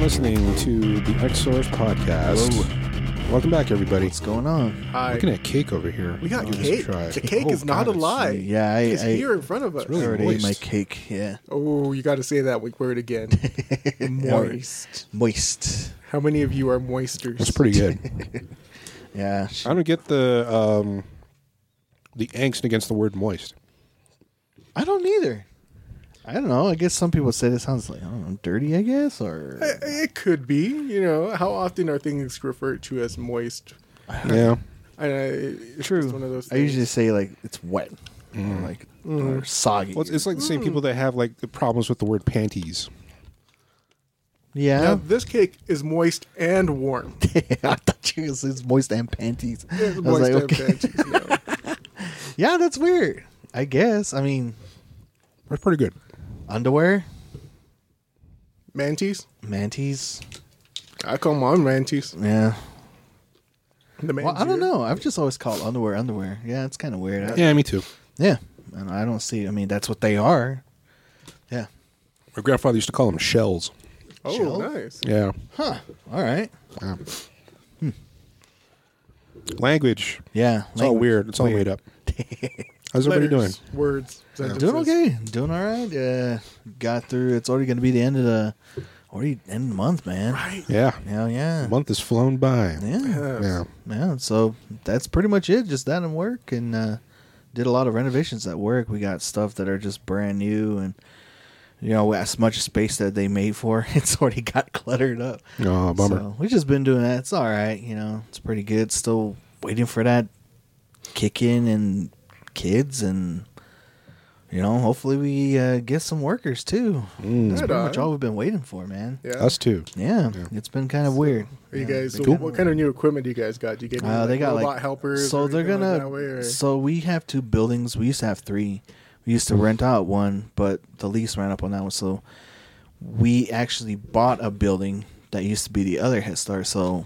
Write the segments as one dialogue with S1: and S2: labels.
S1: listening to the X Source podcast. Welcome back, everybody.
S2: What's going on?
S3: Hi.
S1: Looking at cake over here.
S3: we got
S1: Let's
S3: cake.
S1: try it.
S3: The cake
S2: Oh,
S3: is not
S2: God,
S3: a
S2: it's
S3: lie.
S2: really- yeah, I-
S3: it's
S2: I-
S3: here in front of us.
S2: I
S1: really-
S2: already ate my
S1: moist.
S2: cake. Yeah,
S3: Oh, you got to say that like word again. Moist.
S2: moist.
S3: How many of you are moisters?
S1: That's pretty good.
S2: Yeah, sh-
S1: I don't get the um, the angst against the word moist.
S2: I don't either. I don't know. I guess some people say it sounds like I don't know, dirty. I guess or
S3: It could be. You know, how often are things referred to as moist?
S1: Yeah.
S3: I, it's
S2: true.
S3: Just one of those
S2: I
S3: things. Mm.
S2: usually say like it's wet, or like or soggy.
S1: Well, it's- it's like the same people that have like the problems with the word panties.
S3: Now,
S2: yeah.
S3: this cake is moist and warm.
S2: I thought you was it's moist and panties. I
S3: It's
S2: was
S3: moist
S2: like,
S3: and
S2: okay.
S3: fancy, you know.
S2: Yeah, that's weird. I guess. I mean,
S1: That's pretty good.
S2: underwear,
S3: Mantis?
S2: manties.
S3: I call mine mantis.
S2: Yeah.
S3: The
S2: Well, I
S3: man's
S2: don't
S3: ear.
S2: know. I've just always called underwear underwear. Yeah, it's kind of weird. I-
S1: Yeah, me too.
S2: Yeah, and I don't see. I mean, that's what they are. Yeah.
S1: My grandfather used to call them shells.
S3: Oh,
S2: Shell?
S3: nice.
S1: Yeah.
S2: Huh. All right.
S1: Language.
S2: Yeah.
S1: It's all weird. It's all made up. How's everybody doing?
S3: Letters, Words.
S2: Doing
S3: sentences.
S2: okay. Doing all right. Uh, got through. It's already going to be the end of the already end of the month, man.
S3: Right.
S1: Yeah.
S2: Hell yeah.
S1: The month has flown by.
S2: Yeah.
S1: Yeah.
S2: Yeah. So that's pretty much it. Just that and work, and uh, did a lot of renovations at work. We got stuff that are just brand new and. You know, as much space that they made for, it's already got cluttered up.
S1: Oh, bummer.
S2: So we've just been doing that. It's all right. You know, it's pretty good. Still waiting for that kick in and kids and. You know, hopefully we uh, get some workers too. That's
S3: Right
S2: pretty
S3: on.
S2: much all we've been waiting for, man.
S3: Yeah.
S1: Mm. Us too.
S2: Yeah, it's been kind of weird.
S3: Are you
S2: Yeah.
S3: guys, so
S1: Cool.
S3: what kind of new equipment do you guys got? Do you get any,
S2: Uh,
S3: like,
S2: they got
S3: robot
S2: like
S3: helpers?
S2: So
S3: or
S2: they're
S3: anything like
S2: gonna.
S3: that way, or-
S2: so we have two buildings. We used to have three. We used to rent out one, but the lease ran up on that one. So we actually bought a building that used to be the other Head Start. So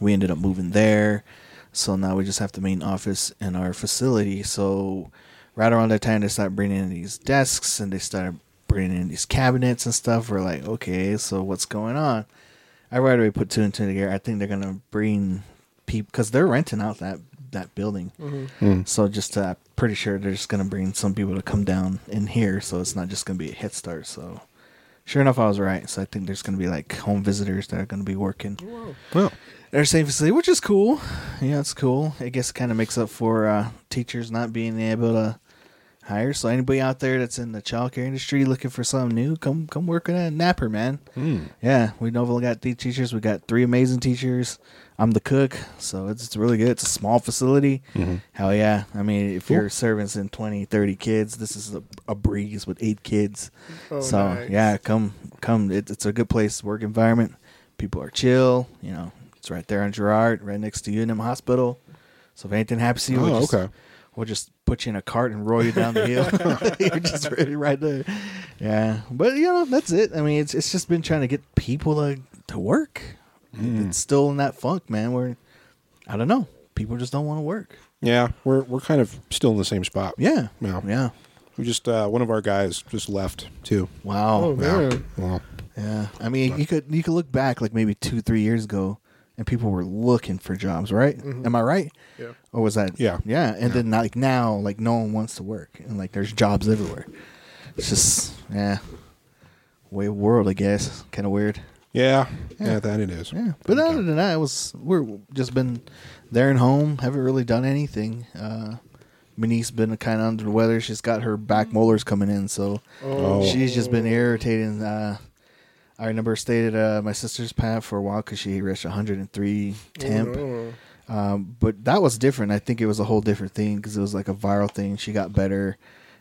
S2: we ended up moving there. So now we just have the main office and our facility. So right around that time, they started bringing in these desks and they started bringing in these cabinets and stuff. We're like, okay, so what's going on? I right away put two and two together. I think they're gonna bring people because they're renting out that that building. So just uh, pretty sure they're just gonna bring some people to come down in here. So it's not just gonna be a head start. So sure enough, I was right. So I think there's gonna be like home visitors that are gonna be working
S1: Well,
S2: at our same facility, which is cool. Yeah, it's cool. I guess it kind of makes up for uh, teachers not being able to hire. So anybody out there that's in the childcare industry looking for something new, come come work in a napper, man. Yeah, we've only got three teachers. We got three amazing teachers. I'm the cook, so it's, it's really good. It's a small facility. Hell yeah. I mean, if you're serving some 20, 30 kids, this is a, a breeze with eight kids.
S3: Oh,
S2: so
S3: nice.
S2: yeah, come come. It, it's a good place work environment. People are chill. You know, it's right there on Gerard, right next to Unum Hospital. So if anything happens to you,
S1: Oh,
S2: we'll just,
S1: okay.
S2: we'll just put you in a cart and roll you down the hill. You're just ready right there. Yeah, but you know that's it. I mean, it's it's just been trying to get people to to work.
S1: Mm.
S2: It's still in that funk, man. Where I don't know, people just don't want to work.
S1: yeah, we're we're kind of still in the same spot.
S2: Yeah,
S1: Yeah.
S2: yeah.
S1: We just uh, one of our guys just left too.
S2: Wow.
S3: Oh, man.
S1: Well,
S2: Yeah, I mean, you could you could look back like maybe two three years ago, and people were looking for jobs, right? Am I right?
S3: Yeah.
S2: Or was that?
S1: Yeah.
S2: yeah. And then like now, like no one wants to work, and like there's jobs everywhere. It's just yeah, way of the world, I guess. Kind of weird.
S1: yeah, yeah, that it is.
S2: Yeah, but other than that, it was we're just been there and home. Haven't really done anything. Uh, my niece's been kind of under the weather. She's got her back molars coming in, so
S3: Oh.
S2: she's just been irritating. Uh, I remember stayed at uh, my sister's pad for a while because she reached 103 temp.
S3: Oh,
S2: Um, but that was different. I think it was a whole different thing because it was like a viral thing. She got better,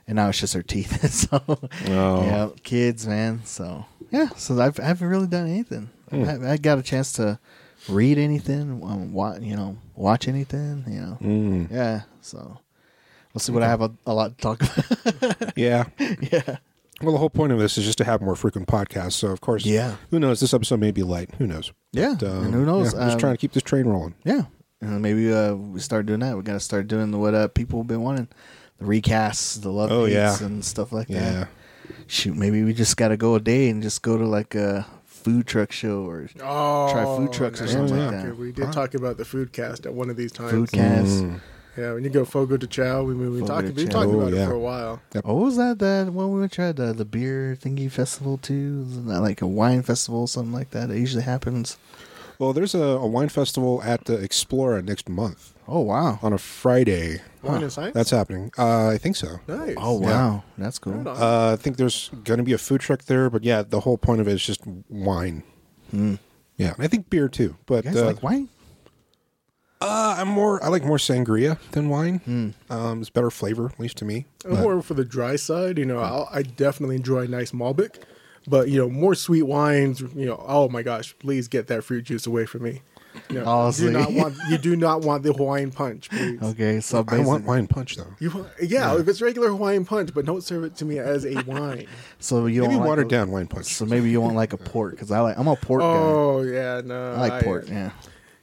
S2: and now it's just her teeth. so,
S3: Oh.
S2: yeah, kids, man. So, yeah. So I've, I haven't really done anything.
S1: Hmm.
S2: I, I got a chance to read anything, um, watch, you know, watch anything, you know.
S1: Mm.
S2: Yeah. So we'll see what I have a, a lot to talk about.
S1: Yeah.
S2: yeah.
S1: Well, the whole point of this is just to have more frequent podcasts. So, of course,
S2: Yeah.
S1: Who knows? This episode may be light. Who knows?
S2: Yeah,
S1: But, um,
S2: and who knows?
S1: yeah, just
S2: Um,
S1: trying to keep this train rolling.
S2: Yeah. And then maybe uh, we start doing that. We got to start doing what uh, people have been wanting the recasts, the love
S1: Oh,
S2: hates,
S1: yeah.
S2: and stuff like
S1: Yeah.
S2: that. Shoot, maybe we just got to go a day and just go to like a food truck show or
S3: Oh,
S2: food trucks or
S3: now
S1: something
S3: we're
S1: like
S3: talking.
S2: that.
S3: We did
S1: Huh?
S3: talk about the food cast at one of these times.
S2: food cast.
S1: Mm.
S3: Yeah, when you go Fogo de Chao, we we
S2: Fogo
S3: talked
S2: de
S3: we
S2: Chao.
S3: talked
S1: Oh,
S3: about
S1: yeah.
S3: it for a while.
S2: Oh, what was that? That when we went to the the beer thingy festival too? Isn't that like a wine festival, something like that? It usually happens.
S1: Well, there's a, a wine festival at the Explora next month
S2: Oh wow!
S1: on a Friday.
S3: Wine and science.
S1: That's happening. Uh, I think so.
S3: nice.
S2: Oh
S1: Yeah.
S2: wow! That's cool.
S3: Right on.
S1: Uh, I think there's going to be a food truck there, but yeah, the whole point of it is just wine.
S2: Mm.
S1: Yeah, and I think beer too.
S2: You
S1: But
S2: guys
S1: uh,
S2: like wine?
S1: uh, I'm more I like more sangria than wine.
S2: Hmm.
S1: Um, it's better flavor, at least to me.
S3: I'm
S1: But-
S3: more for the dry side. You know, I'll, I definitely enjoy a nice Malbec, but you know, more sweet wines. You know, oh my gosh, please get that fruit juice away from me. You, know,
S2: Honestly.
S3: you do not want you do not want the Hawaiian punch, please.
S2: Okay, so
S1: I want
S2: basic-
S1: wine punch though.
S3: You want, yeah, if it's regular Hawaiian punch, but don't serve it to me as a wine.
S2: So you
S1: Maybe
S2: don't like
S1: watered
S2: a-
S1: down wine punch.
S2: So maybe you want like a port because I like I'm a port
S3: oh yeah, no,
S2: guy. I like port. Yeah.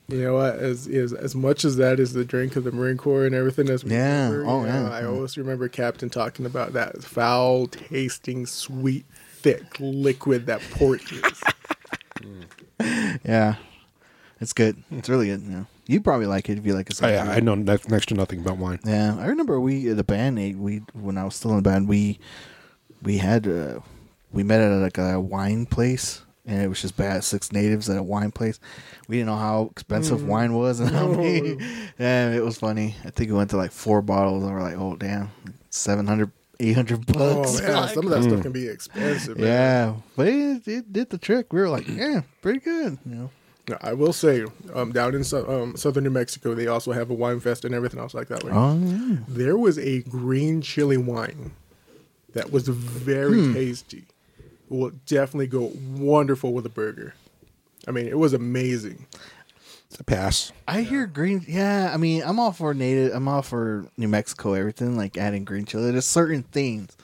S3: You know what? As, as as much as that is the drink of the Marine Corps and everything, as we
S2: Yeah.
S3: remember, you
S2: Oh,
S3: know,
S2: yeah.
S3: I always remember Captain talking about that foul tasting, sweet, thick liquid that port is.
S2: Yeah. It's good. It's really good. Yeah. You probably like it if you like it.
S1: Oh, yeah, I know ne- next to nothing about wine.
S2: Yeah, I remember we the band eh, we when I was still in the band we we had uh, we met at like a wine place and it was just bad six natives at a wine place. We didn't know how expensive
S3: Mm.
S2: wine was and how many. and it was funny. I think we went to like four bottles and we're like, oh damn, 700, 800
S3: oh
S2: bucks.
S3: man, some of that stuff can be expensive. man.
S2: Mm. yeah, but it, it did the trick. We were like, yeah, pretty good. You know.
S3: Now, I will say, um, down in so- um, southern New Mexico, they also have a wine fest and everything else like that. Like,
S2: Oh yeah.
S3: There was a green chili wine that was very
S2: Hmm.
S3: tasty. It will definitely go wonderful with a burger. I mean, it was amazing.
S1: It's a pass.
S2: I hear green. Yeah, I mean, I'm all for native. I'm all for New Mexico. Everything like adding green chili. There's certain things,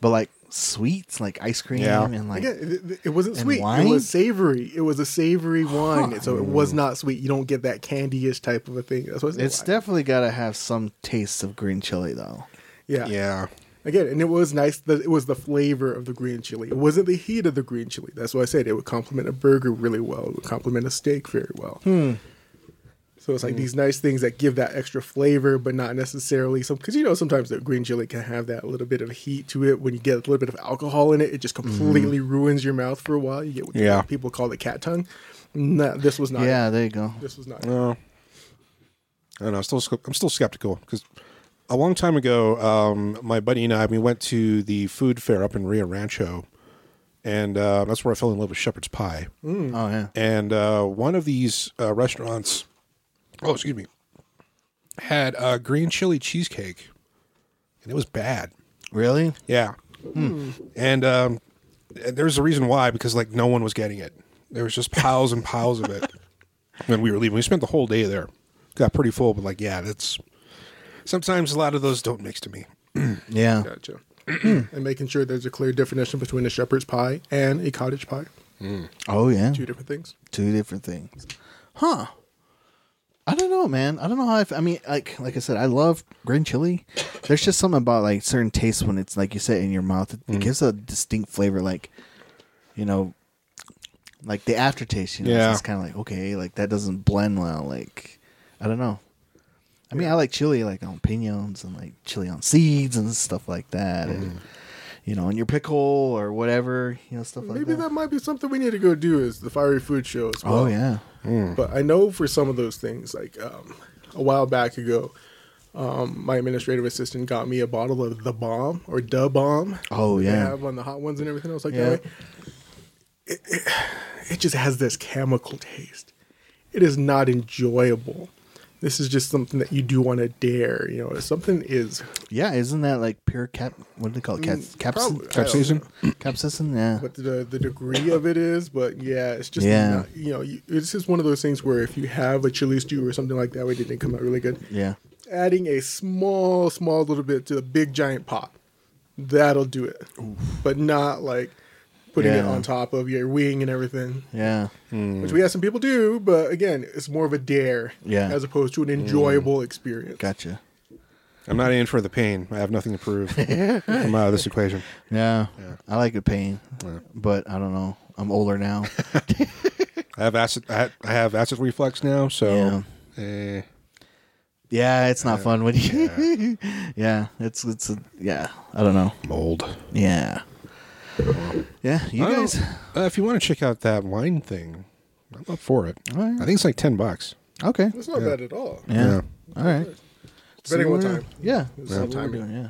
S2: but like sweets, like ice cream,
S1: Yeah.
S2: and like
S3: Again, it- it, it wasn't
S2: And
S3: sweet.
S2: wine?
S3: It was savory. It was a savory wine, so it was not sweet. You don't get that candy-ish type of a thing. That's what
S2: it's definitely gotta have some taste of green chili though.
S3: yeah.
S1: Yeah.
S3: Again, and it was nice. That it was the flavor of the green chili. It wasn't the heat of the green chili. That's why I said it would complement a burger really well. It would complement a steak very well. So it's like these nice things that give that extra flavor, but not necessarily some. Because you know sometimes the green chili can have that little bit of heat to it. When you get a little bit of alcohol in it, it just completely ruins your mouth for a while. You get what
S1: Yeah.
S3: people call it cat tongue. No, this was not.
S2: yeah, there you go.
S3: this was not.
S1: No. I don't know. I'm still, sc- I'm still skeptical because a long time ago, um, my buddy and I, we went to the food fair up in Rio Rancho, and uh, that's where I fell in love with shepherd's pie.
S2: Oh yeah.
S1: And uh, one of these uh, restaurants, oh excuse me, had a green chili cheesecake, and it was bad.
S2: Really?
S1: Yeah. And um, there's a reason why because like no one was getting it. There was just piles and piles of it when we were leaving. We spent the whole day there. Got pretty full, but like yeah, that's sometimes a lot of those don't mix to me.
S2: Yeah.
S3: Gotcha. and making sure there's a clear definition between a shepherd's pie and a cottage pie.
S2: Oh yeah.
S3: Two different things.
S2: two different things huh i don't know man i don't know how i, f- I mean like like i said i love green chili there's just something about like certain tastes when it's like you said in your mouth it, it gives a distinct flavor like you know like the aftertaste you know
S1: Yeah.
S2: yeah. it's kind of like okay like that doesn't blend well like i don't know i mean i like chili like on pinos and like chili on seeds and stuff like that and you know in your pickle or whatever you know stuff like
S3: Maybe
S2: that
S3: that might be something we need to go do is the fiery food show as well.
S2: uh,
S3: Mm.
S2: oh yeah
S3: But I know for some of those things, like um, a while back ago, um, my administrative assistant got me a bottle of the bomb or da bomb.
S2: Oh,
S3: that they
S2: yeah.
S3: have on the hot ones and everything else like
S2: Yeah.
S3: that. Way. It, it, it just has this chemical taste. It is not enjoyable. This is just something that you do on a dare. You know, if something is
S2: Yeah, isn't that like pure cap? What do they call it? Cap,
S3: Mm,
S2: capsin,
S3: probably.
S1: Capsaicin?
S2: capsaicin. Yeah.
S3: what the the degree of it is, but yeah, it's just
S2: Yeah.
S3: not, you know, you, it's just one of those things where if you have a chili stew or something like that, where it didn't come out really good,
S2: Yeah.
S3: adding a small, small little bit to the big giant pot, that'll do it. But not like putting it
S2: Yeah. Mm.
S3: on top of your wing and everything,
S2: Yeah.
S3: which we have some people do, but again, it's more of a dare
S2: Yeah. Mm.
S3: as opposed to an enjoyable experience.
S2: Gotcha.
S1: I'm not in for the pain. I have nothing to prove. I'm out of this equation.
S2: Yeah. I like the pain, but I don't know. I'm older now.
S1: I have acid. I ha- I have acid reflux now, so eh,
S2: yeah, it's not fun when you. Yeah, it's it's a, yeah. I don't know.
S1: mold.
S2: Yeah, yeah. You
S1: I don't
S2: guys,
S1: know. uh, if you want to check out that wine thing, I'm up for it.
S2: All right.
S1: I think it's like ten bucks.
S2: okay?
S3: That's not bad at all.
S1: Yeah.
S2: Yeah. All right.
S3: Depending on what
S2: we're-
S3: time.
S2: Yeah.
S3: It's not
S2: What we're
S3: time.
S2: doing, yeah.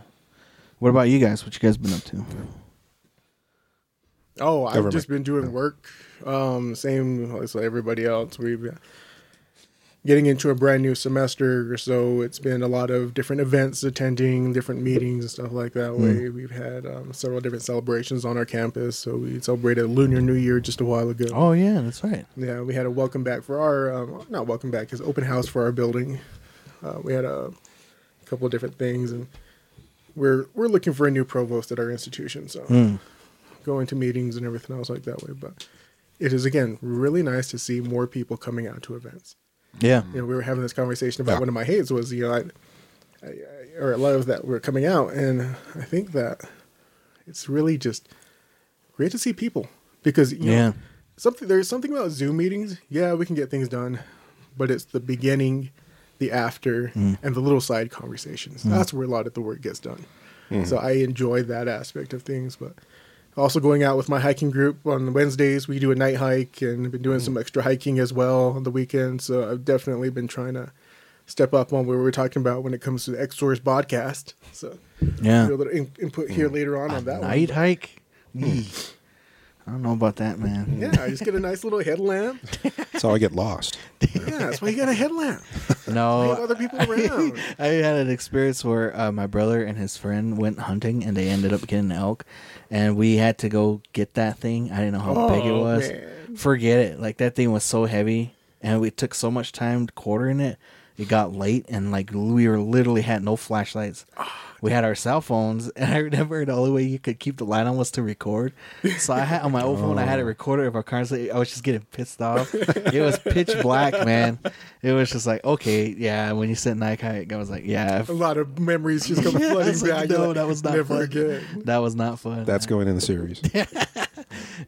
S2: What about you guys? What you guys been up to?
S3: Oh, I've
S1: Government.
S3: just been doing work. Um, same as everybody else. We've been getting into a brand new semester, so it's been a lot of different events, attending different meetings and stuff like that. Way we've had um, several different celebrations on our campus. So we celebrated Lunar New Year just a while ago.
S2: Oh yeah, that's right.
S3: Yeah, we had a welcome back for our um, not welcome back, it's open house for our building. Uh, we had a couple of different things, and we're we're looking for a new provost at our institution. So going to meetings and everything else like that way. But it is again really nice to see more people coming out to events.
S2: Yeah.
S3: You know, we were having this conversation about
S1: Yeah.
S3: one of my hates was you know, I, I, I or a lot of that were coming out, and I think that it's really just great to see people because you
S2: Yeah.
S3: know, something there's something about Zoom meetings. Yeah, we can get things done, but it's the beginning, the after, and the little side conversations. That's where a lot of the work gets done. So I enjoy that aspect of things, but also going out with my hiking group on Wednesdays. We do a night hike and I've been doing some extra hiking as well on the weekends. So I've definitely been trying to step up on what we were talking about when it comes to the X Source podcast. So
S2: Yeah.
S3: do a little in- input here later on on that
S2: Night
S3: one. Hmm.
S2: hike. Yee. I don't know about that, man.
S3: Yeah, just get a nice little headlamp.
S1: That's how I get lost.
S3: Yeah, that's why you got a headlamp. You have
S2: No.
S3: other people around.
S2: I had an experience where uh, my brother and his friend went hunting and they ended up getting an elk, and we had to go get that thing. I didn't know how big it
S3: Oh,
S2: was.
S3: man.
S2: Forget it. Like that thing was so heavy, and we took so much time quartering it. It got late, and like we were literally had no flashlights. We had our cell phones, and I remember the only way you could keep the light on was to record. So I had on my old phone, I had a recorder of our conversation. I was just getting pissed off. It was pitch black, man. It was just like, okay, yeah. When you said Nike, hike, I was like, yeah,
S3: A
S2: f-
S3: lot of memories just come
S2: Yeah, I
S3: flooding
S2: was like,
S3: back.
S2: no,
S3: You're like,
S2: that was not
S3: never
S2: fun.
S3: again.
S2: that was not fun.
S1: That's going in the series.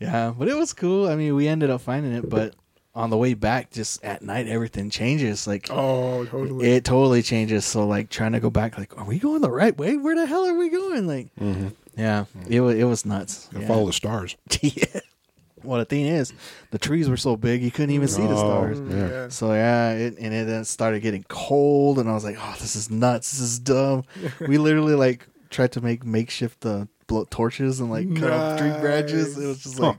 S2: yeah, but it was cool. I mean, we ended up finding it, but on the way back, just at night, everything changes. Like,
S3: Oh, totally.
S2: it totally changes. So like trying to go back, like, are we going the right way? Where the hell are we going? Like, yeah, it was it was nuts.
S1: I
S2: Yeah.
S1: Follow the stars.
S2: Yeah. Well, the thing is, the trees were so big you couldn't even see the
S1: Oh,
S2: stars.
S1: yeah.
S3: yeah.
S2: So yeah, it, and it then started getting cold, and I was like, "Oh, this is nuts! This is dumb." we literally like tried to make makeshift uh, blow torches and like cut off tree branches. It was just
S1: Huh.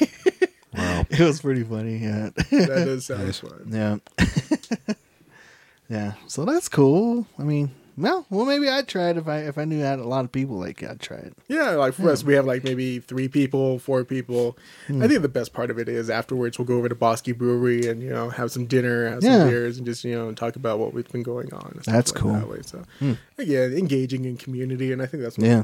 S2: like, it was pretty funny. Yeah,
S3: That does sound fun.
S2: yeah, yeah. So that's cool. I mean, well, well, maybe I'd try it if I if I knew I had a lot of people. Like, I'd try it.
S3: Yeah, like for us, we have like maybe three people, four people.
S2: Hmm.
S3: I think the best part of it is afterwards we'll go over to Bosky Brewery and you know have some dinner, have
S2: Yeah.
S3: some beers, and just you know talk about what we've been going on. and stuff
S2: That's
S3: like
S2: cool. Hmm.
S3: That way. So again, engaging in community, and I think that's what
S2: Yeah,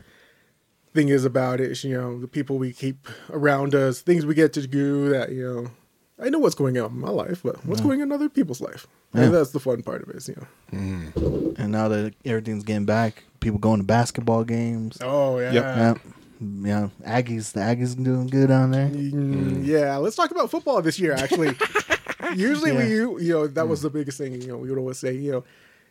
S3: the thing is about it. Is, you know, the people we keep around us, things we get to do. That you know, I know what's going on in my life, but what's going on in other people's life.
S2: Yeah.
S3: And that's the fun part of it. Is, you know.
S2: and now that everything's getting back, people going to basketball games.
S3: Oh yeah.
S2: Yeah, yeah. Aggies, the Aggies doing good on there.
S3: Mm, Yeah, let's talk about football this year. Actually, usually
S2: Yeah. Mm.
S3: we you you know that was the biggest thing. You know, we would always say you know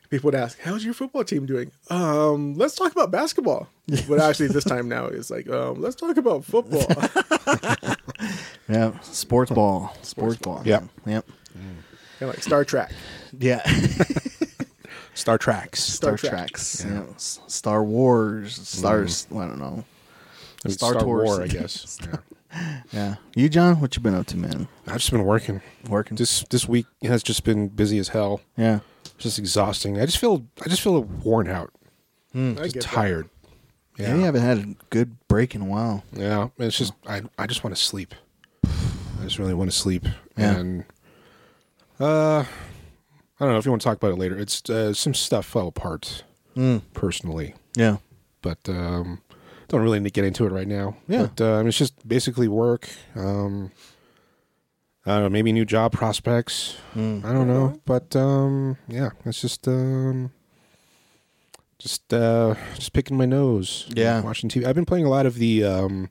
S3: people would ask, "How's your football team doing?" Um, let's talk about basketball. But actually, this time now it's like, um, let's talk about football.
S2: Yeah, sports ball, sports ball.
S1: Yep.
S2: yep,
S3: Kinda like Star Trek.
S2: yeah.
S1: Star Tracks.
S3: Star
S2: Star, Trek,
S3: Trek.
S2: Treks, yeah. Mm. S- Star Wars, Stars. I don't know. Star Tours.
S1: War, I guess. Yeah.
S2: Yeah, you, John, what you been up to, man?
S1: I've just been working.
S2: Working.
S1: This this week has just been busy as hell.
S2: yeah,
S1: It's just exhausting. I just feel I just feel worn out.
S2: Hmm.
S3: I
S1: Just
S3: get that.
S1: tired.
S2: yeah. You haven't had a good break in a while.
S1: Yeah, and it's just I I just want to sleep. I just really want to sleep.
S2: Yeah.
S1: And uh I don't know if you want to talk about it later. It's uh, some stuff fell apart
S2: Hmm.
S1: personally,
S2: Yeah,
S1: but um don't really need to get into it right now.
S2: Yeah.
S1: But um, it's just basically work. Um I don't know, maybe new job prospects.
S2: Mm.
S1: I don't know, but um yeah, it's just um just uh just picking my nose
S2: Yeah.
S1: watching TV. I've been playing a lot of the um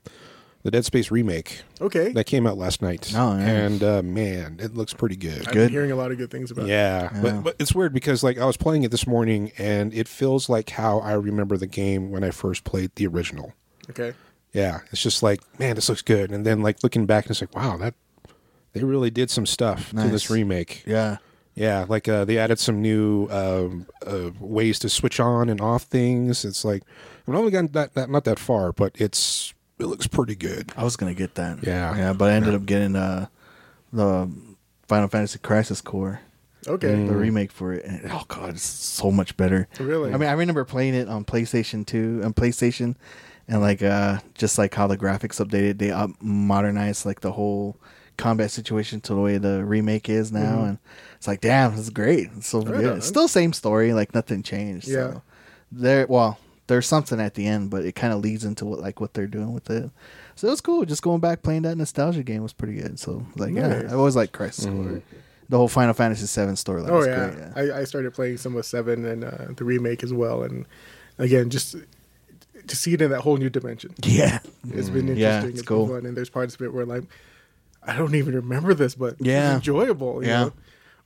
S1: the Dead Space remake
S3: Okay.
S1: that came out last night.
S2: Oh, yeah.
S1: And uh, man, it looks pretty good.
S3: I've
S2: Good.
S3: been hearing a lot of good things about it.
S1: Yeah,
S2: Yeah.
S1: But, but it's weird because like I was playing it this morning and it feels like how I remember the game when I first played the original.
S3: Okay.
S1: Yeah, it's just like man, this looks good, and then like looking back, it's like wow, that they really did some stuff to
S2: Nice.
S1: this remake.
S2: Yeah.
S1: Yeah, like uh, they added some new um, uh, ways to switch on and off things. It's like I've only gotten that, that not that far, but it's it looks pretty good.
S2: I was gonna get that.
S1: Yeah.
S2: Yeah, but I ended up getting uh the Final Fantasy Crisis Core,
S3: Okay.
S2: the remake for it, and oh god, it's so much better.
S3: Really?
S2: I mean, I remember playing it on PlayStation Two and PlayStation, and like uh just like how the graphics updated, they up modernized like the whole combat situation to the way the remake is now, and it's like damn, it's great. It's so
S3: Mm-hmm. Right
S2: good.
S3: on.
S2: It's still same story, like nothing changed.
S3: Yeah.
S2: So there well there's something at the end but it kind of leads into what like what they're doing with it so it was cool just going back playing that nostalgia game was pretty good so like yeah
S3: Nice.
S2: i always like crisis Core. the whole final fantasy 7 storyline
S3: Oh
S2: was
S3: yeah,
S2: great yeah.
S3: I, I started playing some of Seven and uh, the remake as well, and again, just to see it in that whole new dimension,
S2: yeah
S3: it's been interesting.
S2: Mm, Yeah, it's
S3: it's
S2: cool.
S3: been fun, and there's parts of it where like I don't even remember this, but
S2: Yeah.
S3: it's enjoyable. You
S2: Yeah.
S3: know?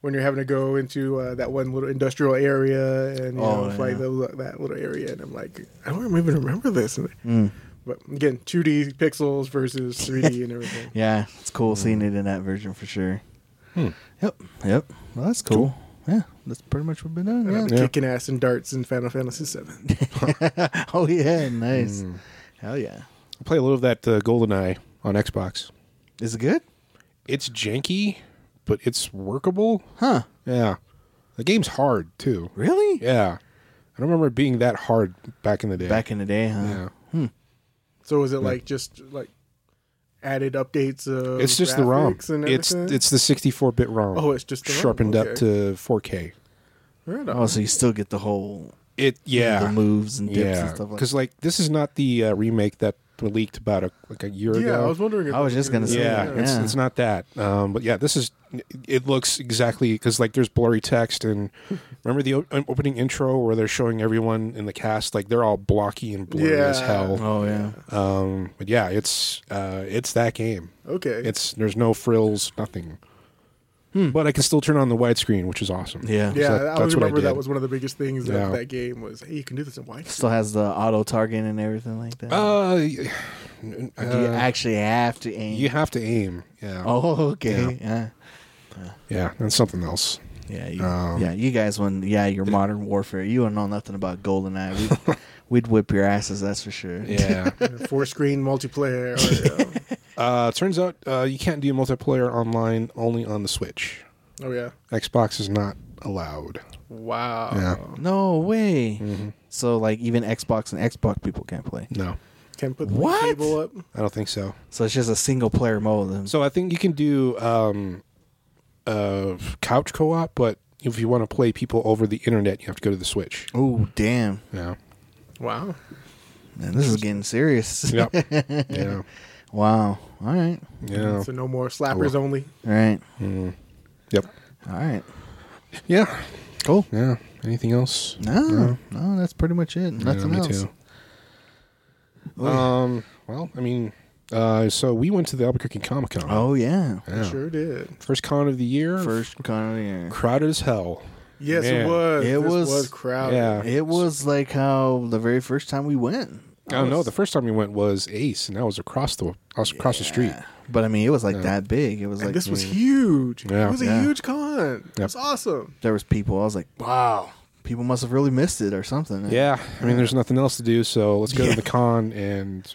S3: when you're having to go into uh, that one little industrial area and you
S2: Oh,
S3: know, fight
S2: yeah.
S3: the, that little area, and I'm like, I don't even remember this. And-
S2: Mm.
S3: But again, 2D pixels versus 3D and everything.
S2: yeah it's cool seeing
S1: Mm.
S2: it in that version for sure
S1: Hmm.
S2: yep yep well that's cool, yeah that's pretty much what we've been
S3: And I've
S2: doing
S3: been
S1: Yeah.
S3: kicking ass and darts in Final Fantasy VII.
S2: yeah. oh yeah nice
S1: Hmm.
S2: hell yeah
S1: I play a little of that uh, GoldenEye on Xbox.
S2: is it good
S1: It's janky, but it's workable.
S2: huh
S1: Yeah, the game's hard too.
S2: really
S1: Yeah, I don't remember it being that hard back in the day.
S2: back in the day huh
S1: yeah.
S3: So is it like just like added updates of
S1: it's just the ROM.
S3: graphics and
S1: It's
S3: everything?
S1: it's the 64-bit ROM.
S3: Oh, it's just the ROM,
S1: sharpened up
S3: okay.
S1: to 4K.
S3: Right on.
S2: oh so you still get the whole
S1: It yeah.
S2: the moves and dips
S1: Yeah,
S2: and stuff like
S1: because like, this is not the uh, remake that leaked about a, like a year
S3: yeah,
S1: ago.
S3: I was wondering. If
S2: I was just gonna say
S1: yeah,
S2: Yeah.
S1: It's, it's not that. Um, but yeah, this is it looks exactly because like there's blurry text and remember the o- opening intro where they're showing everyone in the cast like they're all blocky and blurry as
S3: Yeah.
S1: hell.
S2: Oh yeah.
S1: Um, but yeah, it's uh, it's that game.
S3: Okay.
S1: It's there's no frills, nothing. But I can still turn on the widescreen, which is awesome.
S2: Yeah.
S3: yeah,
S1: that-
S3: I
S1: that's what I
S3: remember that
S1: did.
S3: was one of the biggest things
S1: Yeah.
S3: of that game was hey, you can do this in white.
S2: Still has the auto target and everything like that.
S1: Uh,
S2: Or do you actually have to aim?
S1: you have to aim. Yeah.
S2: Uh, oh, okay. Yeah.
S1: Yeah, that's something else.
S2: Yeah. You,
S1: Um,
S2: yeah. You guys, when yeah, your modern warfare, you don't know nothing about GoldenEye. We'd, we'd whip your asses, that's for sure.
S1: Yeah.
S3: Four screen multiplayer. Or, um,
S1: uh, turns out uh, you can't do multiplayer online only on the Switch.
S3: oh yeah.
S1: Xbox is not allowed.
S3: Wow.
S1: Yeah.
S2: No way.
S1: Mm-hmm.
S2: So like even Xbox and Xbox people can't play.
S1: No,
S3: Can put the
S2: What?
S3: cable up.
S1: I don't think so.
S2: So it's just a single player mode. Then.
S1: So I think you can do um, uh, couch co-op, but if you want to play people over the internet, you have to go to the Switch.
S2: oh damn,
S1: Yeah.
S3: Wow.
S2: man, this is getting serious.
S1: Yep. yeah.
S2: wow. All right.
S1: Yeah.
S3: So no more slappers only.
S2: All right.
S1: Yep.
S2: All right.
S1: Hmm. Yeah.
S2: Cool.
S1: Yeah. Anything else?
S2: No, no, that's pretty much it. Nothing
S1: me
S2: else. Oh,
S1: too. Um. Well, I mean, uh, so we went to the Albuquerque Comic Con.
S2: Oh yeah,
S1: Yeah.
S3: Sure did.
S1: First con of the year.
S2: first con of the year.
S1: crowded as hell.
S3: Yes,
S1: Man.
S3: it was.
S2: It
S3: This
S2: was-
S3: was, crowded.
S1: Yeah.
S2: It was like how the very first time we went.
S1: I don't know. Oh, The first time we went was Ace, and that was across the across the street.
S2: Yeah. But I mean, it was like that big. It was
S3: And
S2: like
S3: this was huge.
S1: Yeah.
S3: It was a
S2: Yeah.
S3: huge con. It
S1: Yep.
S3: was awesome.
S2: there was people. I was like, wow, people must have really missed it or something.
S1: Yeah, I mean, there's nothing else to do, so let's go
S2: Yeah.
S1: to the con, and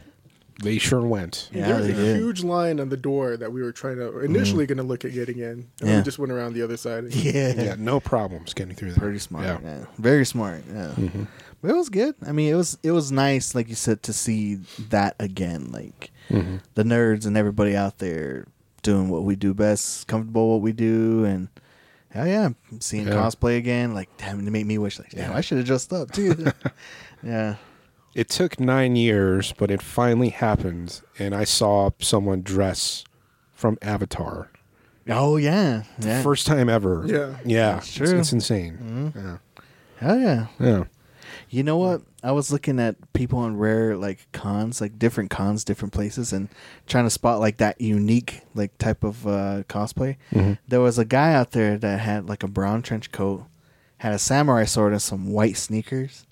S1: they sure went.
S2: Yeah,
S3: there was
S2: they
S3: a
S2: did. Mm.
S3: huge line on the door that we were trying to initially going to look at getting in. And
S2: Yeah.
S3: we just went around the other side. And
S2: yeah,
S1: Yeah, no problems getting through there.
S2: pretty smart. Yeah.
S1: Yeah,
S2: very smart. Yeah,
S1: Mm-hmm.
S2: but it was good. I mean, it was it was nice, like you said, to see that again. Like
S1: Mm-hmm.
S2: the nerds and everybody out there doing what we do best, comfortable what we do, and hell yeah, seeing
S1: Yeah.
S2: cosplay again. Like damn, it made me wish like damn, I should have dressed up too. yeah,
S1: it took nine years, but it finally happened, and I saw someone dress from Avatar,
S2: oh yeah, yeah,
S1: first time ever.
S3: Yeah.
S1: yeah,
S2: That's Mm-hmm.
S1: It's,
S2: true.
S1: it's insane. Yeah,
S2: hell yeah.
S1: yeah.
S2: You know what? I was looking at people on rare like cons, like different cons, different places, and trying to spot like that unique like type of uh, cosplay. There was a guy out there that had like a brown trench coat, had a samurai sword and some white sneakers.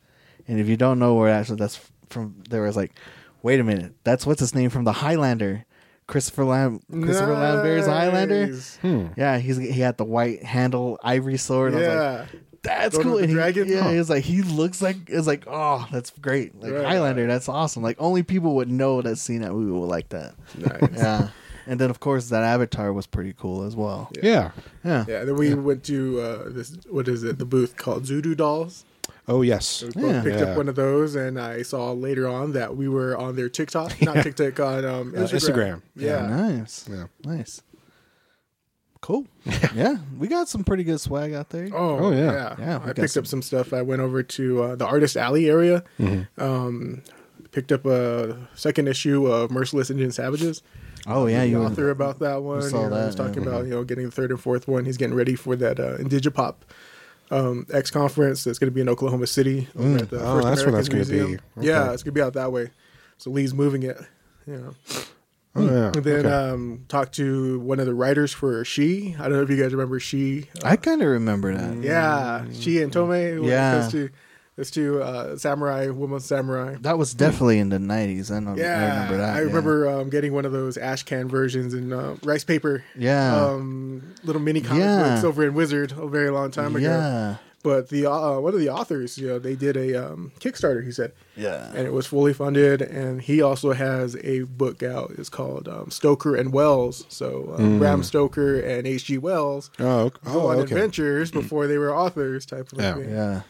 S2: And if you don't know where that's that's from, there was like, wait a minute, that's what's his name from the Highlander, Christopher Lam Christopher Lambert's Highlander.
S3: Nice.
S2: Yeah, he's he had the white handle ivory sword. I was like,
S3: Yeah.
S2: that's
S3: Dawn of
S2: cool.
S3: the
S2: And he,
S3: Dragon?
S2: Yeah,
S3: Huh.
S2: he was like, he looks like it's like, oh, that's great. Like
S3: Right.
S2: Highlander, that's awesome. Like only people would know that scene that movie would like that.
S3: Nice.
S2: Yeah. And then of course that avatar was pretty cool as well.
S3: Yeah.
S1: Yeah.
S2: Yeah.
S3: Yeah, then we went to uh, this. What is it? The booth called Zudu Dolls.
S1: Oh yes.
S3: We both
S2: Yeah.
S3: picked
S1: Yeah.
S3: up one of those, and I saw later on that we were on their TikTok, not TikTok, on um,
S1: Uh, Instagram.
S3: Instagram. Yeah.
S2: Nice.
S1: Yeah.
S2: Nice. Cool. yeah. We got some pretty good swag out there.
S3: Oh,
S1: Oh, yeah.
S3: yeah.
S2: Yeah, we
S3: I
S2: got
S3: picked
S2: some-
S3: up some stuff. I went over to uh, the Artist Alley area.
S1: Mm-hmm.
S3: Um, picked up a second issue of Merciless Indian Savages.
S2: Oh, yeah,
S3: the
S2: you
S3: author about that one.
S2: saw
S3: you know,
S2: that,
S3: he's talking
S2: yeah.
S3: about you know getting the third and fourth one. He's getting ready for that uh, Indigipop um, X conference that's going to be in Oklahoma City. over at the
S1: Oh, that's where that's gonna be.
S3: Museum.
S1: Okay.
S3: Yeah, it's going to be out that way. So Lee's moving it. You know.
S1: Oh, yeah.
S3: And then
S1: Okay.
S3: um, talked to one of the writers for She. I don't know if you guys remember She.
S2: I kind of remember that.
S3: Mm. Yeah, She
S1: Mm.
S3: and Tome. were
S2: Yeah.
S3: Those two, those two uh, samurai, woman samurai.
S2: That was definitely in the nineties. I know.
S3: Yeah,
S2: I remember that.
S3: I
S2: yeah.
S3: remember um, getting one of those ash can versions and uh, rice paper.
S2: Yeah.
S3: Um, little mini comic
S2: Yeah.
S3: books over in Wizard a very long time ago.
S2: Yeah.
S3: But the uh, one of the authors, you know, they did a um, Kickstarter. He said,
S2: Yeah.
S3: and it was fully funded. And he also has a book out. It's called um, Stoker and Wells. So
S2: Mm.
S3: um, Bram Stoker and H. G. Wells
S1: Oh, ok-
S3: go
S1: oh,
S3: on
S1: okay.
S3: adventures before they were authors, type of
S1: Yeah.
S3: thing.
S2: Mm. Yeah.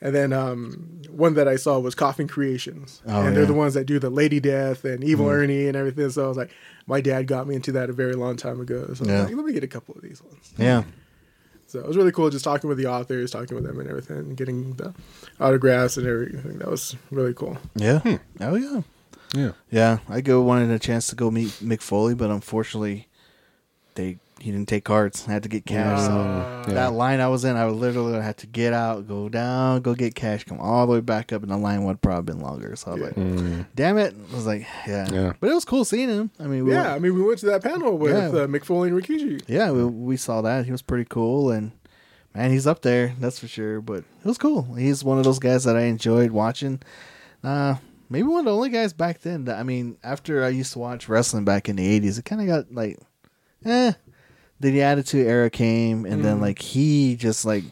S3: And then um, one that I saw was Coffin Creations,
S2: Oh,
S3: and they're
S2: yeah. Mm-hmm.
S3: the ones that do the Lady Death and Evil Ernie and everything. So I was like, my dad got me into that a very long time ago. So I
S2: Yeah.
S3: was like, let me get a couple of these ones.
S2: Yeah.
S3: So it was really cool just talking with the authors, talking with them and everything, and getting the autographs and everything. That was really cool.
S2: Yeah.
S3: Hmm.
S2: Oh yeah.
S1: Yeah.
S2: Yeah, I go wanted a chance to go meet Mick Foley, but unfortunately, they he didn't take cards. I had to get cash. so
S1: Yeah.
S2: that line I was in, I was literally had to get out, go down, go get cash, come all the way back up, and the line would probably been longer. So I was like, "Damn it!" I was like, "Yeah,",
S1: Yeah.
S2: but it was cool seeing him. I mean, we
S3: Yeah, I
S2: went-
S3: mean, we went to that panel with
S2: Yeah.
S3: uh, McFoley and Rikishi.
S2: yeah, we, we saw that. He was pretty cool, and man, he's up there, that's for sure. But it was cool. He's one of those guys that I enjoyed watching. Uh, maybe one of the only guys back then. That, I mean, after I used to watch wrestling back in the eighties, it kind of got like, eh. Then the Attitude Era came, and then like he just like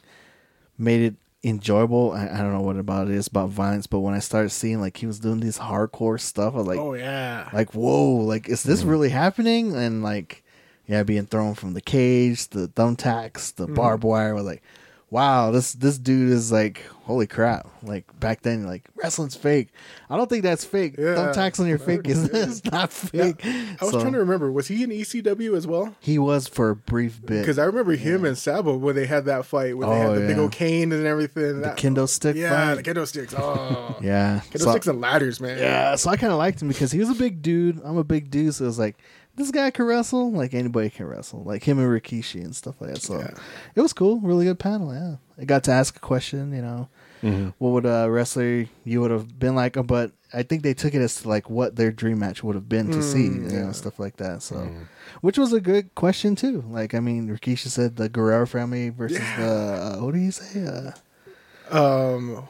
S2: made it enjoyable. I, I don't know what about it is about violence, but when I started seeing like he was doing these hardcore stuff, I was like,
S3: Oh yeah,
S2: like whoa like is
S3: Mm.
S2: this really happening and like yeah being thrown from the cage the thumbtacks
S3: Mm-hmm.
S2: the barbed wire was like wow this this dude is like holy crap like back then like wrestling's fake i don't think that's fake
S3: Yeah.
S2: thumbtacks on your fake is it's not fake
S3: I was
S2: So,
S3: trying to remember. Was he in ECW as well?
S2: he was for a brief bit
S3: Because I remember him and Sabo when they had that fight when they
S2: Oh,
S3: had the big
S2: yeah.
S3: old cane and everything. The
S2: kendo stick
S3: yeah,
S2: fight.
S3: the kendo sticks. Oh,
S2: yeah
S3: kendo
S2: So-
S3: sticks and ladders, man.
S2: Yeah, so I kind of liked him because he was a big dude. I'm a big dude, so it was like this guy can wrestle like anybody can wrestle, like him and Rikishi and stuff like that. So
S3: Yeah.
S2: it was cool, really good panel. Yeah, I got to ask a question. You know, what would a wrestler you would have been like? uh, But I think they took it as to like what their dream match would have been to see, you know, stuff like that. So, which was a good question too. Like I mean, Rikishi said the Guerrero family versus the uh, what do you say? Uh,
S3: Um,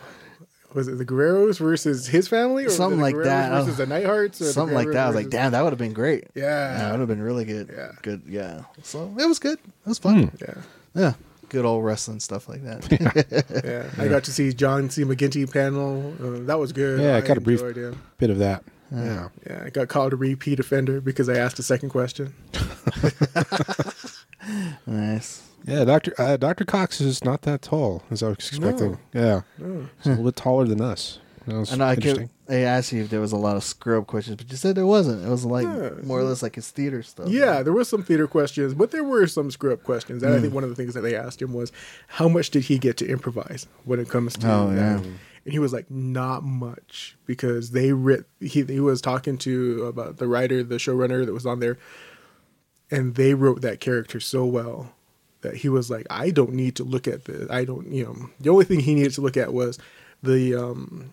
S3: was it the Guerreros versus his family, or was it
S2: Something
S3: the
S2: like
S3: Guerreros
S2: that.
S3: versus the Nighthearts, or the
S2: something like
S3: Guerreros
S2: that. I was like,
S3: versus-
S2: damn, that would have been great.
S3: Yeah.
S2: that would have been really good.
S3: Yeah.
S2: good. Yeah, so it was good. It was fun.
S3: Yeah.
S2: Yeah,
S1: Hmm.
S2: good old wrestling stuff like that.
S3: Yeah. I got to see John C. McGinty panel. Uh, that was good.
S1: Yeah, I got a brief
S3: enjoyed him.
S1: bit of that. Yeah.
S3: Yeah, I got called a repeat offender because I asked a second question.
S2: nice.
S1: Yeah, Doctor uh, Doctor Cox is not that tall as I was expecting. Yeah, he's a little bit taller than us. That was
S2: I know I
S1: interesting.
S2: could. I asked you if there was a lot of scrub questions, but you said there wasn't. It was like more or less like it's theater stuff.
S3: Yeah, there was some theater questions, but there were some screw up questions. And I
S2: Mm.
S3: think one of the things that they asked him was, how much did he get to improvise when it comes to
S2: Oh,
S3: that?
S2: yeah.
S3: And he was like, not much because they writ. He, he was talking to about the writer, the showrunner that was on there, and they wrote that character so well that he was like, I don't need to look at this. I don't, you know, the only thing he needed to look at was the um,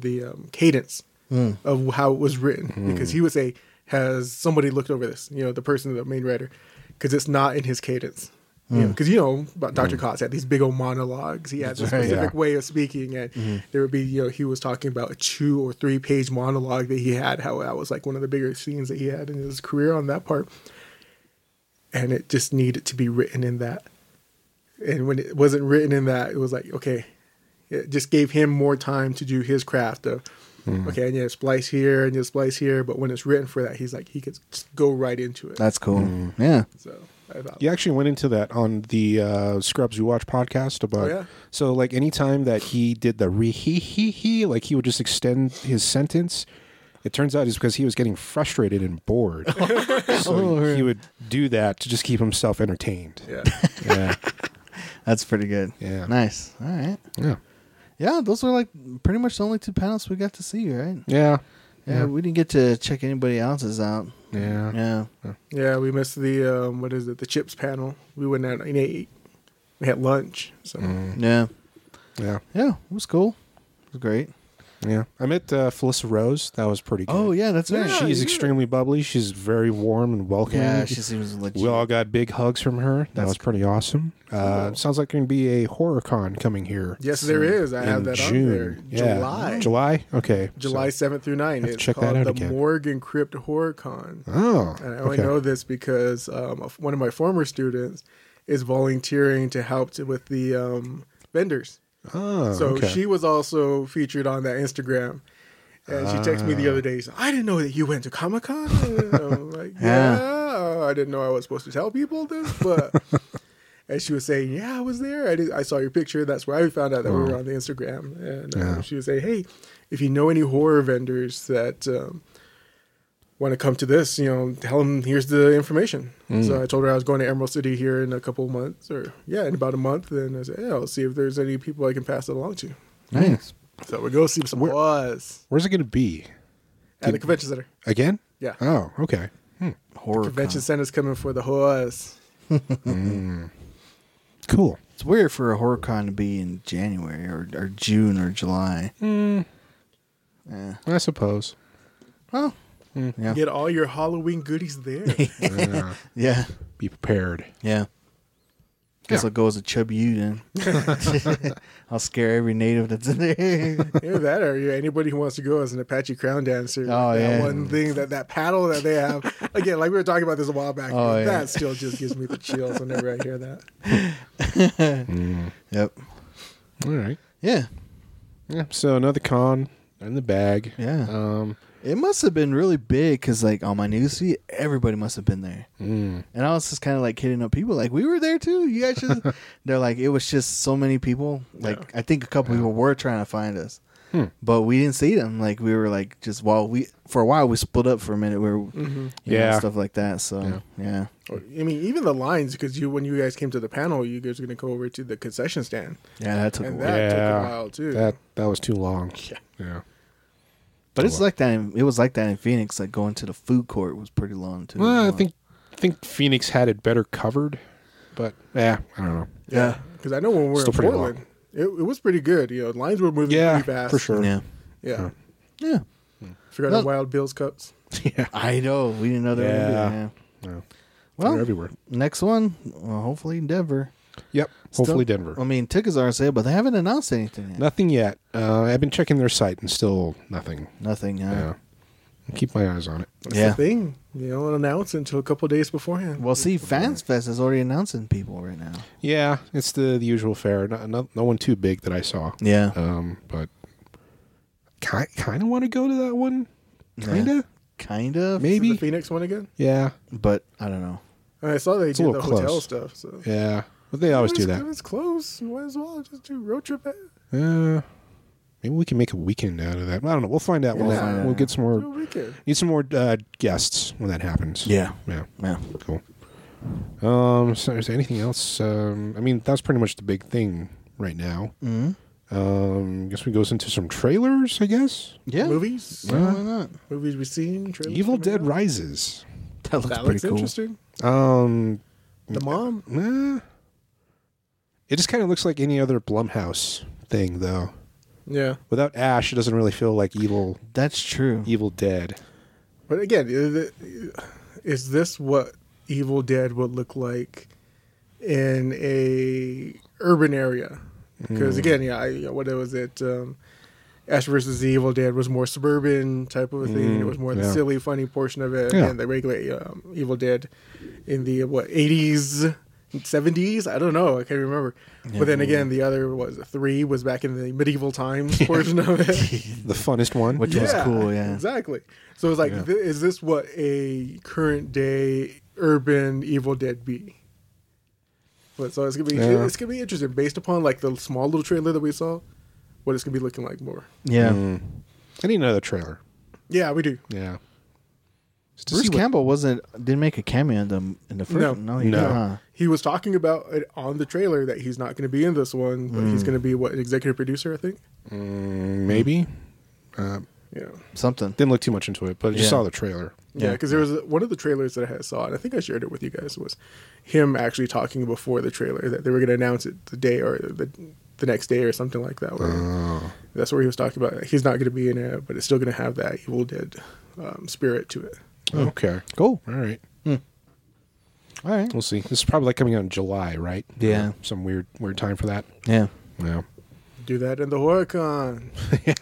S3: the um, cadence of how it was written because he would say, "Has somebody looked over this?" You know, the person, the main writer, because it's not in his cadence. Because you know, about Dr. Cox had these big old monologues. He had a
S2: right.
S3: specific way of speaking, and there would be you know he was talking about a two or three page monologue that he had. How that was like one of the bigger scenes that he had in his career on that part, and it just needed to be written in that and when it wasn't written in that, it was like okay, it just gave him more time to do his craft of
S1: Mm-hmm.
S3: okay, and yeah, splice here and you splice here. But when it's written for that, he's like he could just go right into it.
S2: That's cool.
S1: Hmm.
S2: Yeah.
S3: so I thought,
S1: You actually went into that on the uh, Scrubs You Watch podcast about.
S3: Oh, yeah.
S1: So, like, anytime that he did the re he he he, like, he would just extend his sentence. It turns out it's because he was getting frustrated and bored. so he would do that to just keep himself entertained.
S3: yeah,
S1: Yeah.
S2: That's pretty good.
S1: Yeah.
S2: Nice. All right.
S1: Yeah.
S2: Yeah, those were like pretty much the only two panels we got to see, right?
S1: Yeah.
S2: Yeah, we didn't get to check anybody else's out.
S1: Yeah.
S2: Yeah.
S3: yeah, we missed the um, what is it, the chips panel. We went out and ate. We had lunch. So
S1: Mm-hmm.
S2: Yeah.
S1: Yeah.
S2: Yeah, it was cool. It was great.
S1: Yeah. I met uh, Felissa Rose. That was pretty good.
S2: Oh, yeah, that's right.
S3: Yeah,
S1: She's
S3: yeah.
S1: extremely bubbly. She's very warm and welcoming.
S2: yeah, she seems legit.
S1: We all got big hugs from her. That
S2: That's
S1: was pretty awesome. Uh, Sounds like going to be a horror con coming here.
S3: yes, there is. I have
S1: in
S3: that
S1: June.
S3: on there.
S1: Yeah.
S3: July.
S1: July. Okay.
S3: July
S1: So-
S3: seventh through 9th.
S1: Have to
S3: It's
S1: check that
S3: called
S1: out
S3: the
S1: again.
S3: Morgan Crypt Horror Con.
S1: oh.
S3: And I only
S1: okay.
S3: know this because um, of- one of my former students is volunteering to help to, with the um, vendors.
S1: Oh,
S3: So
S1: okay.
S3: she was also featured on that Instagram. And she texted me the
S1: Ah.
S3: other day. She's like, I didn't know that you went to Comic Con. I'm like,
S2: Yeah.
S3: yeah, uh, I didn't know I was supposed to tell people this, but. And she was saying, "Yeah, I was there. I, did, I saw your picture. That's where I found out that we were on the Instagram." And uh,
S1: Yeah.
S3: she was saying, "Hey, if you know any horror vendors that um, want to come to this, you know, tell them here's the information."
S1: Hmm.
S3: So I told her I was going to Emerald City here in a couple months, or yeah, in about a month. And I said, "Yeah, I'll see if there's any people I can pass it along to."
S2: nice.
S3: So we go see some
S1: Where-
S3: was
S1: Where's it going to be?
S3: at the convention center.
S1: Again?
S3: Yeah,
S1: Oh, okay. uh,
S3: convention
S2: Horror. Convention.
S3: center's coming for the was.
S1: Cool.
S2: It's weird for a horror con to be in January or, or June or July.
S1: Hmm.
S2: Yeah.
S1: I suppose.
S2: Well, Yeah.
S3: Get all your Halloween goodies there.
S1: Yeah.
S2: yeah.
S1: Be prepared.
S2: Yeah. Guess
S1: Yeah.
S2: I'll go as a chub you then. I'll scare every native that's in there.
S3: Either that or yeah, anybody who wants to go as an Apache crown dancer.
S2: Oh,
S3: that
S2: yeah.
S3: one thing that that paddle that they have. Again, like we were talking about this a while back.
S2: Oh, yeah.
S3: that still just gives me the chills whenever I hear that.
S2: yep.
S1: All right.
S2: Yeah.
S1: Yeah. So another con in the bag.
S2: Yeah.
S1: Um.
S2: It must have been really big because, like, on my newsfeed, everybody must have been there.
S1: mm,
S2: And I was just kind of like hitting up people, like, we were there too. You guys should. They're like, it was just so many people. Like, I think a couple people were trying to find us,
S1: Hmm.
S2: but we didn't see them. Like, we were like, just while we, for a while, we split up for a minute. We were, you
S1: Mm-hmm. Yeah.
S2: know, stuff like that. So, yeah. Yeah.
S3: Or, I mean, even the lines because you when you guys came to the panel, you guys were going to go over to the concession stand,
S2: that took a
S3: and
S2: while.
S3: that
S1: Yeah.
S3: took a while too.
S1: That that was too long.
S3: Yeah.
S1: Yeah.
S2: But
S1: a
S2: it's
S1: while.
S2: like that. In, it was like that in Phoenix. Like, going to the food court was pretty long, too.
S1: Well, I think think Phoenix had it better covered, but yeah, I don't know.
S2: Yeah.
S3: because I know when we were
S1: Still
S3: in
S1: pretty
S3: Portland, it, it was pretty good. You know, lines were moving
S1: Yeah,
S3: pretty fast
S1: for sure.
S2: Yeah.
S3: Yeah,
S2: Yeah.
S3: figure out
S2: Well-
S3: the Wild Bill's cups.
S1: Yeah.
S2: I know. We didn't know they were
S1: Yeah.
S2: there. Yeah.
S1: Yeah.
S2: Well,
S1: They're everywhere.
S2: next one, well, hopefully Denver.
S1: Yep. Hopefully
S2: Still-
S1: Denver.
S2: I mean, tickets are on sale, but they haven't announced anything yet.
S1: nothing yet. Uh, I've been checking their site and still nothing.
S2: Nothing.
S1: Yeah.
S2: Uh,
S1: Keep my eyes on it.
S3: That's
S2: Yeah.
S3: the thing. You don't announce it until a couple days beforehand.
S2: Well, see, Fans Fest is already announcing people right now.
S1: Yeah, it's the the usual fare. No, no, no one too big that I saw.
S2: Yeah.
S1: Um, but kind kind of want to go to that one.
S2: Yeah.
S1: Kinda.
S2: Kind of.
S3: Is it
S1: Maybe.
S3: the Phoenix one again.
S1: Yeah.
S2: But I don't know.
S3: And I saw they
S1: a
S3: did the
S1: little close.
S3: hotel stuff. So
S1: Yeah. But they always
S3: Well,
S1: do
S3: it's-
S1: that.
S3: It's close. Might as well just do road trip. eh, It.
S1: Uh, maybe we can make a weekend out of that. I don't know. We'll find out. when
S2: We'll
S1: that-
S2: find out.
S1: we'll get some
S3: Do a
S1: more.
S3: weekend.
S1: Need some more uh, guests when that happens.
S2: Yeah.
S1: Yeah.
S2: Yeah.
S1: Cool. Um, so is there anything else? Um, I mean, that's pretty much the big thing right now.
S2: Mm-hmm.
S1: Um, guess we goes into some trailers. I guess Uh,
S2: Yeah.
S3: Movies,
S2: Yeah, why not?
S3: movies we've seen. trailers
S1: Evil
S3: coming
S1: Dead
S3: out.
S1: Rises.
S2: That looks
S3: That
S2: pretty
S3: looks
S2: cool.
S3: interesting.
S1: Um,
S3: The mom.
S1: eh, it just kind of looks like any other Blumhouse thing, though.
S3: Yeah.
S1: Without Ash, it doesn't really feel like evil,
S2: That's true.
S1: evil dead.
S3: But again, is it- is this what Evil Dead would look like in a urban area?
S1: Hmm.
S3: Because again, yeah, I, yeah, what was it? Um, Ash versus the Evil Dead was more suburban type of a thing. it was more the
S1: Hmm, yeah.
S3: silly, funny portion of it,
S1: Yeah.
S3: and the regular um, Evil Dead in the what eighties. 70s? I don't know. I can't remember. but then again, the other was three was back in the medieval times portion of it.
S1: The funnest one.
S2: Which was cool, yeah.
S3: Exactly. So it's like,
S1: Yeah.
S3: thi- is this what a current day urban Evil Dead be? But so it's gonna be
S1: Yeah.
S3: it's gonna be interesting based upon like the small little trailer that we saw, what it's gonna be looking like more.
S2: Yeah.
S1: Mm. I need another trailer.
S3: Yeah, we do.
S1: Yeah. Just to
S2: Bruce
S1: see what-
S2: Campbell wasn't didn't make a cameo in the in the first.
S3: No.
S2: one. no, he
S1: No.
S2: didn't, huh?
S3: He was talking about it on the trailer that he's not gonna be in this one, but
S2: Mm.
S3: he's gonna be what an executive producer, I think.
S1: Mm, maybe. Uh,
S3: Yeah.
S2: Something.
S1: didn't look too much into it, but I just
S2: Yeah.
S1: saw the trailer.
S3: Yeah,
S2: Yeah.
S3: because there was a- one of the trailers that I had saw, and I think I shared it with you guys, was him actually talking before the trailer that they were going to announce it the day or the the next day or something like that. Where
S2: Uh-huh.
S3: That's where he was talking about he's not going to be in it, but it's still going to have that Evil Dead um, spirit to it.
S1: Okay.
S2: Cool.
S1: All right.
S2: All right.
S1: We'll see. This is probably like coming out in July, right?
S2: Yeah.
S1: Some weird, weird time for that.
S2: Yeah.
S1: Yeah.
S3: Do that in the HorrorCon.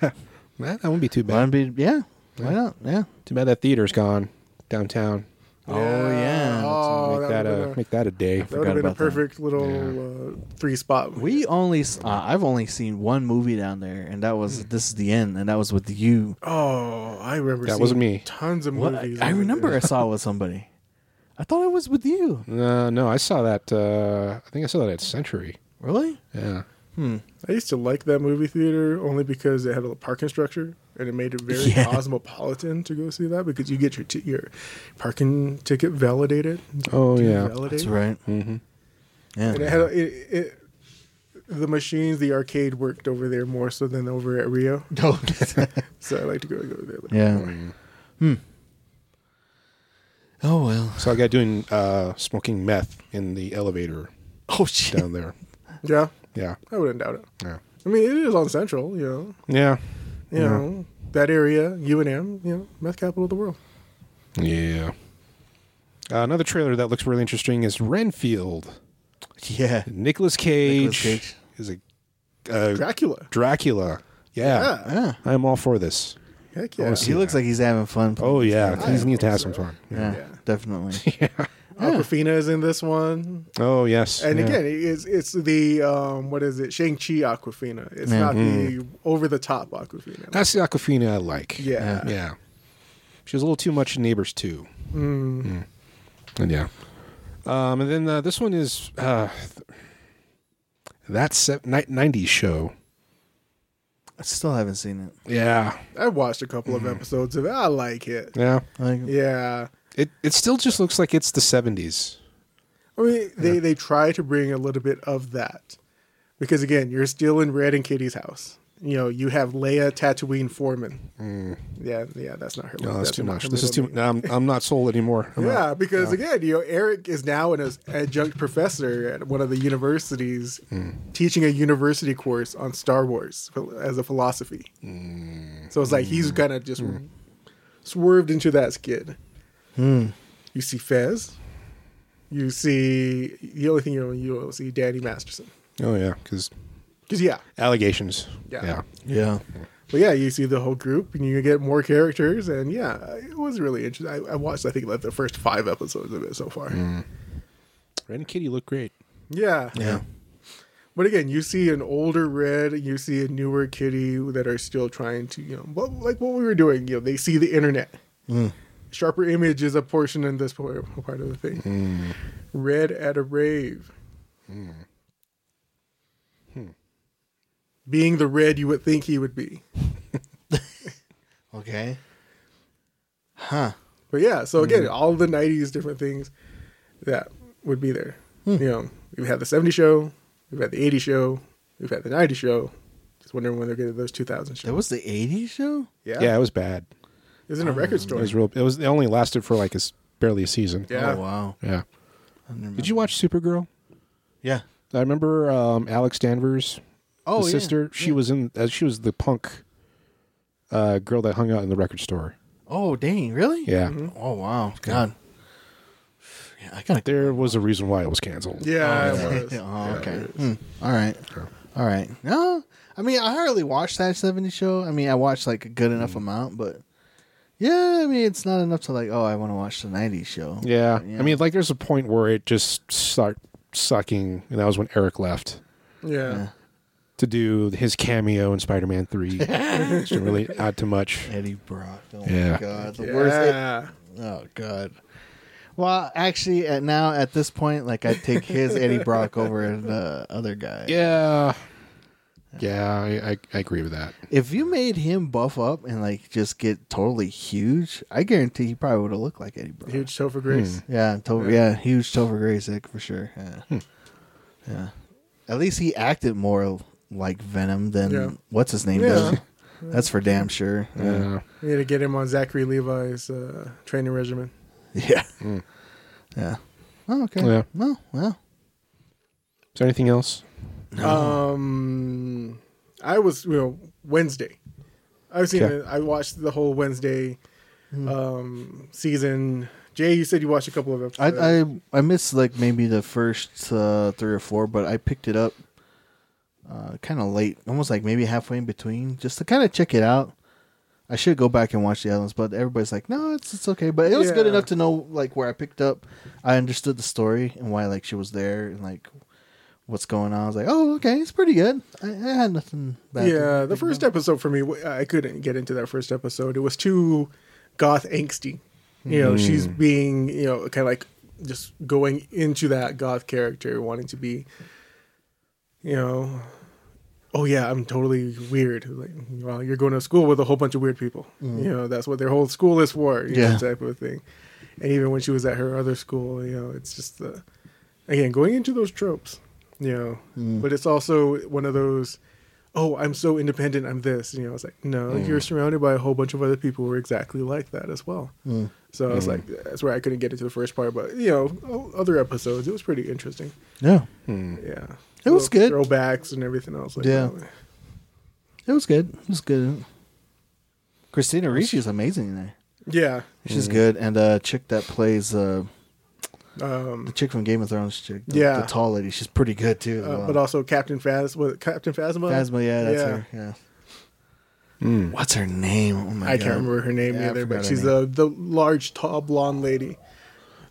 S1: That, that wouldn't be too
S2: Why
S1: bad.
S2: be? Yeah. Why not? Yeah.
S1: Too bad that theater's gone downtown.
S2: Oh, yeah. That's-
S3: Oh,
S1: make
S3: that,
S1: that,
S3: would
S1: a
S3: have been
S1: make that a day.
S3: a, that would've
S2: forgot
S3: been a
S2: about that.
S3: perfect little uh, three spot.
S2: We only. s- Uh, I've only seen one movie down there, and that
S3: Hmm.
S2: was this is the end, and that was with you.
S3: oh, I remember
S1: That
S3: seeing
S1: wasn't me.
S3: Tons of
S2: What?
S3: movies.
S2: I
S3: over
S2: remember
S3: there.
S2: I saw it with somebody. I thought it was with you.
S1: Uh, no, I saw that. Uh, I think I saw that at Century.
S2: Really?
S1: Yeah.
S3: I used to like that movie theater only because it had a parking structure and it made it very
S2: Yeah.
S3: cosmopolitan to go see that because you get your t- your parking ticket validated.
S1: Oh yeah.
S2: That's right.
S1: Mhm.
S2: Yeah.
S3: And it had a, it, it, the machines, the arcade worked over there more so than over at Rio.
S2: No.
S3: So I like to go go there.
S2: yeah. Hmm. Oh well.
S1: Saw a guy doing uh, smoking meth in the elevator
S2: Oh shit.
S1: down there.
S3: Yeah,
S1: Yeah.
S3: I wouldn't doubt it.
S1: Yeah.
S3: I mean, it is on Central, you know,
S1: Yeah.
S3: you
S1: Yeah.
S3: know that area, U and M, you know, meth capital of the world.
S1: Yeah. Uh, another trailer that looks really interesting is Renfield.
S2: Yeah.
S1: Nicolas Cage,
S2: Nicolas Cage.
S1: is a uh,
S3: Dracula.
S1: Dracula. Yeah.
S3: Yeah,
S2: Yeah.
S1: I'm all for this. I
S3: heck yeah.
S1: wanna see
S2: He looks like he's having fun.
S1: Oh yeah,
S3: I
S1: he needs to have some
S3: hope so.
S1: fun.
S2: Yeah,
S3: Yeah.
S2: definitely.
S3: Aquafina is in this one.
S1: Oh yes,
S3: And
S1: yeah.
S3: again, it's it's the um, what is it? Shang Chi Aquafina. It's
S2: Yeah.
S3: not
S1: Mm.
S3: the over the top Aquafina.
S1: that's the Aquafina I like.
S3: yeah.
S1: yeah. She was a little too much in Neighbors too. Mm. And yeah, um, and then uh, this one is uh, th- that se- ni- '90s show.
S2: I still haven't seen it.
S1: Yeah,
S3: I watched a couple
S1: Mm-hmm.
S3: of episodes of it. I like it.
S1: yeah.
S2: Like,
S3: Yeah,
S1: It it still just looks like it's the '70s.
S3: I mean they they try to bring a little bit of that because again, you're still in Red and Kitty's house. You know, you have Leia Tatooine Foreman. Yeah, yeah, that's not her.
S1: No, Mm. Oh, that's, too
S3: not
S1: much.
S3: her
S1: This is
S3: middle
S1: too. No, I'm I'm not sold anymore. I'm
S3: Yeah,
S1: out.
S3: because again, you know, Eric is now an as- adjunct professor at one of the universities,
S1: Hmm.
S3: teaching a university course on Star Wars phil- as a philosophy.
S1: Hmm.
S3: So it's like he's kind of just swerved into that skid.
S1: Hmm.
S3: You see Fez. You see the only thing you know, you will see Danny Masterson.
S1: Oh yeah, because
S3: Because yeah,
S1: allegations.
S3: Yeah.
S2: yeah.
S3: but yeah, you see the whole group, and you get more characters, and yeah, it was really interesting. I, I watched, I think, like the first five episodes of it so far.
S1: Hmm. Red and Kitty look great.
S3: Yeah,
S2: Yeah.
S3: But again, you see an older Red, you see a newer Kitty that are still trying to, you know, well, like what we were doing. You know, they see the internet. Sharper image is a portion in this part part of the thing. Red at a rave. Hmm. Being the Red you would think he would be.
S2: Okay. Huh.
S3: But yeah, so again, all the '90s different things that would be there. You know, we've had the '70s show, we've had the '80s show, we've had the '90s show. Just wondering when they're getting those 2000 shows.
S2: That was the '80s show.
S3: Yeah.
S1: Yeah, it was bad.
S3: It's in a record
S1: It
S3: store.
S1: was real. It was. It only lasted for like a, s- barely a season.
S3: Yeah.
S2: Oh wow.
S1: Yeah.
S2: I didn't remember.
S1: Did you watch Supergirl?
S2: Yeah.
S1: I remember um, Alex Danvers
S2: Oh,
S1: the
S2: yeah,
S1: sister, she was in. Uh, she was the punk uh, girl that hung out in the record store.
S2: Oh, dang! Really?
S1: Yeah,
S2: Oh wow, God. Yeah, I gotta.
S1: there was a reason why it was canceled.
S3: Yeah, it was.
S2: oh, okay. Hmm. All right. All right. No, I mean I hardly watched that '70s show. I mean I watched like a good enough
S1: Mm-hmm.
S2: amount, but yeah, I mean it's not enough to like. Oh, I want to watch the '90s show.
S1: Yeah.
S2: Yeah.
S1: I mean, like, there's a point where it just start sucking, and that was when Eric left
S3: yeah.
S1: to do his cameo in Spider-Man Three. Which didn't really add to much.
S2: Eddie Brock. Oh my
S1: Yeah.
S2: God, the
S3: Yeah.
S2: worst. Oh God. Well, actually, at now at this point, like I take his Eddie Brock over the other guy.
S1: Yeah, yeah, I, I, I agree with that.
S2: If you made him buff up and like just get totally huge, I guarantee he probably would have looked like Eddie Brock.
S3: Huge show for Grace.
S2: Yeah, Topher, yeah. huge Topher Graysik for sure. Yeah. yeah. At least he acted more like Venom than
S3: Yeah.
S2: what's his name
S3: Yeah.
S2: does. That's for damn sure. Yeah.
S1: Yeah.
S3: We need to get him on Zachary Levi's uh, training regimen.
S2: Yeah. Yeah. Oh, okay.
S1: Yeah.
S2: Well, well.
S1: Is there anything else?
S2: Uh-huh.
S3: Um, I was you know Wednesday. I've seen
S1: Okay.
S3: it. I watched the whole Wednesday
S2: Hmm.
S3: um, season. Jay, you said you watched a couple of episodes.
S2: I, I I missed like maybe the first uh, three or four, but I picked it up uh, kind of late, almost like maybe halfway in between, just to kind of check it out. I should go back and watch the other ones, but everybody's like, "No, it's it's okay." But it was good
S3: Yeah.
S2: enough to know like where I picked up. I understood the story and why like she was there and like what's going on. I was like, "Oh, okay, it's pretty good." I, I had nothing bad. to
S3: yeah, the
S2: think
S3: first
S2: about.
S3: episode for me, w- I couldn't get into that first episode. It was too goth angsty. You know, she's
S2: Hmm.
S3: being you know kind of like just going into that goth character, wanting to be, you know, oh yeah, I'm totally weird. Like, well, you're going to school with a whole bunch of weird people. You know, that's what their whole school is for. You
S2: Yeah.
S3: know, type of thing. And even when she was at her other school, you know, it's just the again going into those tropes. You know, but it's also one of those. Oh, I'm so independent. I'm this. You know, it's like no, you're surrounded by a whole bunch of other people who are exactly like that as well. So I was like, that's where I couldn't get into the first part, but you know, o- other episodes, it was pretty interesting.
S2: yeah,
S3: Yeah,
S2: It
S3: Little
S2: was good.
S3: throwbacks and everything else. Like
S2: Yeah.
S3: that.
S2: it was good. It was good. Christina Ricci is amazing in there.
S3: yeah.
S2: She's
S3: Mm-hmm.
S2: good, and uh, chick that plays uh,
S3: Um,
S2: the chick from Game of Thrones, chick, the,
S3: Yeah.
S2: the tall lady, she's pretty good too. as
S3: uh,
S2: well.
S3: But also Captain Phas, was it Captain Phasma?
S2: Phasma, yeah, that's
S3: yeah.
S2: her. Yeah. What's her name? Oh my
S3: I
S2: God.
S3: can't remember her name
S2: Yeah, I
S3: either,
S2: forgot
S3: but
S2: her
S3: she's the the large, tall, blonde lady.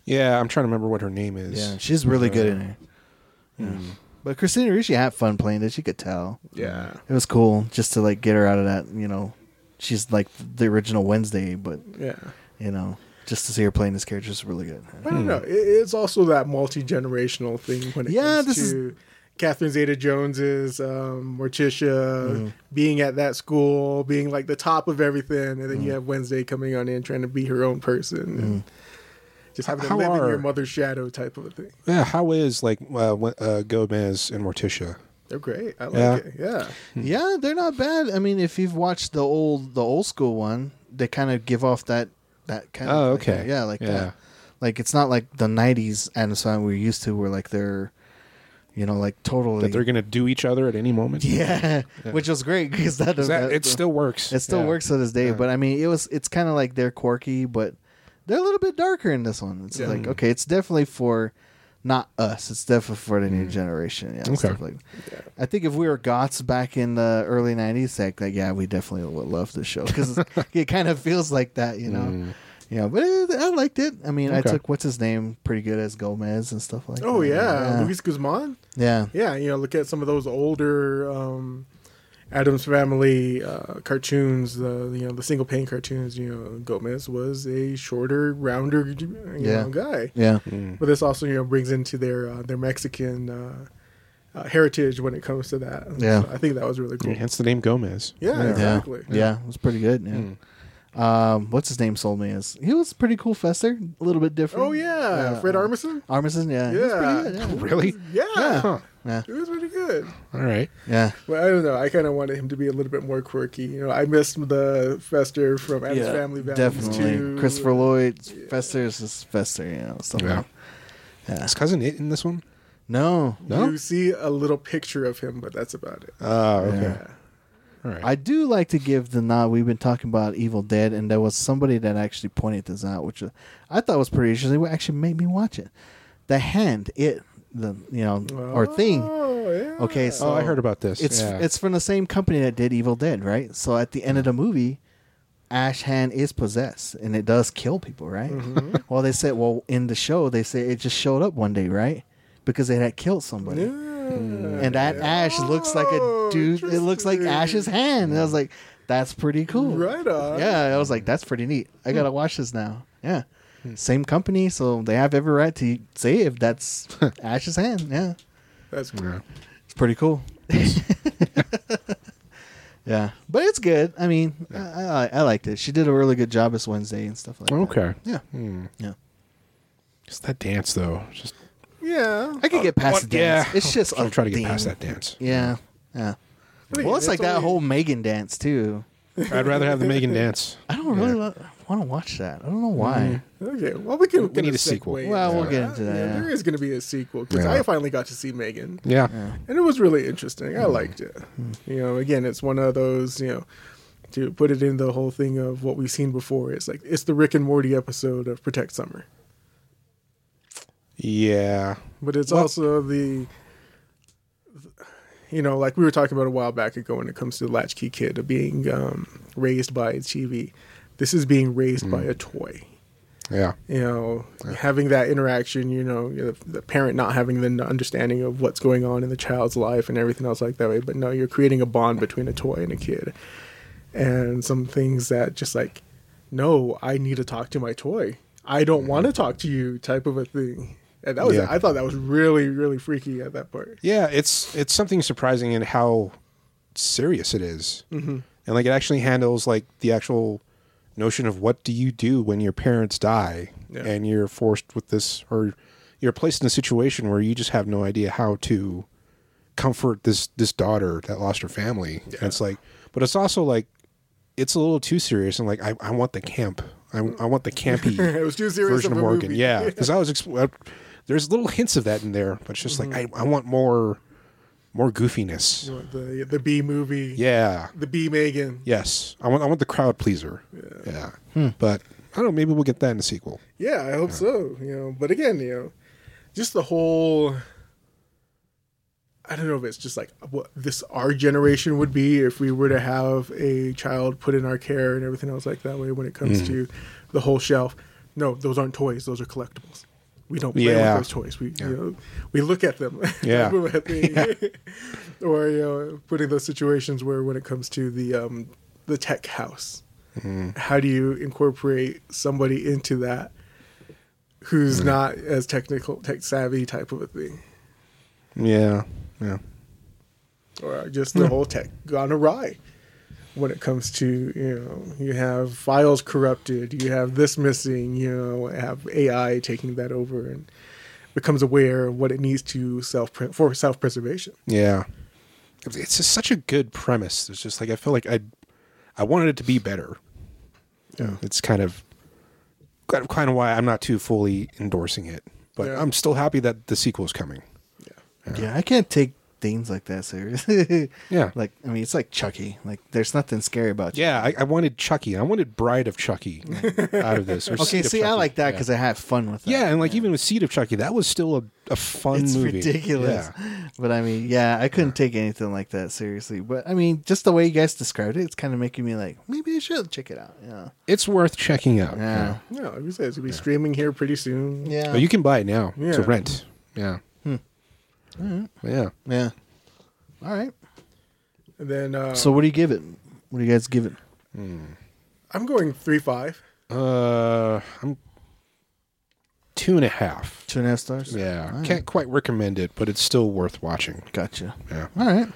S1: Yeah, I'm trying to remember what her name is. Uh,
S2: Yeah, she's really good in her. Yeah. But Christina Ricci had fun playing this. You could tell
S3: Yeah,
S2: it was cool just to like get her out of that. You know, she's like the original Wednesday, but
S3: yeah.
S2: you know, just to see her playing this character is really good.
S3: I don't know. It, it's also that multi generational thing when it
S2: Yeah,
S3: comes
S2: this is-
S3: to Catherine Zeta Jones's um, Morticia being at that school, being like the top of everything, and then you have Wednesday coming on in trying to be her own person. And just having to
S1: How
S3: live in
S1: are-
S3: your mother's shadow type of a thing.
S1: Yeah, how is like uh, Wen- uh, Gomez and Morticia?
S3: They're great. I like
S1: Yeah.
S3: it. Yeah.
S1: Hmm.
S2: Yeah, they're not bad. I mean, if you've watched the old the old school one, they kind of give off that that kind
S1: Oh,
S2: of like
S1: okay.
S2: that- yeah, like
S1: Yeah.
S2: that. Like it's not like the '90s Amazon we're used to, where like they're, you know, like totally.
S1: That they're gonna do each other at any moment.
S2: yeah, which was great because that,
S1: Is that,
S2: that-
S1: it still works.
S2: it still
S1: Yeah.
S2: works to this day. But I mean, it was it's kind of like they're quirky, but they're a little bit darker in this one. It's
S3: Yeah.
S1: Mm.
S2: like okay, it's definitely for not us. It's definitely for the new generation. Yeah, and
S1: Mm. Okay.
S2: stuff like- I think if we were goths back in the early '90s, like, like yeah, we definitely would love this show because it kind of feels like that, you know. Yeah, but it, I liked it. I mean, I
S1: Mm. Okay.
S2: took what's his name pretty good as Gomez and stuff like.
S3: Oh
S2: that.
S3: yeah.
S2: yeah,
S3: Luis Guzman.
S2: yeah.
S3: Yeah, you know, look at some of those older um, Adams Family uh, cartoons. The you know the single pane cartoons. You know, Gomez was a shorter, rounder, you
S2: Yeah. Mm.
S3: know, guy.
S2: yeah.
S3: But this also you know brings into their uh, their Mexican uh, uh, heritage when it comes to that.
S2: Yeah.
S3: So I think that was really cool.
S1: Yeah,
S3: Yeah,
S1: hence the name Gomez.
S3: exactly. Hmm.
S2: Yeah, yeah, it was pretty good. Yeah. Um, what's his name sold me as he was pretty cool. Fester, a little bit different.
S3: Oh yeah, Fred Armisen.
S2: Armisen. Yeah, he was
S3: Yeah.
S2: pretty good,
S1: Really?
S3: Yeah,
S1: Huh.
S2: yeah,
S3: it was pretty good.
S1: All right.
S2: yeah,
S3: Well, I don't know. I kind of wanted him to be a little bit more quirky. You know, I missed the Fester from Adam's
S2: yeah,
S3: Family. Values
S2: definitely.
S3: too.
S2: Christopher Lloyd, Fester is just Fester. You know, something.
S1: Yeah.
S2: Yeah.
S1: Is cousin it in this one?
S2: No,
S1: No?
S3: You see a little picture of him, but that's about it.
S1: Ah, okay.
S2: Yeah.
S1: All right.
S2: Oh, I do like to give the nod. We've been talking about Evil Dead, and there was somebody that actually pointed this out, which uh, I thought was pretty interesting. It actually made me watch it. The hand, it, the you know, or thing.
S3: Oh, yeah.
S2: Hmm. Okay, so
S1: oh, I heard about this.
S2: It's
S1: yeah.
S2: it's from the same company that did Evil Dead, right? So at the end of the movie, Ash Hand is possessed, and it does kill people, right?
S3: Mm-hmm.
S2: well, they said, well, in the show, they say it just showed up one day, right? Because it had killed somebody. And that ash looks like a
S3: Oh,
S2: dude. It looks like Ash's hand. And I was like, that's pretty cool.
S3: Right on.
S2: Yeah, I was like, that's pretty neat. I gotta watch this now. Yeah,
S3: Hmm.
S2: same company, so they have every right to say if that's Ash's hand. Yeah,
S3: That's cool.
S1: Yeah.
S2: it's pretty cool. yeah, but it's good. I mean, I, I, I liked it. She did a really good job this Wednesday and stuff like that.
S1: okay.
S2: Oh, Yeah,
S1: Hmm.
S2: yeah.
S1: Just that dance though. Just
S3: Yeah.
S2: I could get past
S1: Uh, What-
S2: the dance.
S1: yeah.
S2: It's just
S1: I'm
S2: a
S1: trying to get
S2: thing.
S1: past that dance.
S2: Yeah, yeah.
S3: think
S2: Well, it's like
S3: that's
S2: that
S3: only-
S2: whole Megan dance too.
S1: I'd rather have the Megan dance.
S2: I don't really want to watch that. I don't know why.
S3: Okay. Well, we can. We
S1: need a sequel.
S2: Well, we'll get into that, yeah.
S3: There is going to be a sequel because
S1: Yeah.
S3: I finally got to see Megan,
S1: Yeah.
S3: and it was really interesting.
S2: Hmm.
S3: I liked it. You know, again, it's one of those. You know, to put it in the whole thing of what we've seen before. It's like it's the Rick and Morty episode of Protect Summer,
S1: Yeah.
S3: but it's also the. You know, like we were talking about a while back ago when it comes to the Latchkey Kid of being um, raised by a TV. This is being raised by a toy.
S1: Yeah.
S3: you know, having that interaction, you know, you know, the, the parent not having the understanding of what's going on in the child's life and everything else like that. way. But no, you're creating a bond between a toy and a kid, and some things that just like, no, I need to talk to my toy. I don't want to talk to you, type of a thing. And that was,
S1: Mm-hmm. Yeah.
S3: I thought that was really, really freaky at that part.
S1: Yeah. It's it's something surprising in how serious it is.
S3: Mm-hmm.
S1: and like it actually handles like the actual notion of what do you do when your parents die
S3: Yeah.
S1: and you're forced with this or you're placed in a situation where you just have no idea how to comfort this this daughter that lost her family. And it's like, but it's also like it's a little too serious. And like, I, I want the camp. I, I want the campy
S3: It was too serious
S1: version
S3: of
S1: of
S3: a
S1: Morgan.
S3: movie.
S1: Yeah, because I was exp- I, there's little hints of that in there, but it's just
S3: Mm-hmm.
S1: like I, I want more more goofiness.
S3: You want The the B movie,
S1: Yeah,
S3: the B Megan,
S1: yes, I want I want the crowd pleaser. Yeah, but I don't know. Maybe we'll get that in the sequel.
S3: Yeah, I hope so. You know, but again, you know, just the whole. I don't know if it's just like what this our generation would be if we were to have a child put in our care and everything else like that way when it comes to the whole shelf. No, those aren't toys; those are collectibles. We don't play
S1: Yeah.
S3: with those toys. We you know, we look at them.
S1: Yeah.
S3: or you know, putting those situations where when it comes to the um, the tech house,
S1: Mm-hmm.
S3: how do you incorporate somebody into that who's
S1: Mm-hmm.
S3: not as technical, tech savvy type of a thing,
S1: Yeah, yeah,
S3: or just the whole tech gone awry when it comes to you know you have files corrupted, you have this missing, you know have AI taking that over and becomes aware of what it needs to self for self preservation.
S1: yeah. It's- It's just such a good premise. It's just like I feel like I I wanted it to be better.
S3: Yeah.
S1: it's kind of kind of, kind of why I'm not too fully endorsing it, but
S3: Yeah.
S1: I'm still happy that the sequel is coming.
S2: Mm-hmm. Yeah, I can't take things like that seriously.
S1: Yeah.
S2: like I mean, it's like Chucky. Like there's nothing scary about you.
S1: Yeah, I, I wanted Chucky. I wanted Bride of Chucky out of this. or
S2: Okay,
S1: Seed of
S2: see, I
S1: Chucky.
S2: like that
S1: Yeah.
S2: because I had fun with it.
S1: Yeah, and like even with Seed of Chucky, that was still a, a fun
S2: it's
S1: movie.
S2: ridiculous.
S1: Yeah.
S2: But I mean, yeah, I couldn't take anything like that seriously. But I mean, just the way you guys described it, it's kind of making me like maybe I should check it out. Yeah,
S1: It's worth checking out.
S2: yeah,
S3: No, like we said, it's gonna be streaming here pretty soon.
S2: yeah,
S1: Oh, you can buy it now
S3: Yeah.
S1: to rent. Yeah.
S2: Hmm.
S1: Yeah.
S2: yeah. All right.
S3: And then uh,
S2: So, what do you give it? What do you guys give it?
S3: I'm going three five.
S1: Uh, I'm two and a half.
S2: Two and a half stars.
S1: Yeah.
S2: All right.
S1: Can't quite recommend it, but it's still worth watching.
S2: Gotcha.
S1: Yeah.
S2: All right.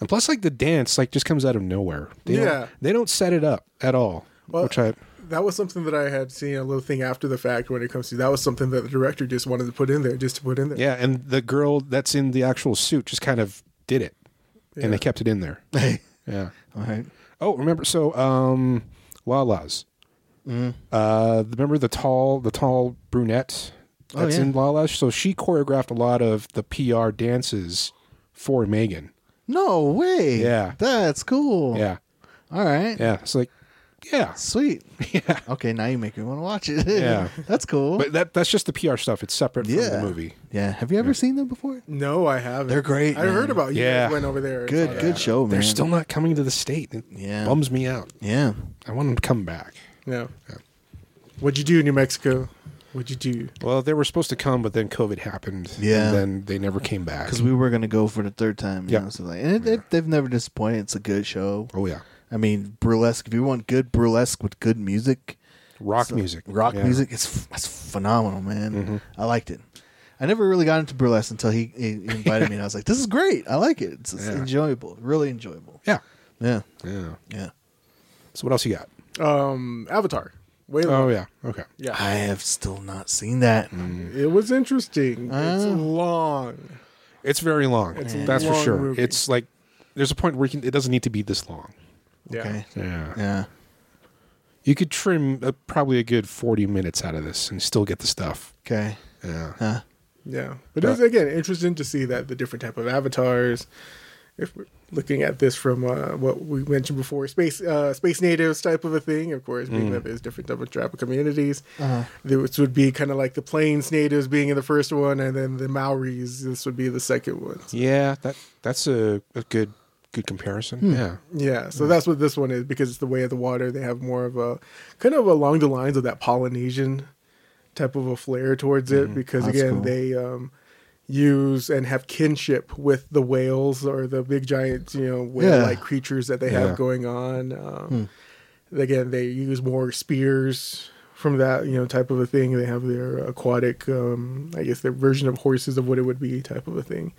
S1: And plus, like the dance, like just comes out of nowhere. They don't-
S3: Yeah.
S1: they don't set it up at all.
S3: Well-
S1: which I
S3: That was something that I had seen a little thing after the fact when it comes to that was something that the director just wanted to put in there, just to put in there.
S1: yeah, and the girl that's in the actual suit just kind of did it,
S3: Yeah.
S1: and they kept it in there.
S2: Hey.
S1: Yeah.
S2: All right.
S1: Oh, remember? So, um, Mm-hmm. Lala's. Uh, remember the tall, the tall brunette
S2: Oh,
S1: that's
S2: yeah.
S1: in Lalash. So she choreographed a lot of the PR dances for Megan.
S2: No way.
S1: Yeah.
S2: That's cool.
S1: Yeah,
S2: All right.
S1: yeah. It's like, yeah,
S2: Sweet. Yeah. Okay, now you make me want to watch it.
S1: Yeah.
S2: That's cool.
S1: but that that's just the PR stuff. It's separate
S2: yeah.
S1: from the movie.
S2: Yeah. Have you ever seen them before?
S3: No, I haven't.
S2: They're great,
S3: I
S2: man.
S3: heard about you.
S1: Yeah.
S3: guys went over there. and
S2: Good,
S3: saw
S2: good
S3: that.
S2: show, man.
S1: They're still not coming to the state. It
S2: Yeah.
S1: bums me out.
S2: Yeah.
S1: I want them to come back.
S3: Yeah. What'd you do, New Mexico? What'd you do?
S1: Well, they were supposed to come, but then COVID happened.
S2: Yeah.
S1: and then they never came back.
S2: Because we were gonna go for the third time. you
S1: Yeah.
S2: know, so like, and it, it- they've never disappointed. It's a good show.
S1: oh yeah,
S2: I mean, burlesque. If you want good burlesque with good music,
S1: rock
S2: so-
S1: music.
S2: rock
S1: Yeah. Mm-hmm.
S2: music, it's f- that's phenomenal, man. I liked it. I never really got into burlesque until he, he invited me, and I was like, "This is great. I like it. It's, it's
S1: Yeah.
S2: enjoyable, really enjoyable."
S1: Yeah,
S2: Yeah,
S1: yeah.
S2: yeah.
S1: So what else you got?
S3: Um, Avatar. Wait.
S1: Oh yeah, Mm. okay.
S3: yeah.
S2: I have still not seen that.
S3: It was interesting. It's
S2: Ah.
S3: long.
S1: It's very long. that's
S3: long
S1: for sure.
S3: movie.
S1: It's like there's a point where you can, it doesn't need to be this long.
S2: Okay.
S3: Yeah.
S1: Yeah.
S2: Yeah.
S1: You could trim uh, probably a good 40 minutes out of this and still get the stuff.
S2: Okay.
S1: Yeah.
S2: Huh.
S3: Yeah. But it's again interesting to see that the different type of avatars. If we're looking at this from uh, what we mentioned before, space uh, space natives type of a thing, of course, being that there's different type of tribal communities.
S2: Mm. Uh-huh.
S3: This would be kind of like the plains natives being in the first one, and then the Maoris. This would be the second one.
S1: Yeah, that that's a, a good good comparison.
S3: Hmm.
S1: Yeah.
S3: Yeah, so that's what this one is because it's the way of the water. They have more of a kind of along the lines of that Polynesian type of a flair towards it because
S2: Mm-hmm. That's
S3: again
S2: cool.
S3: they um, use and have kinship with the whales or the big giant you know whale like
S2: Yeah. Hmm.
S3: creatures that they
S1: Yeah.
S3: have going on. Um, Again, they use more spears from that you know type of a thing. They have their aquatic, um, I guess, their version of horses of what it would be type of a thing.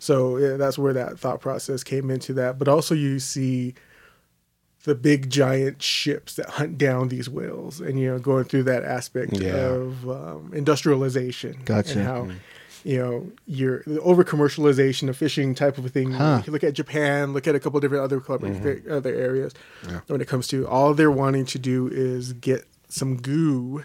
S3: So yeah, that's where that thought process came into that. But also, you see the big giant ships that hunt down these whales, and you know, going through that aspect
S1: Yeah.
S3: of um, industrialization
S2: Gotcha.
S3: and how you know your the over commercialization of fishing type of a thing.
S2: Huh.
S3: You can look at Japan, look at a couple different other club- other areas.
S1: Yeah.
S3: When it comes to all they're wanting to do is get some goo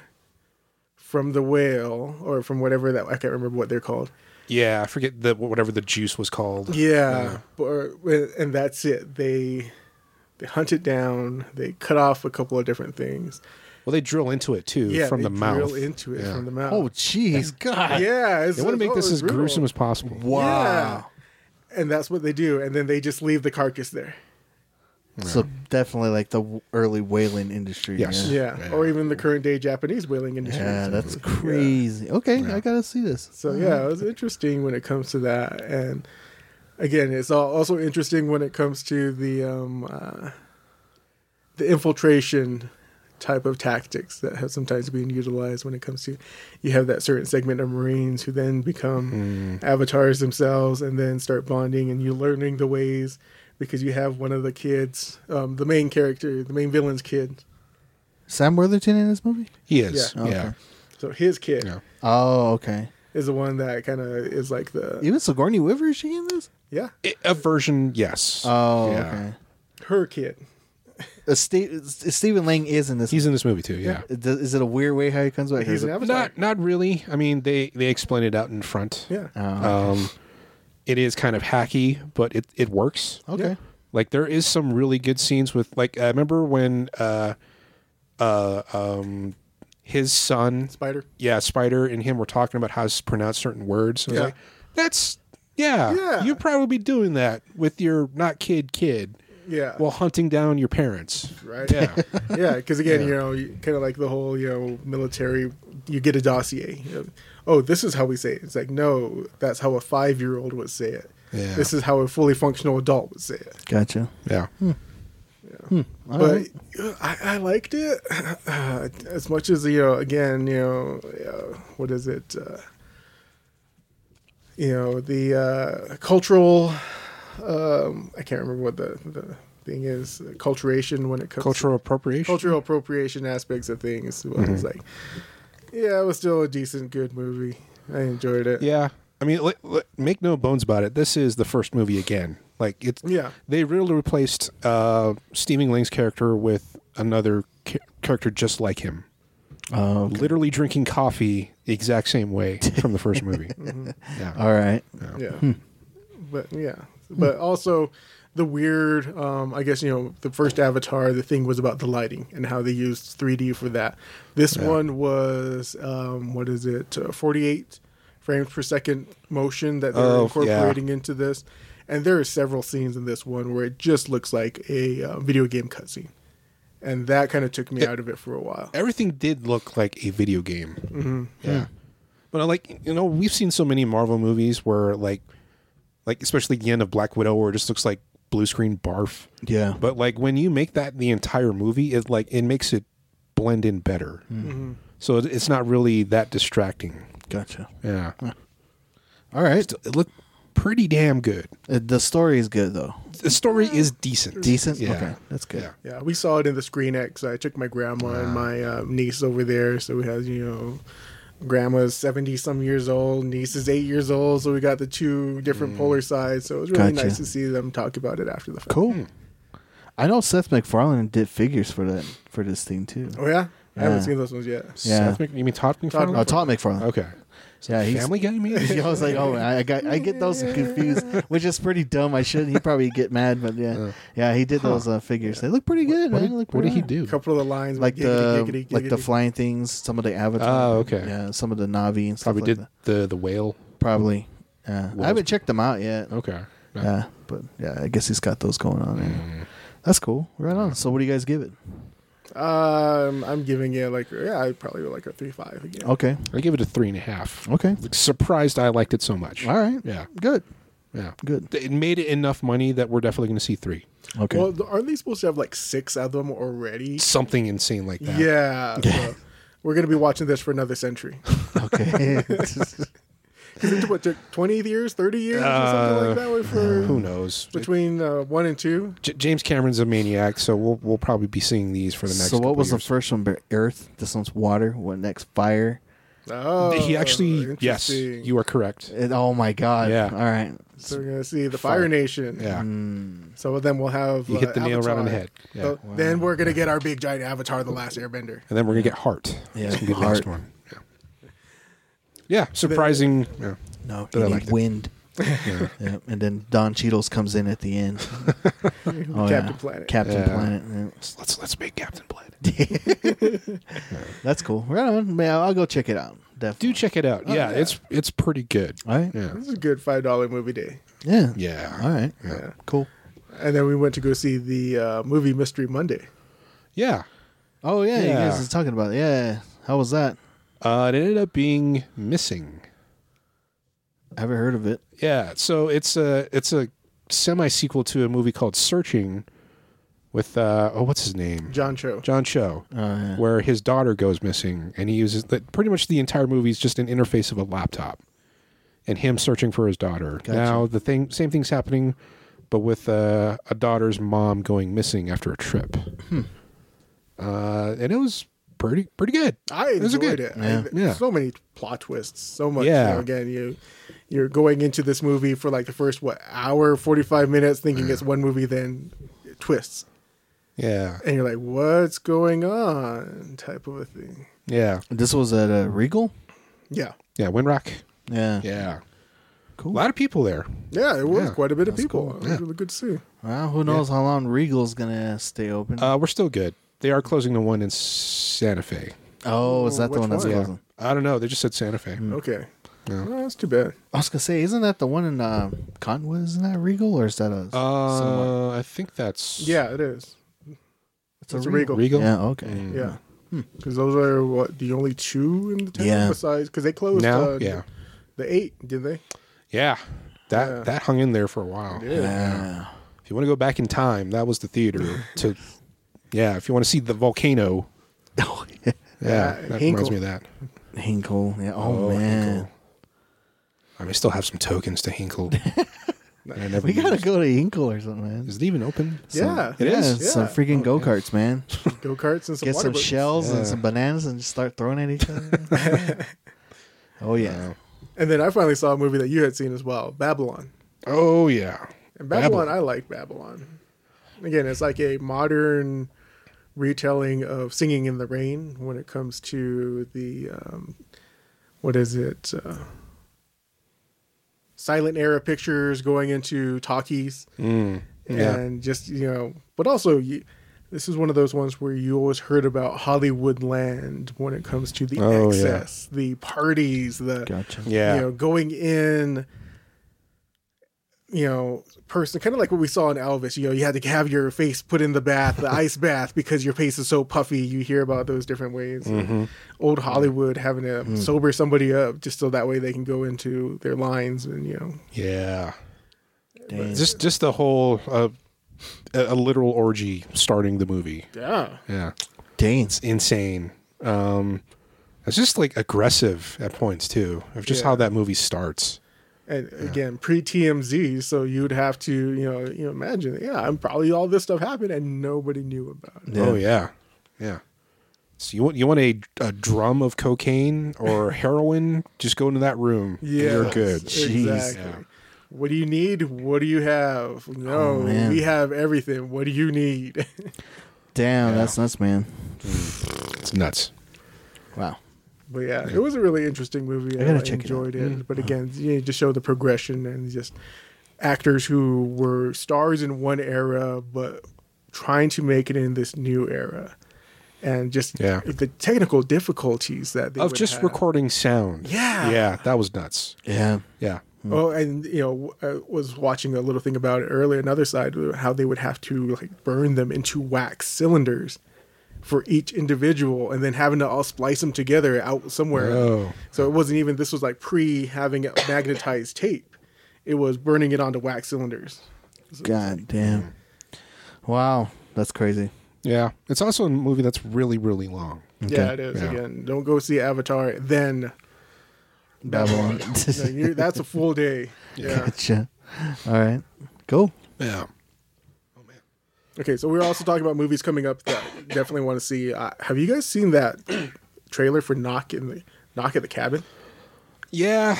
S3: from the whale or from whatever that I can't remember what they're called.
S1: Yeah, I forget the whatever the juice was called.
S3: Yeah, or- and that's it. They they hunt it down. They cut off a couple of different things.
S1: Well, they drill into it too
S3: Yeah,
S1: from
S3: they
S1: the mouth.
S3: drill into it
S1: Yeah.
S3: from the mouth.
S2: Oh, jeez, God.
S3: yeah, it's,
S1: They want to make
S3: oh,
S1: this
S3: it's
S1: as
S3: brutal.
S1: gruesome as possible.
S2: Wow.
S3: Yeah. And that's what they do, and then they just leave the carcass there.
S2: So definitely like the w- early whaling industry.
S1: Yes.
S2: Yeah.
S3: Yeah, or even the current day Japanese whaling industry.
S2: Yeah, that's crazy. Okay, I gotta see this.
S3: So yeah, it was interesting when it comes to that, and again, it's al- also interesting when it comes to the um, uh, the infiltration type of tactics that have sometimes been utilized when it comes to you have that certain segment of Marines who then become
S1: Mm.
S3: avatars themselves and then start bonding, and you learning the ways because you have one of the kids, um, the main character, the main villain's kid,
S2: Sam Worthington in this movie?
S1: He is.
S3: Yeah.
S1: Yeah. Yeah.
S2: Okay.
S3: so his kid
S1: Yeah.
S2: Oh, okay.
S3: is the one that kind of is like the
S2: Even Sigourney Weaver is she in this?
S3: yeah
S1: I- A version, yes.
S2: Oh,
S1: Yeah.
S2: okay.
S3: her kid.
S2: Uh, Steve, Stephen Lang is in this.
S1: He's in this movie too. Yeah.
S2: Is- Is it a weird way how he comes back?
S3: He's
S2: Is it-
S3: an avatar.
S1: Not not really. I mean, they they explain it out in front.
S3: Yeah.
S2: Oh,
S1: Um, it is kind of hacky, but it it works.
S3: Oh.
S2: okay.
S1: Like there is some really good scenes with like I remember when uh uh um his son
S3: Spider.
S1: yeah Spider and him were talking about how to pronounce certain words. And I was
S3: Yeah.
S1: like, that's yeah,
S3: Yeah.
S1: You'd probably be doing that with your not kid kid
S3: Yeah.
S1: while hunting down your parents.
S3: right. Yeah.
S1: Yeah.
S3: Yeah. Because again,
S1: Yeah.
S3: you know, you kind of like the whole, you know, military, you get a dossier. You know, oh, this is how we say it. It's like, no, that's how a five year old would say it.
S1: Yeah.
S3: This is how a fully functional adult would say it.
S2: Gotcha.
S1: yeah.
S2: All
S3: but
S2: right.
S3: uh, I, I liked it as much as you know. Again, you know, uh, what is it? Uh, you know, the uh, cultural. Um, I can't remember what the, the thing is. Culturation when it comes to
S1: Cultural appropriation.
S3: cultural appropriation aspects of things. Well, it's like, yeah, it was still a decent, good movie. I enjoyed it.
S1: Yeah. I mean, li- li- make no bones about it. This is the first movie again. Like it's
S3: Yeah.
S1: They really replaced uh, Steaming Link's character with another ca- character just like him.
S2: Oh,
S1: Literally drinking coffee the exact same way from the first movie. yeah.
S2: all right.
S3: Yeah. But yeah. But also the weird um I guess you know the first avatar the thing was about the lighting and how they used 3D for that. This one was um what is it? Uh, 48 frames per second motion that they're
S1: Oh, yeah.
S3: incorporating into this. And there are several scenes in this one where it just looks like a uh, video game cutscene. And that kind of took me out of it for a while.
S1: everything did look like a video game. Yeah, but I like you know we've seen so many Marvel movies where like, like especially the end of Black Widow where it just looks like blue screen barf.
S2: Yeah.
S1: But like when you make that the entire movie, it like it makes it blend in better.
S2: Hmm.
S1: So it- it's not really that distracting.
S2: Gotcha.
S1: Yeah,
S2: All right.
S1: it looked pretty damn good.
S2: Uh, The story is good though.
S1: The story is decent.
S2: Decent.
S1: Yeah.
S2: Okay, that's good.
S1: Yeah.
S3: Yeah, we saw it in the Screen X. I took my grandma and my uh, niece over there, so we had you know, grandma's seventy some years old, niece is eight years old, so we got the two different polar sides. So it was really
S2: Mm. Gotcha.
S3: nice to see them talk about it after the fact.
S1: Oh,
S2: Cool. I know Seth MacFarlane did figures for that for this thing too.
S3: Oh yeah, I haven't
S2: Yeah.
S3: seen those ones yet.
S2: Yeah.
S1: Seth Mc- you mean Todd McFarlane?
S2: Oh, Todd McFarlane.
S1: Okay.
S2: Yeah, he's,
S1: Family Guy, maybe.
S2: I was like, oh, I I got, I get those confused, which is pretty dumb. I shouldn't. He probably get mad, but yeah, yeah, he did those uh, figures. They look pretty good.
S1: What
S2: man.
S1: did,
S2: They look
S1: what did
S2: pretty
S1: he
S2: good.
S1: do?
S3: A couple of the lines
S2: Like the
S3: giggity, giggity,
S2: like the
S3: giggity.
S2: flying things, some of the avatars.
S1: Oh, okay.
S2: Yeah, some of the Navi and stuff
S1: Probably did
S2: like that.
S1: the the whale.
S2: Probably. Yeah, I haven't checked them out yet.
S1: Oh, Okay. Mm.
S2: Yeah, but yeah, I guess he's got those going on. yeah. That's cool. Right on. So, what do you guys give it?
S3: um, I'm giving it like yeah, I probably would like a three five again.
S2: Okay.
S1: I give it a three and a half.
S2: Okay.
S1: Like, surprised I liked it so much.
S2: All right.
S1: Yeah.
S2: Good.
S1: Yeah.
S2: Good.
S1: It made it enough money that we're definitely going to see three.
S2: Okay.
S3: Well, th- aren't they supposed to have like six of them already?
S1: Something insane like that.
S3: Yeah. so we're gonna be watching this for another century.
S2: okay.
S3: Because it what took twenty years, thirty years, or something like that. way For
S1: Who knows?
S3: between uh, one and two.
S1: J- James Cameron's a maniac, so we'll we'll probably be seeing these for the next.
S2: so, what
S1: couple
S2: was the
S1: years.
S2: first one? Earth. This one's water. What next? Fire.
S3: Oh,
S1: He actually, yes,
S3: interesting.
S1: you are correct.
S2: It, oh my God.
S1: Yeah.
S2: All right. Mm.
S3: so we're gonna see the Fire, Nation.
S1: Yeah,
S3: Some of them will have.
S1: You
S3: uh,
S1: hit the nail right on the
S3: Avatar.
S1: head. Yeah.
S3: So Then we're gonna get our big giant Avatar, the Last Airbender.
S1: and then we're gonna get Heart.
S2: Yeah,
S1: It's gonna be the
S2: Heart.
S1: next one. Yeah, yeah
S3: uh,
S1: surprising. Yeah.
S2: No.
S1: That I
S2: you need
S1: liked it.
S2: wind. Yeah, And then Don Cheadle's comes in at the end. Oh,
S3: Captain Planet.
S2: Captain
S1: Yeah.
S2: Planet. yeah.
S1: Let's let's make Captain Planet.
S2: That's cool. Right on. Man, I'll go check it out. Definitely.
S1: Do check it out.
S2: Oh,
S1: yeah,
S3: yeah.
S1: it's it's pretty good.
S2: All right.
S1: Yeah,
S3: This is a good five dollar movie day.
S2: Yeah.
S1: yeah.
S2: All right.
S3: Yeah.
S2: Cool.
S3: And then we went to go see the uh, movie Mystery Monday.
S1: Yeah.
S2: Oh yeah,
S1: Yeah.
S2: you guys was talking about it. yeah. How was that?
S1: Uh, it ended up being missing.
S2: I haven't heard of it.
S1: Yeah, so it's a it's a semi sequel to a movie called Searching, with uh, oh what's his name
S3: John Cho.
S1: John Cho,
S2: Oh yeah.
S1: where his daughter goes missing, and he uses that pretty much the entire movie is just an interface of a laptop, and him searching for his daughter.
S2: Gotcha.
S1: Now the thing same thing's happening, but with uh, a daughter's mom going missing after a trip,
S2: Hmm.
S1: uh, and it was pretty pretty good.
S2: Ah.
S3: I
S1: Those are
S3: enjoyed
S1: good.
S3: it.
S2: Yeah.
S3: I,
S1: Yeah.
S3: So many plot twists. So much.
S1: Yeah.
S3: You know, again, you you're going into this movie for like the first what hour, forty five minutes, thinking it's one movie, then it twists,
S1: Yeah,
S3: and you're like, "What's going on?" Type of a thing.
S1: yeah,
S2: This was at a Regal.
S3: Yeah.
S1: yeah. Windrock.
S2: Yeah.
S1: Yeah,
S2: Cool.
S1: a lot of people there.
S3: Yeah, it was
S1: Yeah.
S3: quite a bit of people. It
S1: Yeah.
S3: was really good to see.
S2: Well, who knows how long Regal's gonna stay open?
S1: Uh, we're still good. They are closing the one in Santa Fe.
S2: oh, is that the
S3: which
S2: one that's Hmm.
S3: one?
S1: Yeah.
S2: closing?
S1: I don't know. They just said Santa Fe.
S3: Okay.
S1: Mm. Yeah.
S3: Well, that's too bad.
S2: I was gonna say, isn't that the one in uh, Conwood? Isn't that Regal or is that a? somewhat-
S1: Uh, I think that's
S3: Yeah, it is.
S2: it's
S3: It's a Regal. Mm.
S1: Regal.
S2: Yeah. Okay.
S3: Yeah. Because those are what the only two in the town
S2: Yeah.
S3: besides because they closed.
S1: Now?
S3: uh,
S1: Yeah.
S3: The eight, did they?
S1: Yeah. That
S3: Yeah.
S1: that hung in there for a while.
S2: Yeah.
S1: If you want to go back in time, that was the theater to. Yeah, if you want to see the volcano,
S2: Oh, yeah.
S1: yeah,
S3: Yeah,
S1: that
S3: Hinkle.
S1: reminds me of that.
S2: Hinkle. Yeah. Oh,
S1: Hinkle.
S2: man.
S1: I mean, still have some tokens to Hinkle. that I never
S2: We gotta
S1: used.
S2: go to Hinkle or something, man.
S1: Is it even open?
S3: Yeah.
S1: It is?
S2: Yeah, Some
S3: Yeah.
S2: freaking go karts, man.
S3: Go karts and some
S2: Get
S3: water
S2: some
S3: balloons.
S2: shells
S1: Yeah.
S2: and some bananas and just start throwing at each other. oh yeah.
S3: And then I finally saw a movie that you had seen as well, Babylon.
S1: Oh yeah.
S3: And Babylon,
S1: Babylon.
S3: I like Babylon. Again, it's like a modern retelling of Singing in the Rain when it comes to the um, what is it? Uh, silent era pictures going into talkies
S1: Mm. yeah.
S3: and just you know, but also you, this is one of those ones where you always heard about Hollywood land when it comes to the
S1: Oh, yeah.
S3: excess, the parties, the
S2: Gotcha.
S1: Yeah.
S3: you know, going in, you know, person, kind of like what we saw in Elvis. You know, you had to have your face put in the bath, the ice bath, because your face is so puffy. You hear about those different ways. Old Hollywood having to sober somebody up just so that way they can go into their lines and you know,
S1: yeah.
S2: Dang.
S1: Just just the whole uh, a, a literal orgy starting the movie.
S3: yeah,
S1: Yeah.
S2: Dang.
S1: It's insane. Um it's just like aggressive at points too, of just
S3: Yeah.
S1: how that movie starts.
S3: and again pre TMZ. So you'd have to you know you know, imagine yeah, I'm probably all this stuff happened and nobody knew about it.
S2: Yeah.
S1: Oh yeah, yeah. So you want you want a, a drum of cocaine or heroin? Just go into that room. and
S3: Yeah,
S1: you're good.
S2: Jeez.
S3: Exactly.
S1: Yeah.
S3: What do you need? What do you have? No,
S2: Oh, man.
S3: we have everything. What do you need?
S2: Damn, that's nuts, man.
S1: It's nuts.
S2: Wow.
S3: but yeah, it was a really interesting movie.
S2: I
S3: I,
S2: gotta check it Mm.
S3: enjoyed it. But again, you know, just show the progression and just actors who were stars in one era, but trying to make it in this new era, and just
S1: Yeah.
S3: the technical difficulties that they
S1: Of
S3: would
S1: just
S3: have.
S1: recording sound.
S3: Yeah.
S1: yeah. That was nuts.
S2: Yeah.
S1: Yeah.
S3: Oh, and you know, I was watching a little thing about it earlier. Another side, uh, how they would have to like burn them into wax cylinders for each individual, and then having to all splice them together out somewhere.
S1: Oh.
S3: So it wasn't even. This was like pre having it magnetized tape. It was burning it onto wax cylinders.
S2: God damn. Wow. That's crazy.
S1: Yeah. It's also a movie that's really really long.
S3: Yeah, it is.
S1: Yeah.
S3: Again, don't go see Avatar then Babylon. No, you're- that's a full day. Yeah.
S2: Gotcha. All right. Cool.
S1: Yeah.
S3: Okay, so we were also talking about movies coming up that I definitely want to see. Uh, have you guys seen that trailer for Knock in the Knock at the Cabin?
S1: Yeah.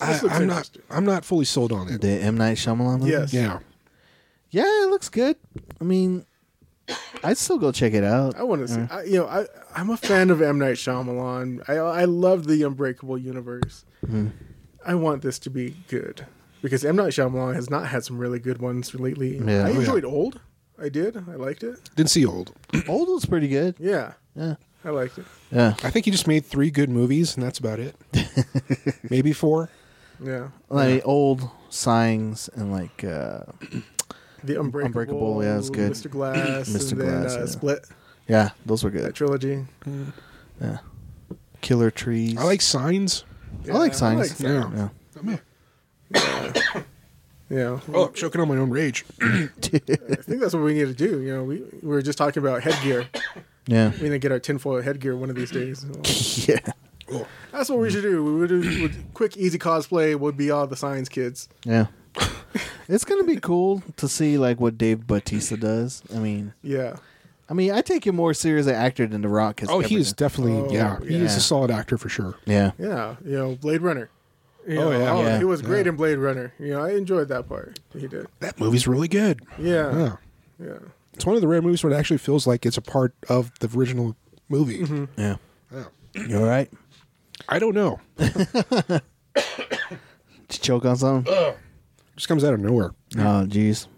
S1: I,
S3: looks
S1: I'm not.
S3: interesting.
S1: I'm not fully sold on it.
S2: The M Night Shyamalan. Movie?
S3: Yes.
S1: Yeah.
S2: Yeah, it looks good. I mean, I'd still go check it out.
S3: I want to see.
S2: Mm.
S3: I, you know, I I'm a fan of M Night Shyamalan. I I love the Unbreakable universe.
S2: Mm.
S3: I want this to be good because M Night Shyamalan has not had some really good ones lately.
S2: Yeah.
S3: I
S2: Oh, yeah.
S3: enjoyed Old. I did. I liked it.
S1: Didn't see old.
S2: Old was pretty good.
S3: Yeah,
S2: Yeah.
S3: I liked it.
S2: Yeah.
S1: I think he just made three good movies, and that's about it. Maybe four.
S3: Yeah,
S2: Like old signs and like uh
S3: the Unbreakable.
S2: Unbreakable, yeah, it's good.
S3: Mr. Glass.
S2: Mr.
S3: And then,
S2: Glass,
S3: uh,
S2: yeah.
S3: Split.
S2: yeah, those were
S3: That
S2: good.
S3: trilogy.
S2: Yeah. Killer trees.
S1: I like Signs.
S2: I like
S3: Yeah,
S2: signs.
S1: Yeah.
S2: yeah.
S1: Oh, man.
S3: Yeah.
S1: oh I'm choking on my own rage.
S3: I think that's what we need to do. You know, we, we were just talking about headgear.
S2: Yeah.
S3: We need to get our tinfoil headgear one of these days.
S2: yeah.
S3: That's what we should do. We would do would- quick, easy cosplay. Would be all the science kids.
S2: Yeah. it's gonna be cool to see like what Dave Bautista does. I mean,
S3: Yeah,
S2: I mean, I take him more serious as an actor than The Rock. Has
S1: Oh,
S2: ever
S1: he is
S2: done.
S1: definitely
S3: Oh,
S1: yeah. He is
S2: yeah.
S1: a solid actor for sure.
S2: yeah.
S3: yeah. You know, Blade Runner. You
S1: Oh,
S3: know,
S1: yeah.
S2: Yeah.
S3: He was great in Blade Runner. You know, I enjoyed that part. He did.
S1: That movie's really good.
S3: Yeah, yeah.
S1: Yeah, it's one of the rare movies where it actually feels like it's a part of the original movie.
S3: Mm-hmm.
S2: Yeah.
S1: Yeah.
S2: You all right?
S1: I don't know. It
S2: Did you choke on something?
S1: just comes out of nowhere.
S2: Oh, jeez.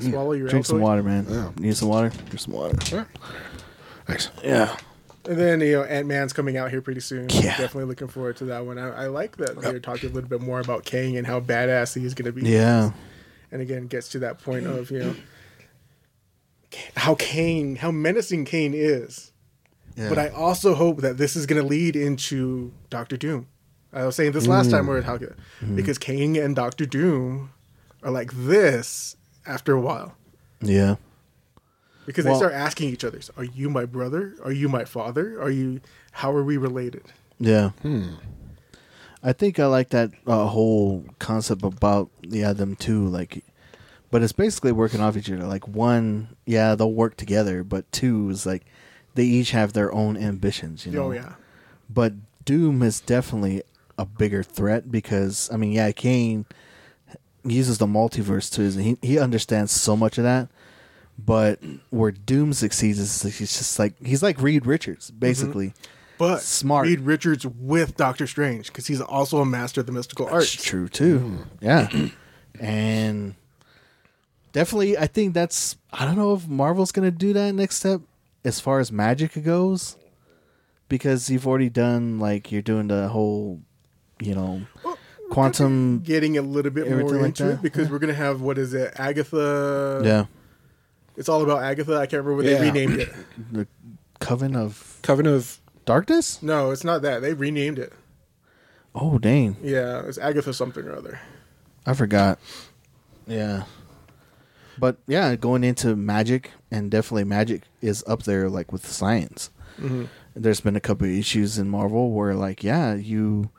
S3: Swallow your
S2: Drink some
S3: Altoid.
S2: water, man.
S1: Yeah.
S2: Need some water? Drink some water.
S1: Thanks.
S2: Yeah.
S3: And then you know, Ant Man's coming out here pretty soon.
S2: Yeah.
S3: Definitely looking forward to that one. I, I like that they're talking a little bit more about Kang and how badass he is going to be.
S2: Yeah.
S3: and again gets to that point of you know how Kane, how menacing Kane is.
S2: Yeah.
S3: But I also hope that this is going to lead into Doctor Doom. I was saying this last time we were
S2: Mm.
S3: talking
S2: Mm-hmm.
S3: because Kane and Doctor Doom are like this after a while
S2: Yeah.
S3: because
S2: Well-
S3: they start asking each other, "Are you my brother? Are you my father? Are you? How are we related?"
S2: Yeah.
S3: Hmm.
S2: I think I like that uh, whole concept about yeah them two like, but it's basically working off each other. Like one, yeah, they'll work together, but two is like they each have their own ambitions. You know.
S3: Oh yeah,
S2: But Doom is definitely a bigger threat because I mean, yeah, Kane uses the multiverse to his. He he understands so much of that, But where Doom succeeds is like- he's just like he's like Reed Richards basically.
S3: But
S2: Smart.
S3: Reed Richards with Doctor Strange because he's also a master of the mystical
S2: That's
S3: arts.
S2: true too. Yeah, Mm. and definitely, I think that's. I don't know if Marvel's gonna do that next step as far as magic goes, because you've already done like you're doing the whole, you know, quantum.
S3: Getting a little bit more
S2: Everything like
S3: into
S2: that,
S3: it because we're gonna have what is it? Agatha.
S2: Yeah,
S3: It's all about Agatha. I can't remember what
S1: Yeah.
S3: they renamed it.
S2: the coven of
S1: Coven of
S2: darkness.
S3: No, it's not that. They renamed it.
S2: Oh dang,
S3: Yeah, it's Agatha something or other.
S2: I forgot. Yeah. But yeah, going into magic and definitely magic is up there like with science. There's been a couple of issues in Marvel where like yeah, you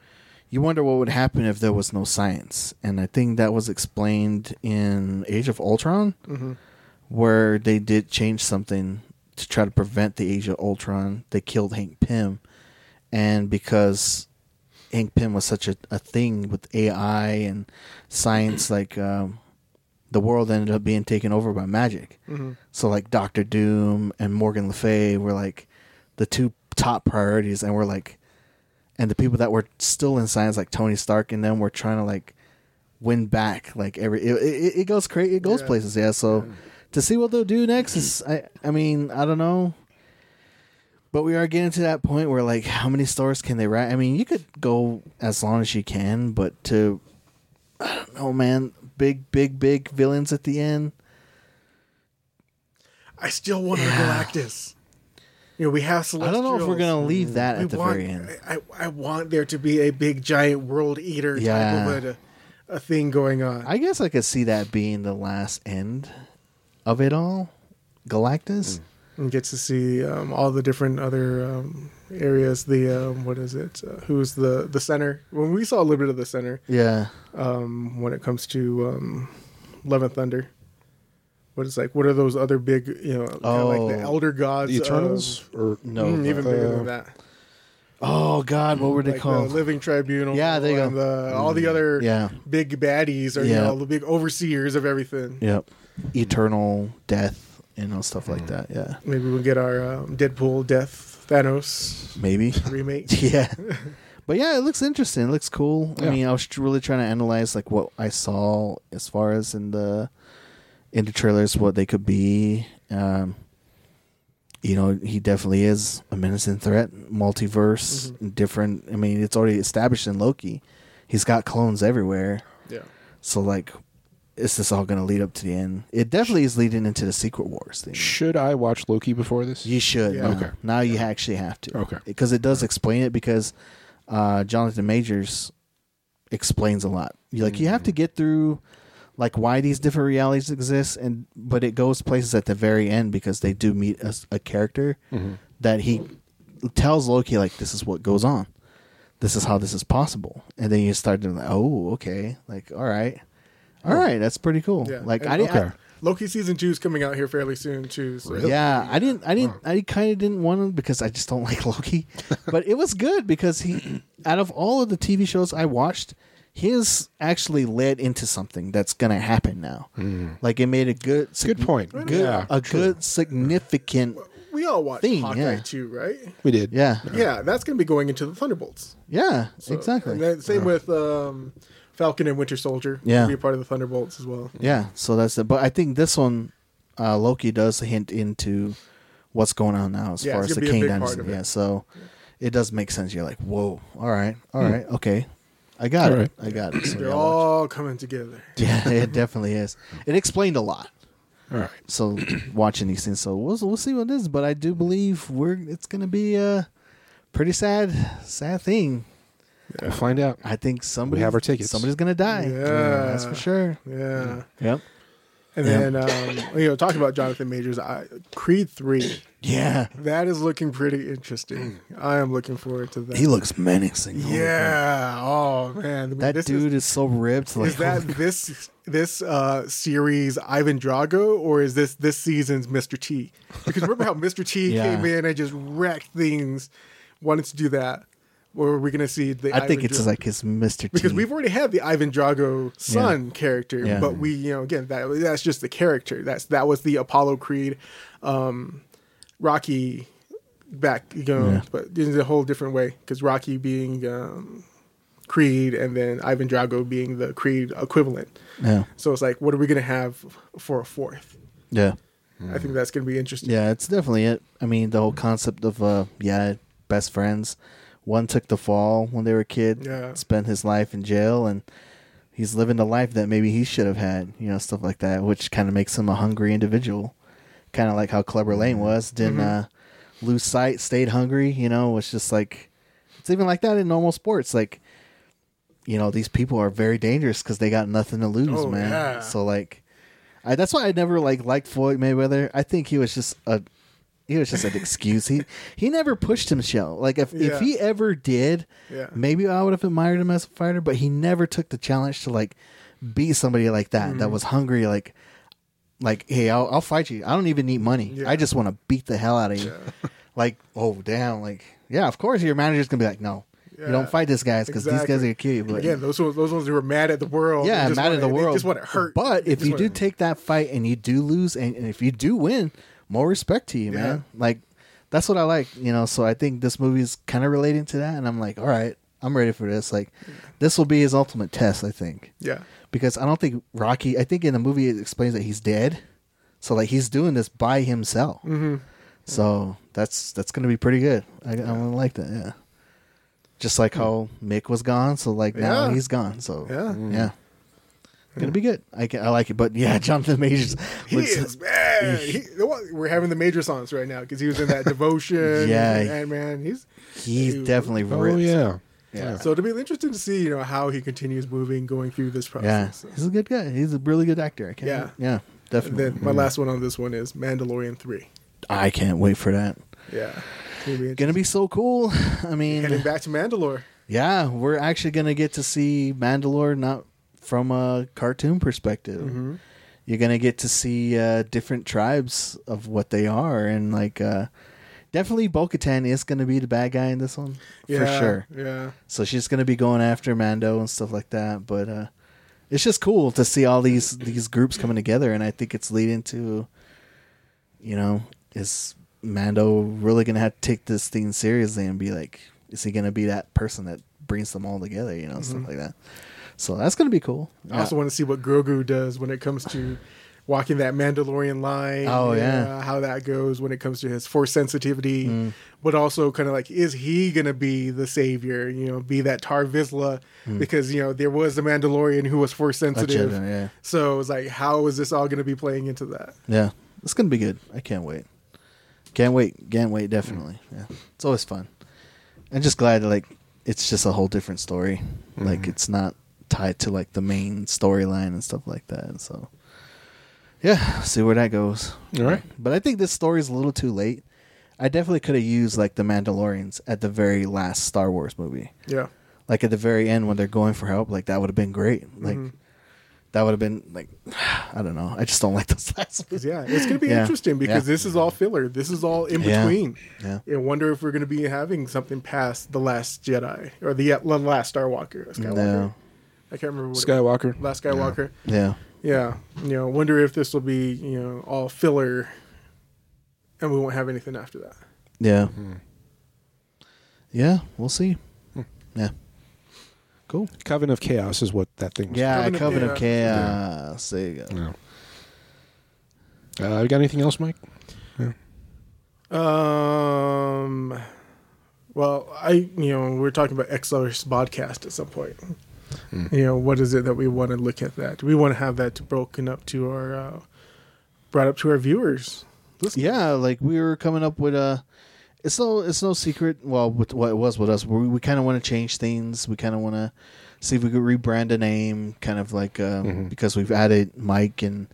S2: you wonder what would happen if there was no science. And I think that was explained in Age of Ultron where they did change something to try to prevent the Age of Ultron. They killed Hank Pym and because Hank Pym was such a, a thing with AI and science, like um, the world ended up being taken over by magic. So like Doctor Doom and Morgan Le Fay were like the two top priorities, and we're like, and the people that were still in science, like Tony Stark and them, were trying to like win back like every it, it, it goes crazy, it goes
S3: Yeah.
S2: places, yeah. So to see what they'll do next is, I I mean, I don't know. But we are getting to that point where, like, how many stars can they write? I mean, you could go as long as you can, but to, I don't know, man, big, big, big villains at the end.
S3: I still want our
S2: Yeah.
S3: Galactus. You know, we have
S2: I
S3: Celestials.
S2: don't know if we're gonna leave that
S3: We
S2: at the
S3: want,
S2: very end.
S3: I, I want there to be a big giant world eater
S2: Yeah.
S3: type of a, a thing going on.
S2: I guess I could see that being the last end of it all, Galactus.
S3: and gets to see um, all the different other um, areas. The um, what is it? Uh, who's the the center? When we saw a little bit of the center
S2: Yeah,
S3: um, when it comes to um, Love and Thunder. What is like? What are those other big? You know, kinda like
S2: Oh.
S3: the elder gods,
S1: the Eternals, or
S2: no,
S3: Of, Mm, even bigger
S1: Uh,
S3: than that.
S2: oh god, what were they
S3: Like uh, the
S2: called?
S3: Living Tribunal.
S2: Yeah, there you go. Mm,
S3: and The, all the other
S2: yeah,
S3: big baddies are you
S2: Yeah.
S3: know the big overseers of everything.
S2: yep, eternal death, you know, stuff like that. Yeah,
S3: Maybe we'll get our um, Deadpool Death Thanos
S2: maybe.
S3: remake.
S2: yeah but yeah it looks interesting it looks cool i
S1: Yeah.
S2: mean i was really trying to analyze like what i saw as far as in the in the trailers what they could be um you know he definitely is a menacing threat multiverse different i mean it's already established in loki he's got clones everywhere
S3: yeah.
S2: so like is this all going to lead up to the end it definitely is leading into the secret wars thing
S1: should I watch Loki before this?
S2: you should.
S3: Yeah.
S2: now.
S1: Okay.
S2: Now you actually have to.
S1: Okay.
S2: Because it does explain it because uh, Jonathan Majors explains a lot. You like you have
S3: Mm-hmm.
S2: to get through like why these different realities exist and but it goes places at the very end because they do meet a, s- a character
S1: Mm-hmm.
S2: that he tells Loki like this is what goes on. This is how this is possible. And then you start to like, oh, okay. Like, all right. All right, that's pretty cool.
S3: Yeah.
S2: Like
S3: And-
S2: I didn't I-
S1: okay.
S3: Loki season two is coming out here fairly soon too. So.
S1: Really?
S2: yeah, I didn't, I didn't, I kind of didn't want him because I just don't like Loki. but it was good because he, out of all of the TV shows I watched, his actually led into something that's gonna happen now. Like it made a good, sig-
S1: Good point.
S2: good,
S1: yeah,
S2: a good significant.
S3: We all watched
S2: Thing,
S3: Hawkeye
S2: yeah.
S3: too, right?
S1: we did.
S2: Yeah,
S3: Yeah, that's gonna be going into the Thunderbolts.
S2: yeah,
S3: So-
S2: exactly.
S3: And then same with um, Falcon and Winter Soldier.
S2: Yeah.
S3: be a part of the Thunderbolts as well.
S2: yeah, so that's it. But I think this one, uh, Loki does hint into what's going on now as
S3: Yeah,
S2: far
S3: it's
S2: as the
S3: gonna be a
S2: King
S3: big part
S2: Dynasty.
S3: of it.
S2: Yeah, so it does make sense. You're like, whoa, all right, all
S1: Hmm.
S2: right, okay, I got
S1: All
S2: it,
S1: right.
S2: I got it. So
S3: They're
S2: yeah, watch it.
S3: all coming together.
S2: Yeah, it definitely is. It explained a lot.
S1: All right.
S2: So watching these things, so we'll we'll see what it is. But I do believe we're it's gonna be a pretty sad, sad thing.
S1: We'll find out.
S2: I think somebody
S1: have our tickets.
S2: Somebody's gonna die.
S3: Yeah.
S2: that's for sure.
S3: Yeah,
S2: Yep.
S3: and
S2: Yeah.
S3: then um, you know, talking about Jonathan Majors, I, Creed three.
S2: Yeah,
S3: That is looking pretty interesting. I am looking forward to that.
S2: he looks menacing. Mm. Holy crap.
S3: yeah. Oh man, I mean,
S2: that
S3: this is-
S2: dude is, so ripped. Like,
S3: is that this this uh series Ivan Drago or is this this season's Mr. T? Because remember how Mr. T
S2: Yeah.
S3: came in and just wrecked things, wanted to do that. Or are we going to see the?
S2: I think
S3: Ivan
S2: it's
S3: Drago-
S2: like his Mr. T.
S3: because we've already had the Ivan Drago son character,
S2: Yeah.
S3: but we, you know, again, that that's just the character. That's that was the Apollo Creed, um, Rocky, back you know,
S2: Yeah.
S3: but in a whole different way because Rocky being um, Creed and then Ivan Drago being the Creed equivalent.
S2: yeah,
S3: So it's like, what are we gonna have for a fourth?
S2: yeah,
S3: I
S2: Mm.
S3: think that's gonna be interesting.
S2: yeah. It's definitely it. I mean, the whole concept of uh, yeah, best friends. One took the fall when they were a kid.
S3: Yeah.
S2: spent his life in jail, and he's living the life that maybe he should have had. You know, stuff like that, which kind of makes him a hungry individual. Kind of like how Clever
S3: Mm-hmm.
S2: Lane was. Didn't uh, lose sight, stayed hungry. You know, it's just like it's even like that in normal sports. Like, you know, these people are very dangerous because they got nothing to lose,
S3: Oh,
S2: man.
S3: yeah.
S2: So like, I, that's why I never like liked Floyd Mayweather. I think he was just a he was just an excuse. He he never pushed himself. Like if
S3: Yeah.
S2: if he ever did,
S3: Yeah.
S2: maybe I would have admired him as a fighter. But he never took the challenge to like beat somebody like that
S3: Mm-hmm.
S2: that was hungry. Like like hey, I'll, I'll fight you. I don't even need money.
S3: Yeah.
S2: I just want to beat the hell out of you. like oh damn, like yeah, of course your manager's gonna be like no. You
S3: Yeah.
S2: don't fight this guys because these guys
S3: Exactly.
S2: are gonna kill you. But
S3: Again, those ones, those ones who were mad at the world.
S2: yeah,
S3: and just
S2: mad at
S3: wanna-
S2: the
S3: they
S2: world.
S3: Just want to hurt.
S2: But
S3: They
S2: if
S3: just
S2: you
S3: wanna-
S2: do take that fight and you do lose, and, and if you do win, more respect to you, man. Like that's what I like, you know. So I think this movie is kind of relating to that, and I'm like, all right, I'm ready for this. Like this will be his ultimate test, I think,
S3: yeah,
S2: because I don't think Rocky. I think in the movie it explains that he's dead, so like he's doing this by himself. Mm-hmm. So that's that's gonna be pretty good. I, I like that. Yeah. Just like how Mick was gone, so like now
S3: Yeah.
S2: he's gone. So
S3: Yeah.
S2: yeah. It's gonna be good. I, ca- I like it, but yeah, Jonathan Majors
S3: He
S2: looks-
S3: is bad. He, the one- we're having the major songs right now because he was in that devotion.
S2: Yeah.
S3: and man, he's
S2: he's
S3: Dude.
S2: definitely
S1: Oh
S2: ripped. yeah,
S1: yeah.
S2: yeah,
S3: so it'll be interesting to see you know how he continues moving going through this process.
S2: He's a good guy. He's a really good actor. I can't,
S3: Yeah.
S2: yeah, yeah,
S3: And
S2: definitely.
S3: then my last one on this one is Mandalorian three.
S2: I can't wait for that.
S3: Yeah, It's gonna be
S2: Gonna
S3: interesting.
S2: be so cool. I mean,
S3: heading back to Mandalore.
S2: Yeah, we're actually gonna get to see Mandalore not from a cartoon perspective. You're gonna get to see uh, different tribes of what they are, and like uh, definitely Bo-Katan is gonna be the bad guy in this one for
S3: Yeah,
S2: sure.
S3: Yeah,
S2: So she's gonna be going after Mando and stuff like that. But uh, it's just cool to see all these these groups coming together, and I think it's leading to, you know, is Mando really gonna have to take this thing seriously and be like, is he gonna be that person that brings them all together, you know, stuff like that. So that's gonna be cool.
S3: I also want to see what Grogu does when it comes to walking that Mandalorian line.
S2: Oh,
S3: and,
S2: yeah. Mm.
S3: uh, how that goes when it comes to his force sensitivity, but also kind of like is he gonna be the savior? You know, be that Tar Vizsla because you know there was a Mandalorian who was force
S2: Hmm. A
S3: sensitive.
S2: Jedi, yeah,
S3: So it's like, how is this all gonna be playing into that?
S2: yeah, it's gonna be good. I can't wait. Can't wait. Can't wait. Definitely. Yeah, it's always fun. I'm just glad like it's just a whole different story. Like it's not tied to like the main storyline and stuff like that. And so yeah, see where that goes.
S1: All right.
S2: But I think this story is a little too late. I definitely could have used like the Mandalorians at the very last Star Wars movie.
S3: Yeah,
S2: Like at the very end when they're going for help, like that would have been great. Like that would have been like I don't know. I just don't like those last
S3: 'Cause, yeah, it's gonna be
S2: Yeah.
S3: interesting because
S2: Yeah.
S3: this is all filler. This is all in
S2: Yeah.
S3: between.
S2: Yeah.
S3: I wonder if we're going to be having something past the Last Jedi or the, the Last Starwalker. Skywalker.
S2: No.
S3: I can't remember what it-
S1: Skywalker.
S3: Last Skywalker.
S2: Yeah.
S3: Yeah. You know, wonder if this will be, you know, all filler and we won't have anything after that.
S2: Yeah. Yeah, we'll see. Yeah. Cool.
S1: Coven of Chaos is what that thing. Was
S2: Yeah,
S3: Covenant of
S2: Covenant, of Chaos. There you go.
S1: No. Uh, you got anything else, Mike?
S3: Um well, I you know, we are talking about XLR's podcast at some point.
S2: Hmm.
S3: You know, what is it that we want to look at that? We want to have that broken up to our uh, brought up to our viewers. Listen,
S2: Yeah, like we were coming up with a. It's no, it's no secret. Well, with what it was with us, we, we kind of want to change things. We kind of want to see if we could rebrand a name, kind of like um,
S1: Mm-hmm.
S2: because we've added Mike and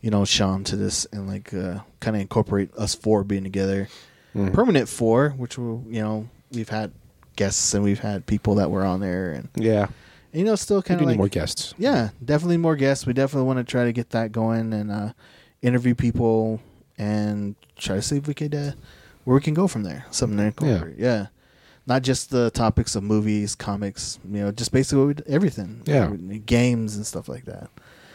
S2: you know Sean to this, and like uh, kind of incorporate us four being together,
S1: Mm-hmm.
S2: permanent four, which will you know we've had guests and we've had people that were on there, and,
S1: Yeah.
S2: and, you know still
S1: We
S2: kind
S1: do
S2: of
S1: need
S2: like
S1: more guests.
S2: yeah, definitely more guests. We definitely want to try to get that going and uh, interview people and try to see if we could uh, where we can go from there. Something to incorporate. Yeah. not just the topics of movies, comics, you know, just basically what we d- everything.
S1: Yeah.
S2: games and stuff like that.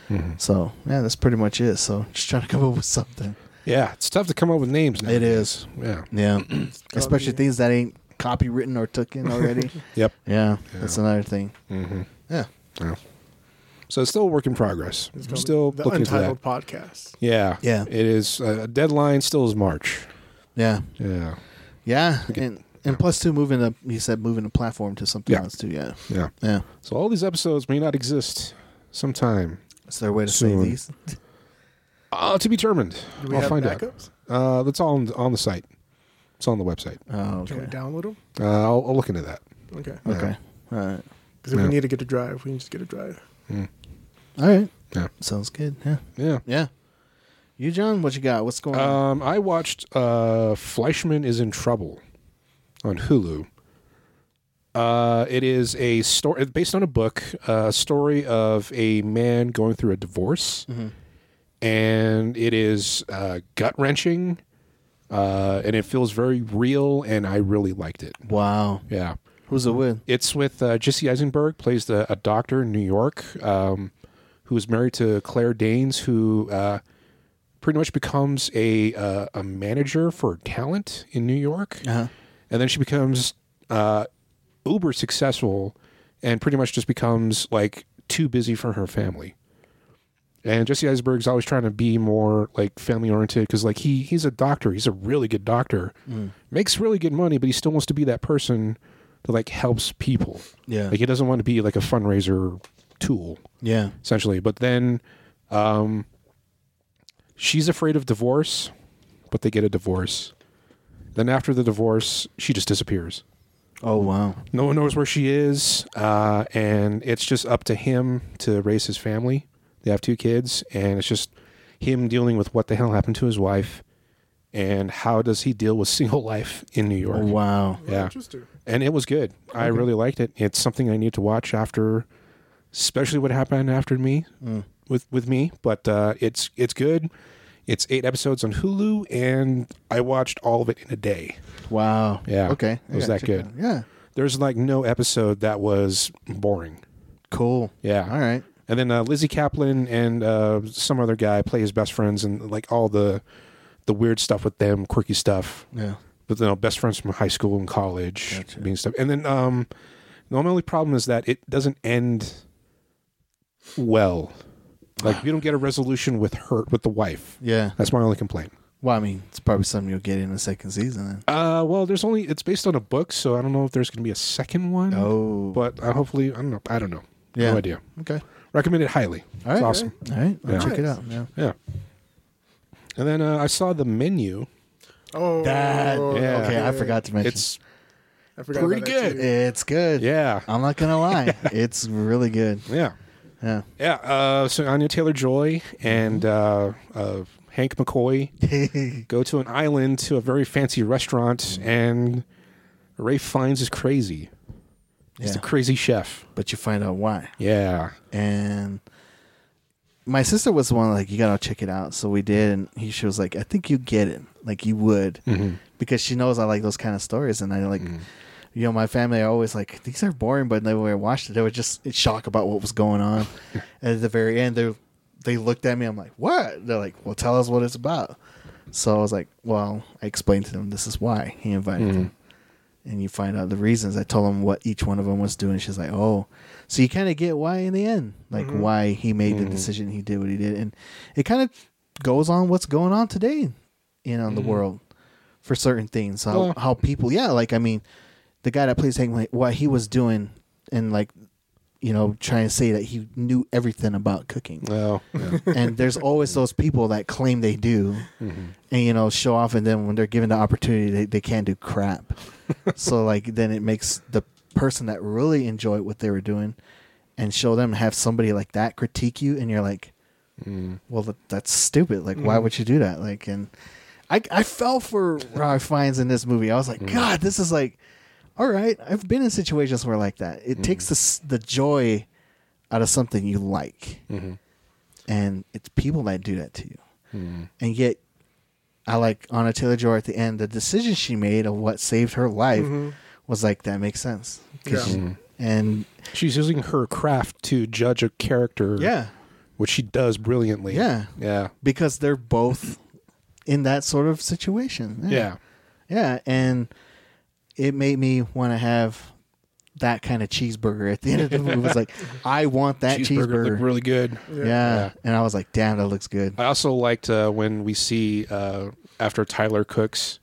S1: Mm-hmm.
S2: So yeah, that's pretty much it. So just trying to come up with something.
S1: Yeah, it's tough to come up with names. Now.
S2: It is.
S1: Yeah.
S2: Yeah, Hmm. especially
S3: copy.
S2: things that ain't copywritten or took in already.
S1: Yep.
S2: yeah, that's another thing.
S1: Mhm.
S2: Yeah,
S1: Yeah. So it's still a work in progress.
S3: It's
S1: I'm
S3: called
S1: still
S3: the
S1: looking for that.
S3: Untitled Podcast.
S1: Yeah.
S2: Yeah.
S1: It is. Uh, deadline still is March.
S2: yeah,
S1: Yeah.
S2: yeah. And and plus two, moving the you said moving the platform to something
S1: Yeah.
S2: else too. Yeah,
S1: Yeah.
S2: yeah.
S1: So all these episodes may not exist sometime.
S2: Is there a way to
S1: Soon.
S2: say these?
S1: Uh, to be determined.
S3: Do we
S1: I'll
S3: have
S1: find out.
S3: backups?
S1: Uh, that's all on, on the site. It's on the website.
S2: Oh, okay.
S3: Can we download them?
S1: Uh, I'll, I'll look into that.
S3: Okay.
S1: Uh,
S2: Okay. All right.
S3: Because if
S1: Yeah.
S3: we need to get a drive, we can just get a drive.
S2: All right.
S1: Yeah.
S2: Sounds good. Yeah.
S1: Yeah.
S2: Yeah. You, John, what you got? What's going on?
S1: Um, I watched uh, Fleischman is in Trouble on Hulu. Uh, it is a story based on a book, uh, a story of a man going through a divorce, and it is uh, gut wrenching, uh, and it feels very real, and I really liked it.
S2: Wow.
S1: Yeah,
S2: Who's it with?
S1: it's with uh, Jesse Eisenberg, plays the, a doctor in New York um, who is married to Claire Danes, who uh, pretty much becomes a uh, a manager for talent in New York,
S2: Uh-huh.
S1: and then she becomes uh, uber successful, and pretty much just becomes like too busy for her family. And Jesse Eisenberg's always trying to be more like family oriented because like he he's a doctor, he's a really good doctor, makes really good money, but he still wants to be that person that like helps people.
S2: Yeah.
S1: Like he doesn't want to be like a fundraiser tool
S2: Yeah.
S1: essentially. But then, um, she's afraid of divorce, but they get a divorce. Then after the divorce, she just disappears.
S2: Oh, wow.
S1: No one knows where she is, uh, and it's just up to him to raise his family. They have two kids, and it's just him dealing with what the hell happened to his wife, and how does he deal with single life in New York?
S2: Oh, wow.
S1: Yeah.
S3: Interesting.
S1: And it was good. I really liked it. It's something I need to watch after, especially what happened after me
S2: Mm.
S1: with with me. But uh, it's it's good. It's eight episodes on Hulu, and I watched all of it in a day.
S2: Wow.
S1: Yeah.
S2: Okay.
S1: It was
S2: Yeah,
S1: that
S2: check
S1: good.
S2: out. Yeah.
S1: There's like no episode that was boring.
S2: Cool.
S1: Yeah.
S2: All right.
S1: And then uh, Lizzie Kaplan and uh, some other guy play his best friends, and like all the the weird stuff with them, quirky stuff.
S2: Yeah.
S1: but you know, best friends from high school and college
S2: Gotcha.
S1: being stuff. And then um the only problem is that it doesn't end well. Like you don't get a resolution with her with the wife.
S2: Yeah.
S1: That's my only complaint.
S2: Well, I mean, it's probably something you'll get in the second season. Then.
S1: Uh well there's only it's based on a book, so I don't know if there's gonna be a second one.
S2: Oh.
S1: Mm-hmm. But uh, hopefully I don't know. I don't know.
S2: Yeah.
S1: No idea.
S2: okay.
S1: Recommend it highly.
S2: All
S1: it's
S2: right.
S1: awesome.
S2: All right. I'll
S1: Yeah.
S2: check it
S3: Nice.
S2: out. Yeah.
S1: Yeah. And then uh, I saw the menu.
S3: Oh,
S2: That.
S1: Yeah.
S2: Okay. I forgot to mention.
S1: It's
S3: I forgot
S1: Pretty
S3: about that
S1: good.
S3: too.
S2: it's good.
S1: yeah.
S2: I'm not gonna lie. it's really good.
S1: Yeah.
S2: Yeah.
S1: Yeah, uh, so Anya Taylor Joy and uh,
S2: Mm-hmm.
S1: uh, Hank McCoy go to an island to a very fancy restaurant,
S2: Mm-hmm.
S1: and Ray Fiennes is crazy. He's
S2: Yeah.
S1: the crazy chef.
S2: but you find out why.
S1: Yeah,
S2: and my sister was the one like you gotta check it out so we did and he, she was like i think you get it like you would
S1: Mm-hmm.
S2: because she knows i like those kind of stories and i like you know my family are always like these are boring but they were watched it they were just in shock about what was going on and at the very end they they looked at me i'm like what they're like well tell us what it's about so i was like well i explained to them this is why he invited
S1: Mm-hmm.
S2: them and you find out the reasons. I told him what each one of them was doing. She's like, "Oh, so you kind of get why in the end, like why he made the decision he did what he did, and it kind of goes on what's going on today, you know, in the world for certain things. How
S1: Yeah.
S2: how people, yeah, like I mean, the guy that plays Hank, like, what he was doing, and like, you know, trying to say that he knew everything about cooking
S1: well, yeah.
S2: and there's always those people that claim they do and you know show off and then when they're given the opportunity they, they can't do crap so like then it makes the person that really enjoyed what they were doing and show them have somebody like that critique you and you're like
S1: Mm-hmm.
S2: well that, that's stupid like why would you do that like and i i fell for ralph fiennes in this movie i was like god this is like all right i've been in situations where like that it takes the, s- the joy out of something you like
S1: Mm-hmm.
S2: and it's people that do that to you. And yet, I like Anna Taylor Joy at the end. The decision she made of what saved her life was like, that makes sense. 'Cause-
S3: Mm-hmm. Yeah.
S2: And
S1: Mm-hmm. She's using her craft to judge a character.
S2: yeah,
S1: Which she does brilliantly.
S2: Yeah.
S1: Yeah.
S2: because they're both in that sort of situation.
S1: Yeah.
S2: Yeah, and it made me want to have that kind of cheeseburger at the end of the movie. It was like, I want that
S1: Cheeseburger
S2: cheeseburger.
S1: looked really good.
S2: yeah.
S1: Yeah.
S2: and I was like, damn, that looks good.
S1: I also liked uh, when we see uh, after Tyler cooks,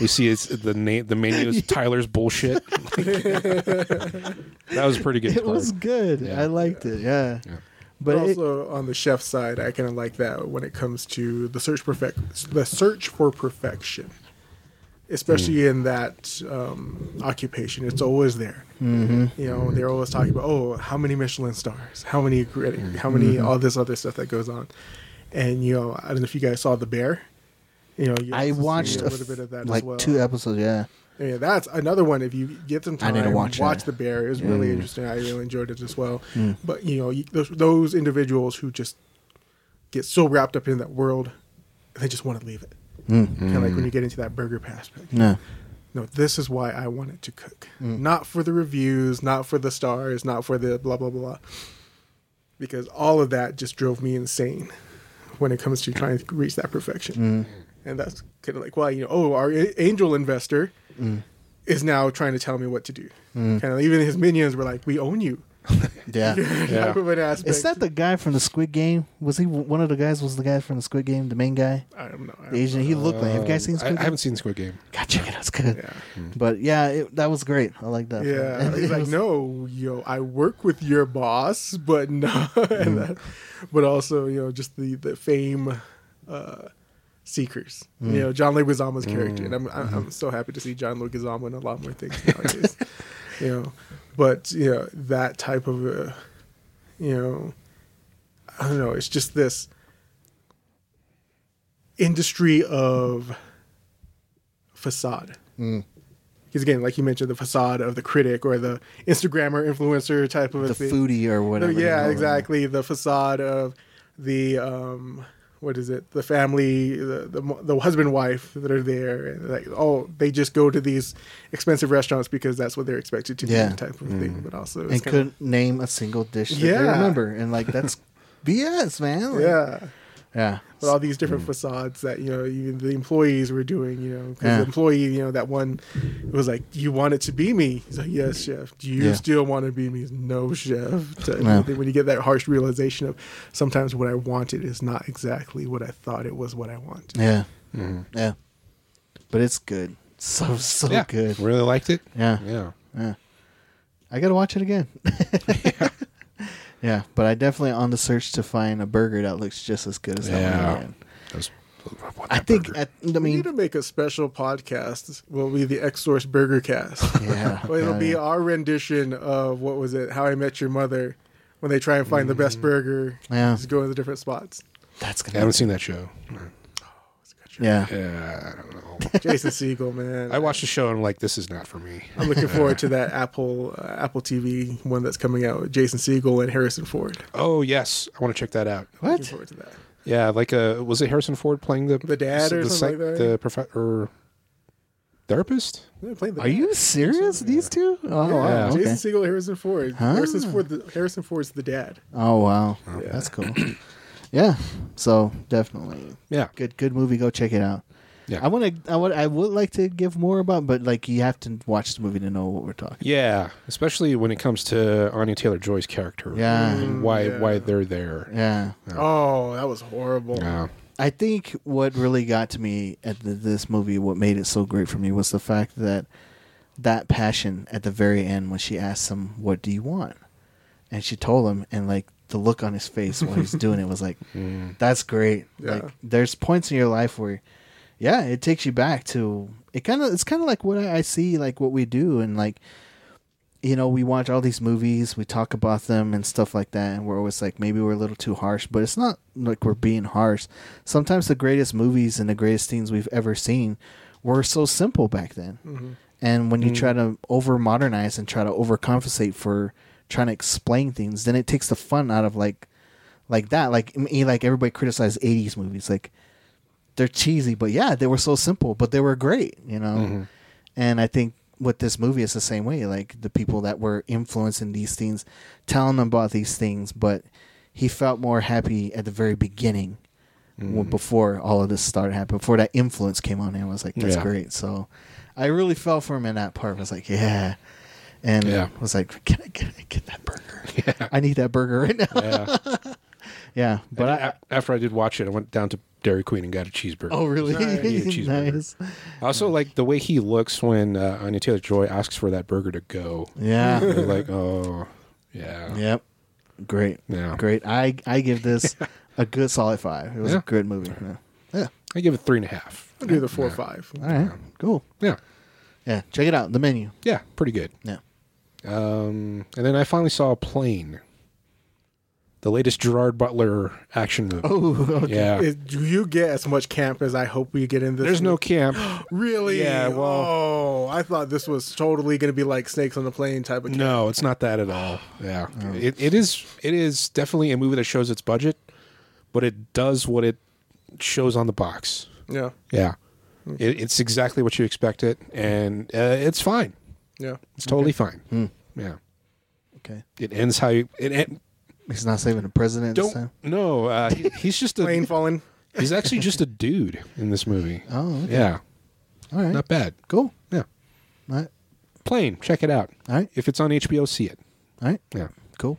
S1: we see it's the name the menu is Tyler's bullshit. that was a pretty good.
S2: It was
S1: card.
S2: good.
S1: Yeah.
S2: I liked it. Yeah,
S3: But
S2: but it,
S3: also on the chef side, I kind of like that when it comes to the search perfect, the search for perfection, especially
S1: Hmm.
S3: in that um, occupation. It's always there.
S2: Hmm.
S3: Mm-hmm. You know, they're always talking about oh, how many Michelin stars, how many critic, how many
S2: Mm-hmm.
S3: all this other stuff that goes on. And you know, I don't know if you guys saw the bear. You know, you
S2: I
S3: also see
S2: watched
S3: a
S2: a
S3: little
S2: f-
S3: bit of that
S2: like
S3: as well.
S2: two episodes. Yeah,
S3: Yeah, that's another one. If you get some
S2: I
S3: time,
S2: need to
S3: watch,
S2: watch Mm.
S3: watch
S2: that.
S3: the bear. It was really interesting. I really enjoyed it as well. But you know, you, those, those individuals who just get so wrapped up in that world, they just want to leave it.
S2: Mm.
S3: Kind of like when you get into that burger aspect.
S2: no,
S3: No, this is why I wanted to cook.
S2: Mm.
S3: Not for the reviews, not for the stars, not for the blah blah blah. Because all of that just drove me insane when it comes to trying to reach that perfection.
S2: Mm.
S3: And that's kind of like, well, you know, oh, our a- angel investor
S2: Mm.
S3: is now trying to tell me what to do. Kind of even his minions were like, "We own you."
S2: yeah.
S3: Type of an aspect.
S2: Is that the guy from the Squid Game? Was he one of the guys? Was the guy from the Squid Game the main guy?
S3: I don't know. I
S2: The
S3: don't
S2: Asian. He looked like. Have you guys seen
S1: Uh, Um, I, I
S2: Squid Game?
S1: haven't Mm. seen Squid Game.
S2: God, check it out. It's good.
S3: Yeah.
S2: But yeah, it, that was great. I like that.
S3: Yeah,
S2: And
S3: he's
S2: it
S3: like,
S2: was-
S3: no, yo, I work with your boss, but no, and that- but also, you know, just the the fame uh, seekers. You know, John Leguizamo's character, and I'm I'm, I'm so happy to see John Leguizamo in a lot more things nowadays. you know, but you know that type of, uh, you know, I don't know. It's just this industry of facade.
S2: Mm.
S3: Because again, like you mentioned, the facade of the critic or the Instagrammer influencer type of a
S2: the
S3: thing.
S2: foodie or
S3: No,
S2: whatever.
S3: yeah, exactly. The facade of the um, what is it? The family, the the, mo- the husband wife that are there, and like oh, they just go to these expensive restaurants because that's what they're expected to
S2: Yeah. Mm.
S3: do, type of thing. But also, it's
S2: And
S3: kinda-
S2: couldn't name a single dish that they
S3: Yeah.
S2: remember. And like that's BS, man. Like,
S3: yeah.
S2: Yeah.
S3: But all these
S2: Mm.
S3: different facades that you know even the employees were doing, you know, because
S2: Yeah.
S3: the employee, you know, that one was like, "You want it to be me?" He's like, "Yes, chef." Do you
S2: Yeah.
S3: still want to be me? He's, no, chef. To-
S2: Yeah.
S3: then When you get that harsh realization of sometimes what I wanted is not exactly what I thought it was, what I wanted.
S2: Yeah. Yeah. But it's good. So so
S1: Mm-hmm. yeah,
S2: Oh, good.
S1: Really liked it.
S2: Yeah.
S1: Yeah.
S2: Yeah. I gotta watch it again. yeah. But I definitely on the search to find a burger that looks just as good as that one.
S1: Yeah.
S2: again.
S1: That was- want
S2: I
S1: that
S2: think
S1: burger.
S2: at, I
S3: We
S2: mean
S3: need to make a special podcast. Will be the X Source Burger Cast.
S2: Yeah.
S3: Well, it'll
S2: yeah,
S3: be
S2: yeah.
S3: our rendition of what was it? How I Met Your Mother, when they try and find the best burger.
S2: Mm. Yeah.
S3: just go to the different spots.
S2: that's
S1: I
S2: gonna
S1: haven't seen that show.
S2: Yeah.
S1: Yeah, I don't know.
S3: Jason Siegel, man.
S1: I watched the show and I'm like, this is not for me.
S3: I'm looking forward to that Apple uh, Apple TV one that's coming out with Jason Siegel and Harrison Ford.
S1: Oh yes, I want to check that out.
S3: Looking
S2: What?
S3: forward to that.
S1: Yeah, like uh, was it Harrison Ford playing the
S3: The dad or something like that?
S1: The prof- or therapist?
S3: Yeah, play the
S2: Are you serious? These two? Oh
S3: Yeah,
S2: wow. Okay.
S3: Jason Siegel, Harrison Ford.
S2: Huh?
S3: Harrison Ford, the, Harrison Ford's the dad.
S2: Oh wow,
S3: Yeah.
S2: that's cool. yeah, so definitely
S1: Yeah,
S2: good, good movie. Go check it out.
S1: Yeah.
S2: I want to. I would. I would like to give more about, but like you have to watch the movie to know what we're talking.
S1: yeah. Especially when it comes to Anya Taylor Joy's character.
S2: Yeah.
S1: and why
S3: Mm, yeah.
S1: why they're there.
S2: Yeah,
S3: Oh, that was horrible.
S1: Yeah,
S2: I think what really got to me at the, this movie, what made it so great for me, was the fact that that passion at the very end when she asked him, "What do you want?" and she told him, and like the look on his face while he's doing it was like, "That's great."
S3: Yeah.
S2: Like, there's points in your life where, yeah, it takes you back to it. Kind of, it's kind of like what I, I see, like what we do, and like you know, we watch all these movies, we talk about them and stuff like that, and we're always like, maybe we're a little too harsh, but it's not like we're being harsh. Sometimes the greatest movies and the greatest things we've ever seen were so simple back then. And when you try to over modernize and try to overcompensate for trying to explain things, then it takes the fun out of like, like that. Like, m- like everybody criticized 80s movies. Like,
S1: Mm-hmm.
S2: they're cheesy, but yeah, they were so simple, but they were great, you know? And I think with this movie, it's the same way. Like the people that were influencing these things, telling them about these things, but he felt more happy at the very beginning,
S1: Mm-hmm.
S2: w- before all of this started happening, before that influence came on him. I was like, that's
S1: Yeah.
S2: great. So I really fell for him in that part. I was like, yeah. And
S1: Yeah.
S2: I was like, can I, can I get that burger? I need that burger right now. Yeah,
S1: Yeah.
S2: but I,
S1: A- after I did watch it, I went down to Dairy Queen and got a cheeseburger.
S2: oh really?
S1: I need a cheeseburger.
S2: nice.
S1: I also like the way he looks when uh, Anya Taylor Joy asks for that burger to go.
S2: Yeah.
S1: They're like, oh, yeah.
S2: yep. Great.
S1: Yeah.
S2: Great. I I give this a good solid five. It was
S1: Yeah.
S2: a good movie. Yeah. yeah.
S1: I give it three and a half.
S3: I'll do the four or five.
S2: All right. Cool.
S1: Yeah.
S2: Yeah. Check it out. The menu.
S1: Yeah. Pretty good.
S2: Yeah.
S1: Um, and then I finally saw a plane. The latest Gerard Butler action movie.
S2: Ooh. Oh, okay.
S1: yeah.
S3: Is- do you get as much camp as I hope we get in this?
S1: There's no camp.
S3: really.
S1: Yeah, well-
S3: oh, I thought this was totally going to be like Snakes on the Plane type of. Camp.
S1: No, it's not that at all. Yeah, it, it is. It is definitely a movie that shows its budget, but it does what it shows on the box.
S3: Yeah,
S1: Yeah, it, it's exactly what you expect it, and uh, it's fine.
S3: yeah.
S1: It's totally fine.
S2: Hmm.
S1: Yeah,
S2: Okay.
S1: it ends how you. It, en-
S2: He's not saving the president this
S1: don't
S2: time.
S1: no. Uh, he- he's just
S3: Plane
S1: a.
S3: falling.
S1: he's actually just a dude in this movie.
S2: Oh, okay.
S1: yeah,
S2: All right.
S1: not bad.
S2: Cool.
S1: Yeah,
S2: All right.
S1: plane. Check it out.
S2: All right.
S1: If it's on HBO, see it.
S2: All right.
S1: Yeah.
S2: Cool.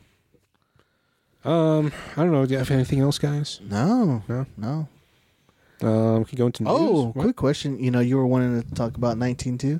S1: Um, I don't know. Do you have anything else, guys?
S2: No.
S1: No?
S2: No.
S1: Um, we can go into news.
S2: Oh,
S1: What?
S2: quick question. You know, you were wanting to talk about 19.2.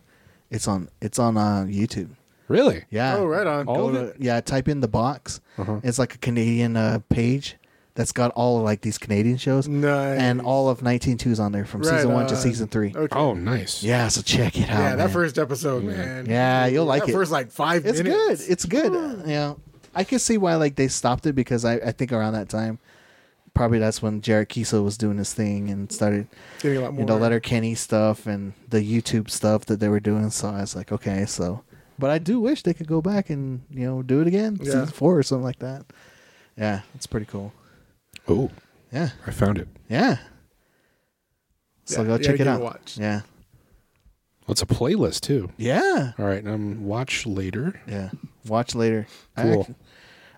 S2: It's on. It's on uh, YouTube.
S1: Really?
S2: Yeah.
S3: Oh, right on. Uh-huh.
S1: All
S2: Go
S1: of
S2: to- yeah, type in the box. It's like a Canadian uh, page that's got all of like these Canadian shows,
S3: Nice.
S2: and all of 19.2 is on there from
S3: Right
S2: season one to
S3: on.
S2: season three.
S3: Okay.
S1: Oh, nice.
S2: Yeah, so check it out.
S3: yeah, that
S2: man.
S3: first episode, man.
S2: Yeah, you'll like
S3: that
S2: it.
S3: First like five
S2: it's
S3: minutes.
S2: good. It's good. You know, I can see why like they stopped it because I, I think around that time, probably that's when Jared Kiesel was doing his thing and started
S3: Getting a lot more.
S2: you know, Letter Kenny stuff and the YouTube stuff that they were doing. So I was like, okay, so. But I do wish they could go back and you know do it again,
S3: Yeah.
S2: season four or something like that. Yeah, it's pretty cool.
S1: Oh,
S2: Yeah,
S1: I found it.
S2: yeah. So
S3: Yeah,
S2: go
S3: yeah,
S2: check
S3: give it
S2: it
S3: a
S2: out.
S3: watch.
S2: Yeah,
S1: Well, it's a playlist too.
S2: yeah,
S1: All right, um, watch later.
S2: yeah. Watch later. I
S1: Cool.
S2: actually,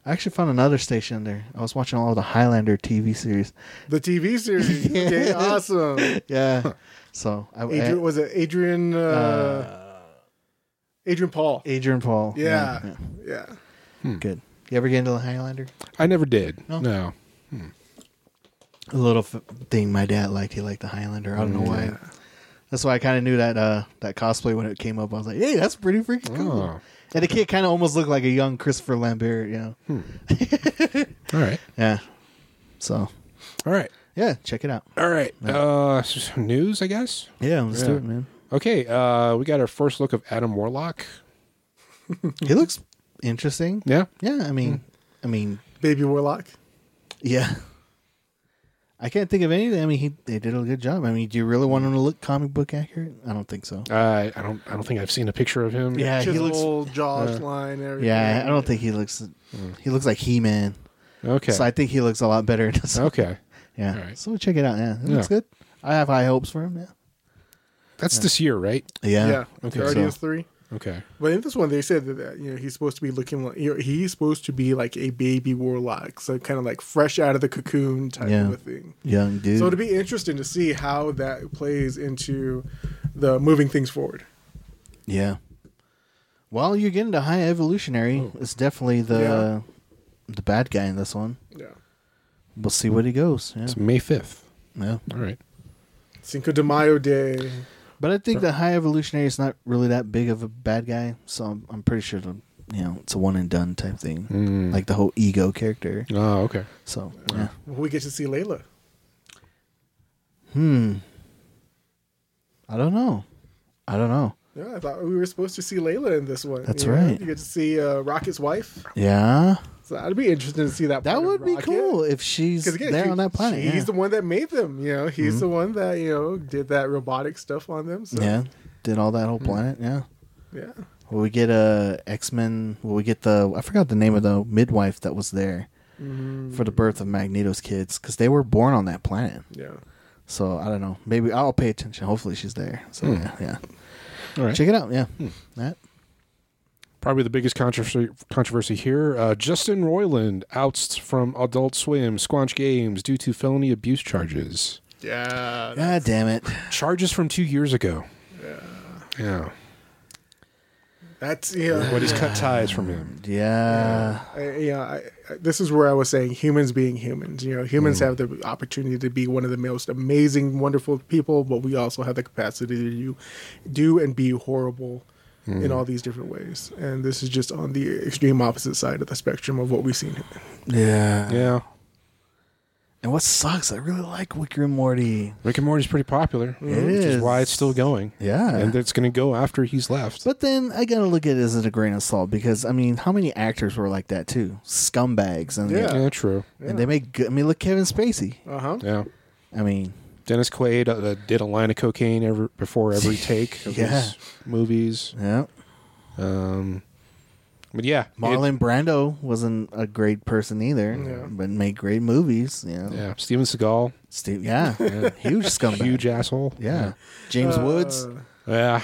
S2: I actually found another station there. I was watching all the Highlander TV series.
S3: The TV series. Okay, awesome.
S2: Eh. Yeah. so I, eh,
S3: Adrian
S2: Adrian,
S3: was it Adrian? Uh, Adrian Paul.
S2: Adrian Paul.
S3: Yeah,
S2: yeah,
S3: yeah.
S2: yeah. Good. You ever get into the Highlander?
S1: I never did.
S2: No.
S1: No.
S2: a little f- thing my dad liked. He liked the Highlander. I don't know why. That's why I kind of knew that uh, that cosplay when it came up. I was like, "Hey, that's pretty freaking cool."
S1: Oh.
S2: And the kid kind of almost looked like a young Christopher Lambert, you know?
S1: All right.
S2: Yeah. So
S1: All right.
S2: yeah, check it out.
S1: All right. Uh, s- news, I guess.
S2: Yeah, let's
S1: do it,
S2: man.
S1: Okay. Uh, we got our first look of Adam Warlock.
S2: He looks interesting.
S1: Yeah.
S2: Yeah, I mean, I mean,
S3: Baby Warlock.
S2: yeah. I can't think of anything. I mean, he they did a good job. I mean, do you really want him to look comic book accurate? I don't think so.
S1: Uh, I don't. I don't think I've seen a picture of him.
S2: Yeah, he looks. uh,
S3: Chisel, jaw line, everything.
S2: Yeah, I don't think he looks. He looks like He Man.
S1: Okay.
S2: So I think he looks a lot better. in this.
S1: okay.
S2: Yeah.
S1: All right.
S2: So check it out. Yeah, it
S1: Yeah.
S2: looks good. I have high hopes for him.
S1: That's this year, right?
S2: Yeah. Yeah.
S3: Yeah,
S1: Okay.
S3: Guardians
S2: So-
S3: three.
S1: Okay.
S3: But in this one, they said that uh, you know he's supposed to be looking like you know, he's supposed to be like a baby warlock, so kind of like fresh out of the cocoon type
S2: Yeah.
S3: of a thing.
S2: Young dude.
S3: So it'll be interesting to see how that plays into the moving things forward.
S2: yeah. Well, you're getting to high evolutionary.
S1: Oh.
S2: It's definitely the
S3: Yeah.
S2: the bad guy in this one.
S3: Yeah,
S2: We'll see what he goes. Yeah.
S1: It's May fifth.
S2: yeah.
S1: All right.
S3: Cinco de Mayo Day.
S2: But I think the high evolutionary is not really that big of a bad guy. So I'm, I'm pretty sure the you know it's a one and done type thing,
S1: Mm.
S2: like the whole ego character.
S1: Oh, okay.
S2: So yeah.
S3: Will we get to see Layla?
S2: Hmm. I don't know. I don't know.
S3: Yeah, I thought we were supposed to see Layla in this one.
S2: That's
S3: You know,
S2: right.
S3: You get to see uh, Rocket's wife.
S2: Yeah.
S3: So that'd be interesting to see that.
S2: That would be cool if she's
S3: Because again,
S2: there
S3: she-
S2: on that planet.
S3: she-
S2: yeah. Mm-hmm.
S3: he's the one that made them. You know, he's the one that you know did that robotic stuff on them. So
S2: Yeah, did all that whole planet. Yeah.
S3: yeah.
S2: Will we get a X Men? Will we get the? I forgot the name of the midwife that was there
S3: Mm-hmm.
S2: for the birth of Magneto's kids because they were born on that planet.
S3: Yeah. Hmm.
S2: So I don't know. Maybe I'll pay attention. Hopefully she's there. So yeah, yeah. All right. Check it out. Yeah. Matt?
S1: Probably the biggest controversy, controversy here. Uh, Justin Roiland ousts from Adult Swim, Squanch Games, due to felony abuse charges.
S3: Yeah.
S2: God damn it.
S1: Charges from two years ago. Yeah.
S3: That's
S1: Yeah.
S3: yeah.
S1: But he's cut ties from him.
S2: Yeah.
S3: I, yeah, I, I, this is where I was saying humans being humans. You know, humans have the opportunity to be one of the most amazing, wonderful people, but we also have the capacity to do, do and be horrible in all these different ways. And this is just on the extreme opposite side of the spectrum of what we've seen.
S2: Yeah.
S1: Yeah.
S2: And what sucks, I really like Wicker and Morty.
S1: Rick and Morty's pretty popular, which
S2: is.
S1: is why it's still going.
S2: Yeah.
S1: And it's going to go after he's left.
S2: But then I gotta look at it as a grain of salt because I mean, how many actors were like that too? Scumbags, and
S3: Yeah.
S2: they,
S1: yeah, true.
S2: and they make. Good, I mean, look, Kevin Spacey.
S3: Uh huh.
S1: Yeah.
S2: I mean,
S1: Dennis Quaid uh, did a line of cocaine ever before every take of
S2: Yeah.
S1: his movies.
S2: yeah.
S1: Um, but yeah, it-
S2: Marlon Brando wasn't a great person either,
S3: Yeah.
S2: but made great movies. You know,
S1: yeah, Steven Seagal,
S2: Steve, yeah, huge scumbag,
S1: huge asshole.
S2: yeah. James
S3: Uh,
S2: Woods,
S1: Yeah.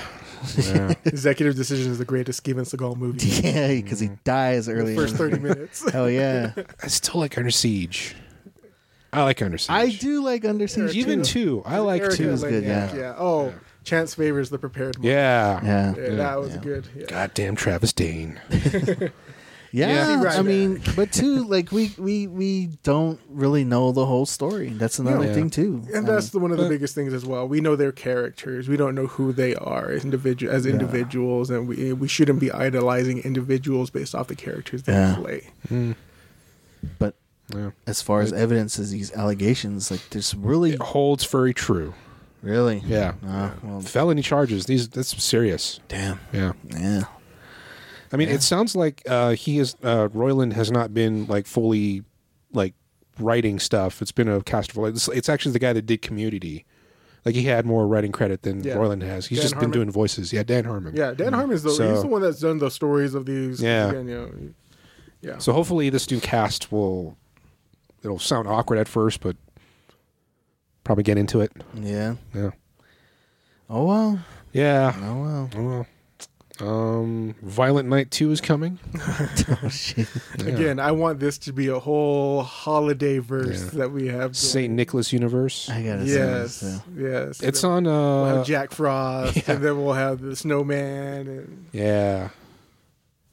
S1: Yeah.
S3: Executive Decision is the greatest Steven Seagal movie.
S2: yeah, because he dies early.
S3: the first
S2: in-
S3: thirty minutes.
S2: Hell yeah,
S1: I still like Under Siege. I like Under Siege.
S2: I do like Under Siege.
S1: Even two. I like
S3: Erica
S1: two.
S2: was good,
S3: Laniak,
S2: yeah.
S3: Oh, Chance favors the prepared. Mind.
S1: Yeah.
S2: Yeah,
S3: Yeah, that was good. Yeah.
S1: Goddamn Travis Dane.
S2: Yeah,
S3: Yeah. Right.
S2: I mean, but too, like we we we don't really know the whole story. That's another
S1: Yeah.
S2: thing too.
S3: And
S2: I
S3: that's the, one of the
S1: Um, but-
S3: biggest things as well. We know their characters. We don't know who they are as, individu- as individuals, and we we shouldn't be idolizing individuals based off the characters they
S2: Yeah.
S3: play.
S2: mean, but
S1: Yeah.
S2: as far as evidence as these allegations, like there's really,
S1: It holds very true.
S2: really,
S1: Yeah.
S2: Ah, well,
S1: Felony charges. These that's serious.
S2: damn,
S1: Yeah.
S2: yeah,
S1: I mean, it sounds like uh, he is uh, Royland has not been like fully like writing stuff. It's been a cast of it's, it's actually the guy that did Community. Like he had more writing credit than
S3: Yeah.
S1: Royland has. He's
S3: Dan
S1: just
S3: Harmon.
S1: been doing voices. Yeah, Dan Harmon.
S3: Yeah, Dan Harmon's the
S1: Mm. So-
S3: he's the one that's done the stories of these.
S1: Yeah.
S3: and, you know, yeah.
S1: So hopefully this new cast will it'll sound awkward at first, but probably get into it.
S2: yeah.
S1: Yeah.
S2: Oh well,
S1: Yeah.
S2: oh well.
S1: Oh, well. Um Violent Night 2 is coming.
S2: Oh, shit.
S1: Yeah.
S3: Again, I want this to be a whole holiday verse
S1: Yeah.
S3: that we have.
S1: St. Nicholas Universe.
S2: I gotta say this.
S3: Yes,
S2: though.
S3: yes.
S1: It's
S3: Then
S1: on
S3: we'll
S1: uh
S3: have Jack Frost,
S1: yeah.
S3: and then we'll have the Snowman, and
S1: yeah.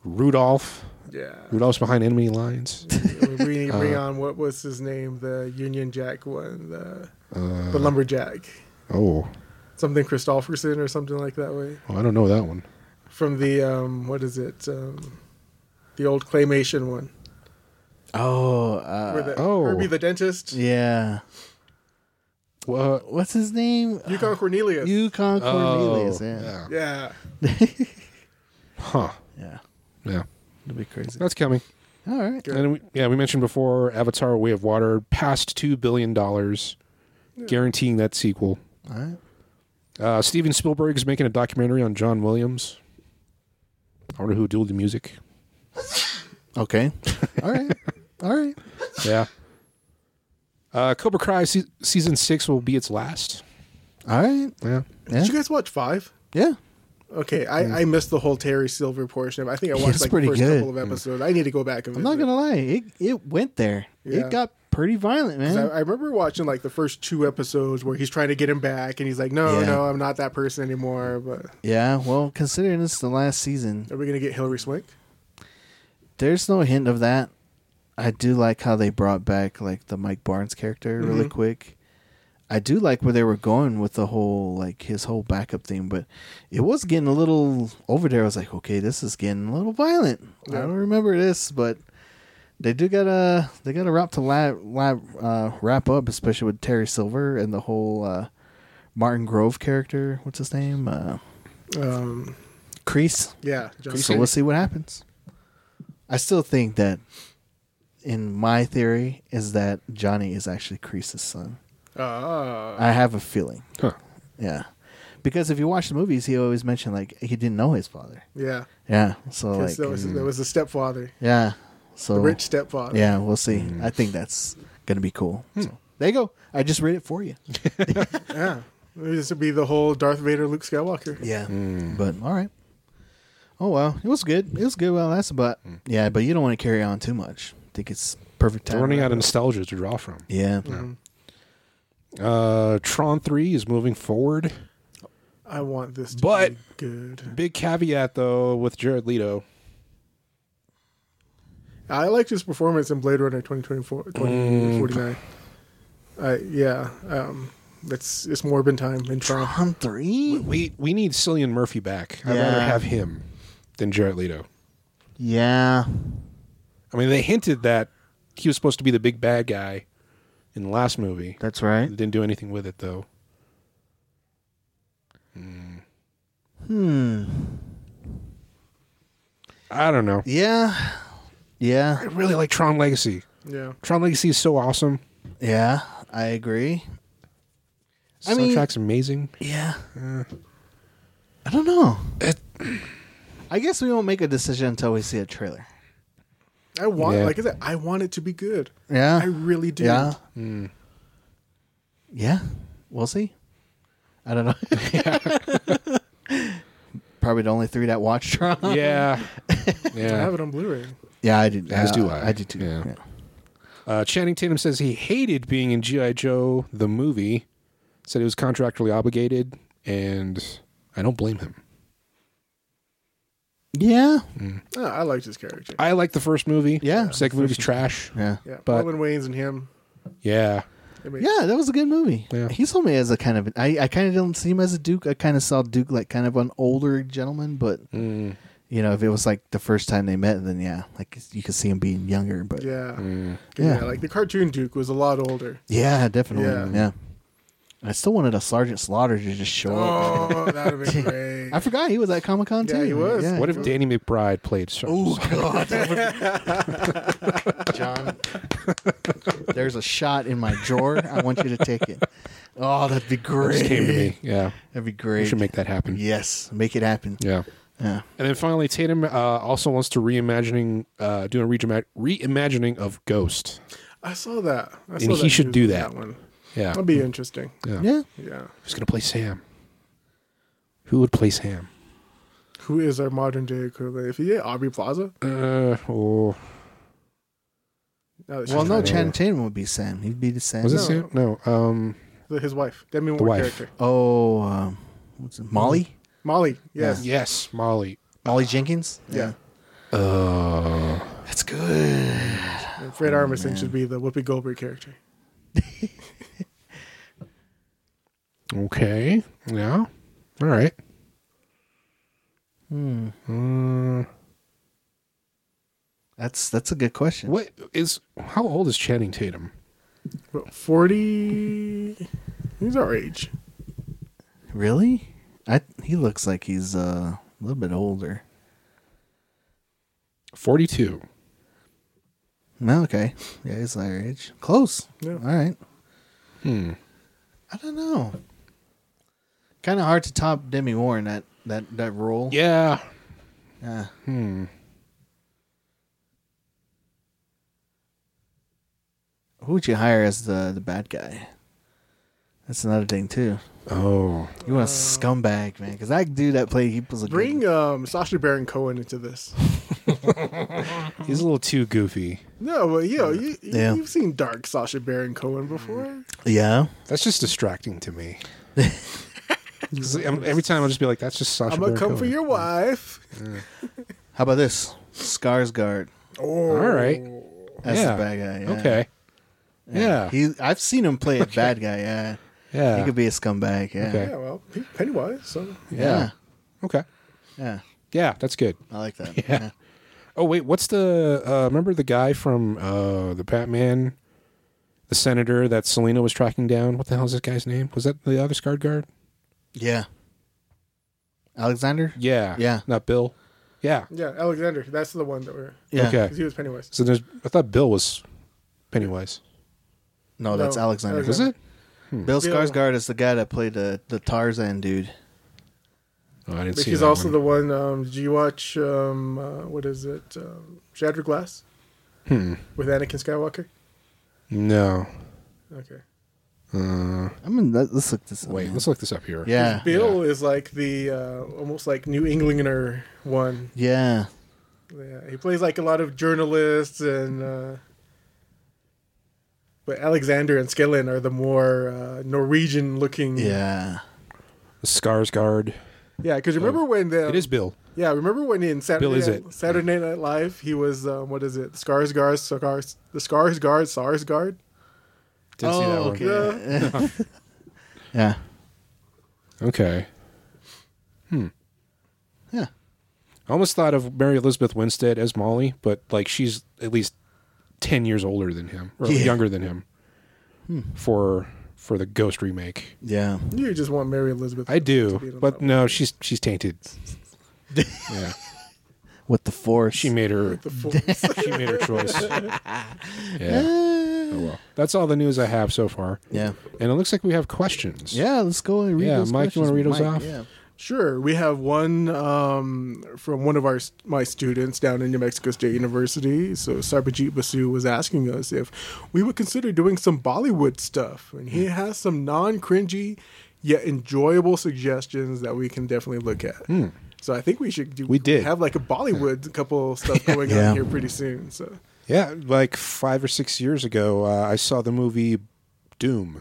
S1: Rudolph.
S3: yeah.
S1: Rudolph's behind enemy lines.
S3: we bring, bring
S1: Uh-huh.
S3: on what was his name, the Union Jack one, the, the
S1: Uh-huh.
S3: lumberjack,
S1: Uh, Oh,
S3: something Christofferson or something like that way
S1: well, I don't know that one.
S3: from the um, what is it, um, the old claymation one,
S2: Oh,
S3: where
S2: uh,
S3: the
S1: oh.
S3: Herbie the dentist,
S2: yeah.
S1: Well,
S2: What's his name? Uh,
S3: Yukon Cornelius,
S2: Yukon Cornelius.
S1: oh,
S2: Yeah.
S3: yeah,
S1: Huh.
S2: yeah,
S1: Yeah.
S2: it'll be crazy.
S1: That's coming.
S2: All right.
S3: Good.
S1: And we, yeah, we mentioned before Avatar Way of Water passed $2 billion, guaranteeing that sequel.
S2: All right.
S1: Uh, Steven Spielberg is making a documentary on John Williams. I wonder who did the music.
S2: Okay. All right. All right.
S1: Yeah. Uh, Cobra Cry se- season six will be its last.
S2: All right.
S1: Yeah.
S2: Yeah.
S3: Did you guys watch Five?
S2: Yeah.
S3: Okay, I, I missed the whole Terry Silver portion. of it. I think I
S2: Yeah,
S3: watched
S2: it's
S3: like
S2: pretty
S3: the first
S2: good. Mm.
S3: couple of episodes. I need to go back and.
S2: I'm not
S3: visit.
S2: gonna lie, it it went there.
S3: Yeah.
S2: It got pretty violent,
S3: 'Cause
S2: man.
S3: I, I remember watching like the first two episodes where he's trying to get him back, and he's like, "No,
S2: Yeah.
S3: no, I'm not that person anymore." But
S2: yeah, well, considering it's the last season,
S3: are we gonna get Hillary Swank?
S2: there's no hint of that. I do like how they brought back like the Mike Barnes character really quick. I do like where they were going with the whole like his whole backup thing, but it was getting a little over there. I was like, okay, this is getting a little violent. I
S3: Yeah.
S2: don't remember this, but they do got to they got to wrap to la la uh, wrap up, especially with Terry Silver and the whole uh, Martin Grove character. What's his name? Uh,
S3: Um,
S2: Crease.
S3: yeah, John
S2: So
S3: Cena.
S2: we'll see what happens. I still think that, in my theory, is that Johnny is actually Kreese's son.
S3: Ah,
S2: I have a feeling.
S1: Huh.
S2: Yeah. Because if you watch the movies, he always mentioned, like, he didn't know his father.
S3: yeah.
S2: Yeah. So, like,
S3: Yes, that was that was the stepfather,
S2: yeah. So,
S3: the rich stepfather.
S2: yeah, we'll see.
S1: Hmm.
S2: I think that's going to be cool. So, there you go. I just read it for you.
S3: Yeah. This would be the whole Darth Vader, Luke Skywalker.
S2: Yeah.
S1: Hmm.
S2: But all right. Oh well, it was good. It was good. Well, that's about
S1: Hmm.
S2: yeah. But you don't want to carry on too much. I think it's perfect time.
S1: They're running out of nostalgia to draw from.
S2: Yeah.
S1: Uh, Tron 3 is moving forward.
S3: I want this to
S1: But-
S3: be good.
S1: Big caveat, though, with Jared Leto.
S3: I liked his performance in Blade Runner 2024
S1: Mm.
S3: 2049. I yeah, um, it's it's Morbin time in Toronto.
S2: Tron three.
S1: We we need Cillian Murphy back. I'd rather
S2: Yeah.
S1: have him than Jared Leto.
S2: Yeah.
S1: I mean, they hinted that he was supposed to be the big bad guy in the last movie.
S2: That's
S1: They
S2: right.
S1: didn't do anything with it, though.
S2: Hmm.
S1: I don't know.
S2: Yeah.
S1: I
S2: Yeah.
S1: really like Tron Legacy.
S3: Yeah,
S1: Tron Legacy is so awesome.
S2: Yeah. I agree. I mean-
S1: Soundtrack's amazing.
S2: Yeah. uh, I don't know.
S1: It-
S2: I guess we won't make a decision until we see a trailer.
S3: I want
S1: Yeah.
S3: like I said, I want it to be good.
S2: Yeah.
S3: I really do.
S2: Yeah.
S1: Hmm.
S2: Yeah. We'll see. I don't know. Probably the only three that watched Tron.
S1: Yeah,
S3: I have
S1: yeah.
S3: it on Blu-ray.
S2: Yeah, I did.
S1: As do I.
S2: I did too.
S1: Yeah. Uh, Channing Tatum says he hated being in GI Joe the movie. Said he was contractually obligated, and I don't blame him.
S2: Yeah.
S3: Oh, I liked his character.
S1: I like the first movie.
S2: Yeah.
S1: second movie's trash.
S2: Yeah.
S3: yeah,
S1: but-
S3: Marlon Wayans and him.
S1: Yeah,
S3: I mean,
S2: Yeah, that was a good movie.
S1: Yeah.
S2: He saw me as a kind of I, I kind of didn't see him as a duke. I kind of saw Duke like kind of an older gentleman, but
S1: Mm-hmm.
S2: you know, if it was like the first time they met, then yeah, like you could see him being younger. But yeah,
S3: Yeah.
S1: Mm.
S2: Yeah.
S3: yeah, Like the cartoon Duke was a lot older.
S2: definitely. Yeah.
S3: Yeah.
S2: I still wanted a Sergeant Slaughter to just show up.
S3: Oh, that would be great.
S2: I forgot he was at Comic Con
S3: Yeah,
S2: too.
S3: he was.
S2: Yeah.
S1: What if Danny McBride played? Sar-
S2: Oh God, John. There's a shot in my drawer. I want you to take it. Oh, that'd be great.
S1: Just came to me. Yeah,
S2: That'd be
S1: we
S2: great.
S1: should make that happen.
S2: yes, make it happen.
S1: Yeah.
S2: Yeah.
S1: And then finally, Tatum uh, also wants to reimagining, uh, do a reima- reimagining of Ghost.
S3: I saw that. I saw
S1: And he should
S3: news
S1: do
S3: on
S1: that.
S3: one.
S1: Yeah.
S3: That'd be interesting.
S1: yeah.
S2: Yeah.
S3: Yeah.
S1: Who's going to play Sam? Who would play Sam?
S3: Who is our modern day equivalent? If he did Aubrey Plaza?
S1: Uh, oh,
S3: No,
S2: Well, no,
S1: right.
S2: Channing Tatum would be Sam. He'd be the Sam.
S1: was it
S3: No.
S1: Sam? No. Um,
S3: Ch- his wife. Demi
S1: The
S3: Moore
S1: wife.
S3: character.
S2: Oh, um, what's it? Molly.
S3: Molly. Yes.
S1: yes, Molly.
S2: Molly Jenkins.
S3: Yeah.
S1: Uh,
S2: that's good.
S3: And Fred
S1: Oh,
S3: Armisen should be the Whoopi Goldberg character.
S1: okay. Yeah. All right. Hmm.
S2: That's that's a good question.
S1: what is? How old is Channing Tatum?
S3: But 40. He's our age.
S2: Really? I he looks like he's uh, a little bit older.
S1: Forty-two.
S2: No, okay. Yeah, he's our age. Close.
S3: Yeah.
S2: All right.
S1: Hmm.
S2: I don't know. Kind of hard to top Demi Moore in that that that role.
S1: Yeah.
S2: Yeah.
S1: Hmm.
S2: Who would you hire as the the bad guy? That's another thing too.
S1: Oh.
S2: You want a scumbag, man? Because that dude that played, he was a
S3: Bring
S2: Good,
S3: um, Sasha Baron Cohen into this.
S1: He's a little too goofy.
S3: No, but you know, you,
S2: Yeah.
S3: you've seen dark Sasha Baron Cohen
S1: Mm-hmm.
S3: before.
S2: yeah.
S1: That's just distracting to me. 'Cause I'm- every time I'll just be like, "That's just Sasha."
S3: I'm going
S1: Baron
S3: to come for
S1: Cohen.
S3: your wife.
S2: How about this? Skarsgård
S3: Oh.
S1: All right.
S2: as
S1: Yeah.
S2: the bad guy. yeah.
S1: Okay. Yeah.
S2: He, I've seen him play a bad guy. Yeah.
S1: Yeah.
S2: He could be a scumbag. Yeah.
S1: Okay.
S3: Yeah, well, P- Pennywise. So.
S1: yeah.
S2: Yeah.
S1: Okay.
S2: Yeah.
S1: Yeah, that's good.
S2: I like that.
S1: Yeah. Oh wait, what's the? Uh, remember the guy from uh, the Batman, the senator that Selena was tracking down. What the hell is this guy's name? Was that the other scarred guard?
S2: Yeah. Alexander.
S1: Yeah.
S2: Yeah.
S1: Not Bill. Yeah.
S3: Yeah, Alexander. That's the one that we're.
S2: Yeah.
S1: Okay.
S3: Because he was Pennywise.
S1: So there's. I thought Bill was Pennywise.
S2: No, that's
S3: No,
S2: Alexander.
S1: Was it?
S2: Bill
S3: Bill-
S2: Skarsgård is the guy that played the the Tarzan dude.
S1: Oh, I didn't
S3: But
S1: see.
S3: he's
S1: that
S3: also
S1: one.
S3: the one. Um, did you watch um, uh, what is it? Um, Shattered Glass
S1: Hmm.
S3: with Anakin Skywalker.
S1: No. Uh,
S3: Okay,
S2: I mean, let, let's look this up.
S1: Wait,
S2: man.
S1: let's look this up here.
S2: yeah,
S3: Bill is like the uh, almost like New Englander one.
S2: yeah.
S3: Yeah, he plays like a lot of journalists and. Uh, but Alexander and Skellen are the more uh, Norwegian looking.
S2: Mm. Yeah.
S1: Skarsgård.
S3: yeah. Because remember when the
S1: Oh. It is Bill.
S3: yeah remember when in Saturday
S1: Bill is
S3: Night,
S1: it.
S3: Saturday Night Live he was um, what is it Skarsgård Skarsgård the Skarsgård Sarsgard
S1: Didn't see that one.
S2: Oh, okay. Yeah.
S1: Okay. Hmm.
S2: Yeah.
S1: I almost thought of Mary Elizabeth Winstead as Molly, but like she's at least ten years older than him, or
S2: Yeah. Hmm.
S1: younger than him, for for the Ghost remake.
S2: Yeah.
S3: you just want Mary Elizabeth
S1: I
S3: to be
S1: do,
S3: on
S1: but
S3: that one.
S1: no, she's she's tainted. yeah,
S2: With the force.
S1: she made her
S3: the force.
S1: she made her choice. Yeah. Oh well, that's all the news I have so far,
S2: Yeah.
S1: and it looks like we have questions.
S2: Yeah, let's go and read
S1: Yeah,
S2: those
S1: Mike, you wanna
S2: questions.
S1: read those
S2: Mike,
S1: off?
S2: Yeah.
S3: Sure, we have one um, from one of our my students down in New Mexico State University. So Sarpajit Basu was asking us if we would consider doing some Bollywood stuff, and
S1: Hmm.
S3: he has some non-cringy yet enjoyable suggestions that we can definitely look at. So I think we should do.
S1: Hmm. We did.
S3: have like a Bollywood couple stuff going
S2: Yeah.
S3: on here pretty soon. So
S1: Yeah, like five or six years ago, uh, I saw the movie Doom,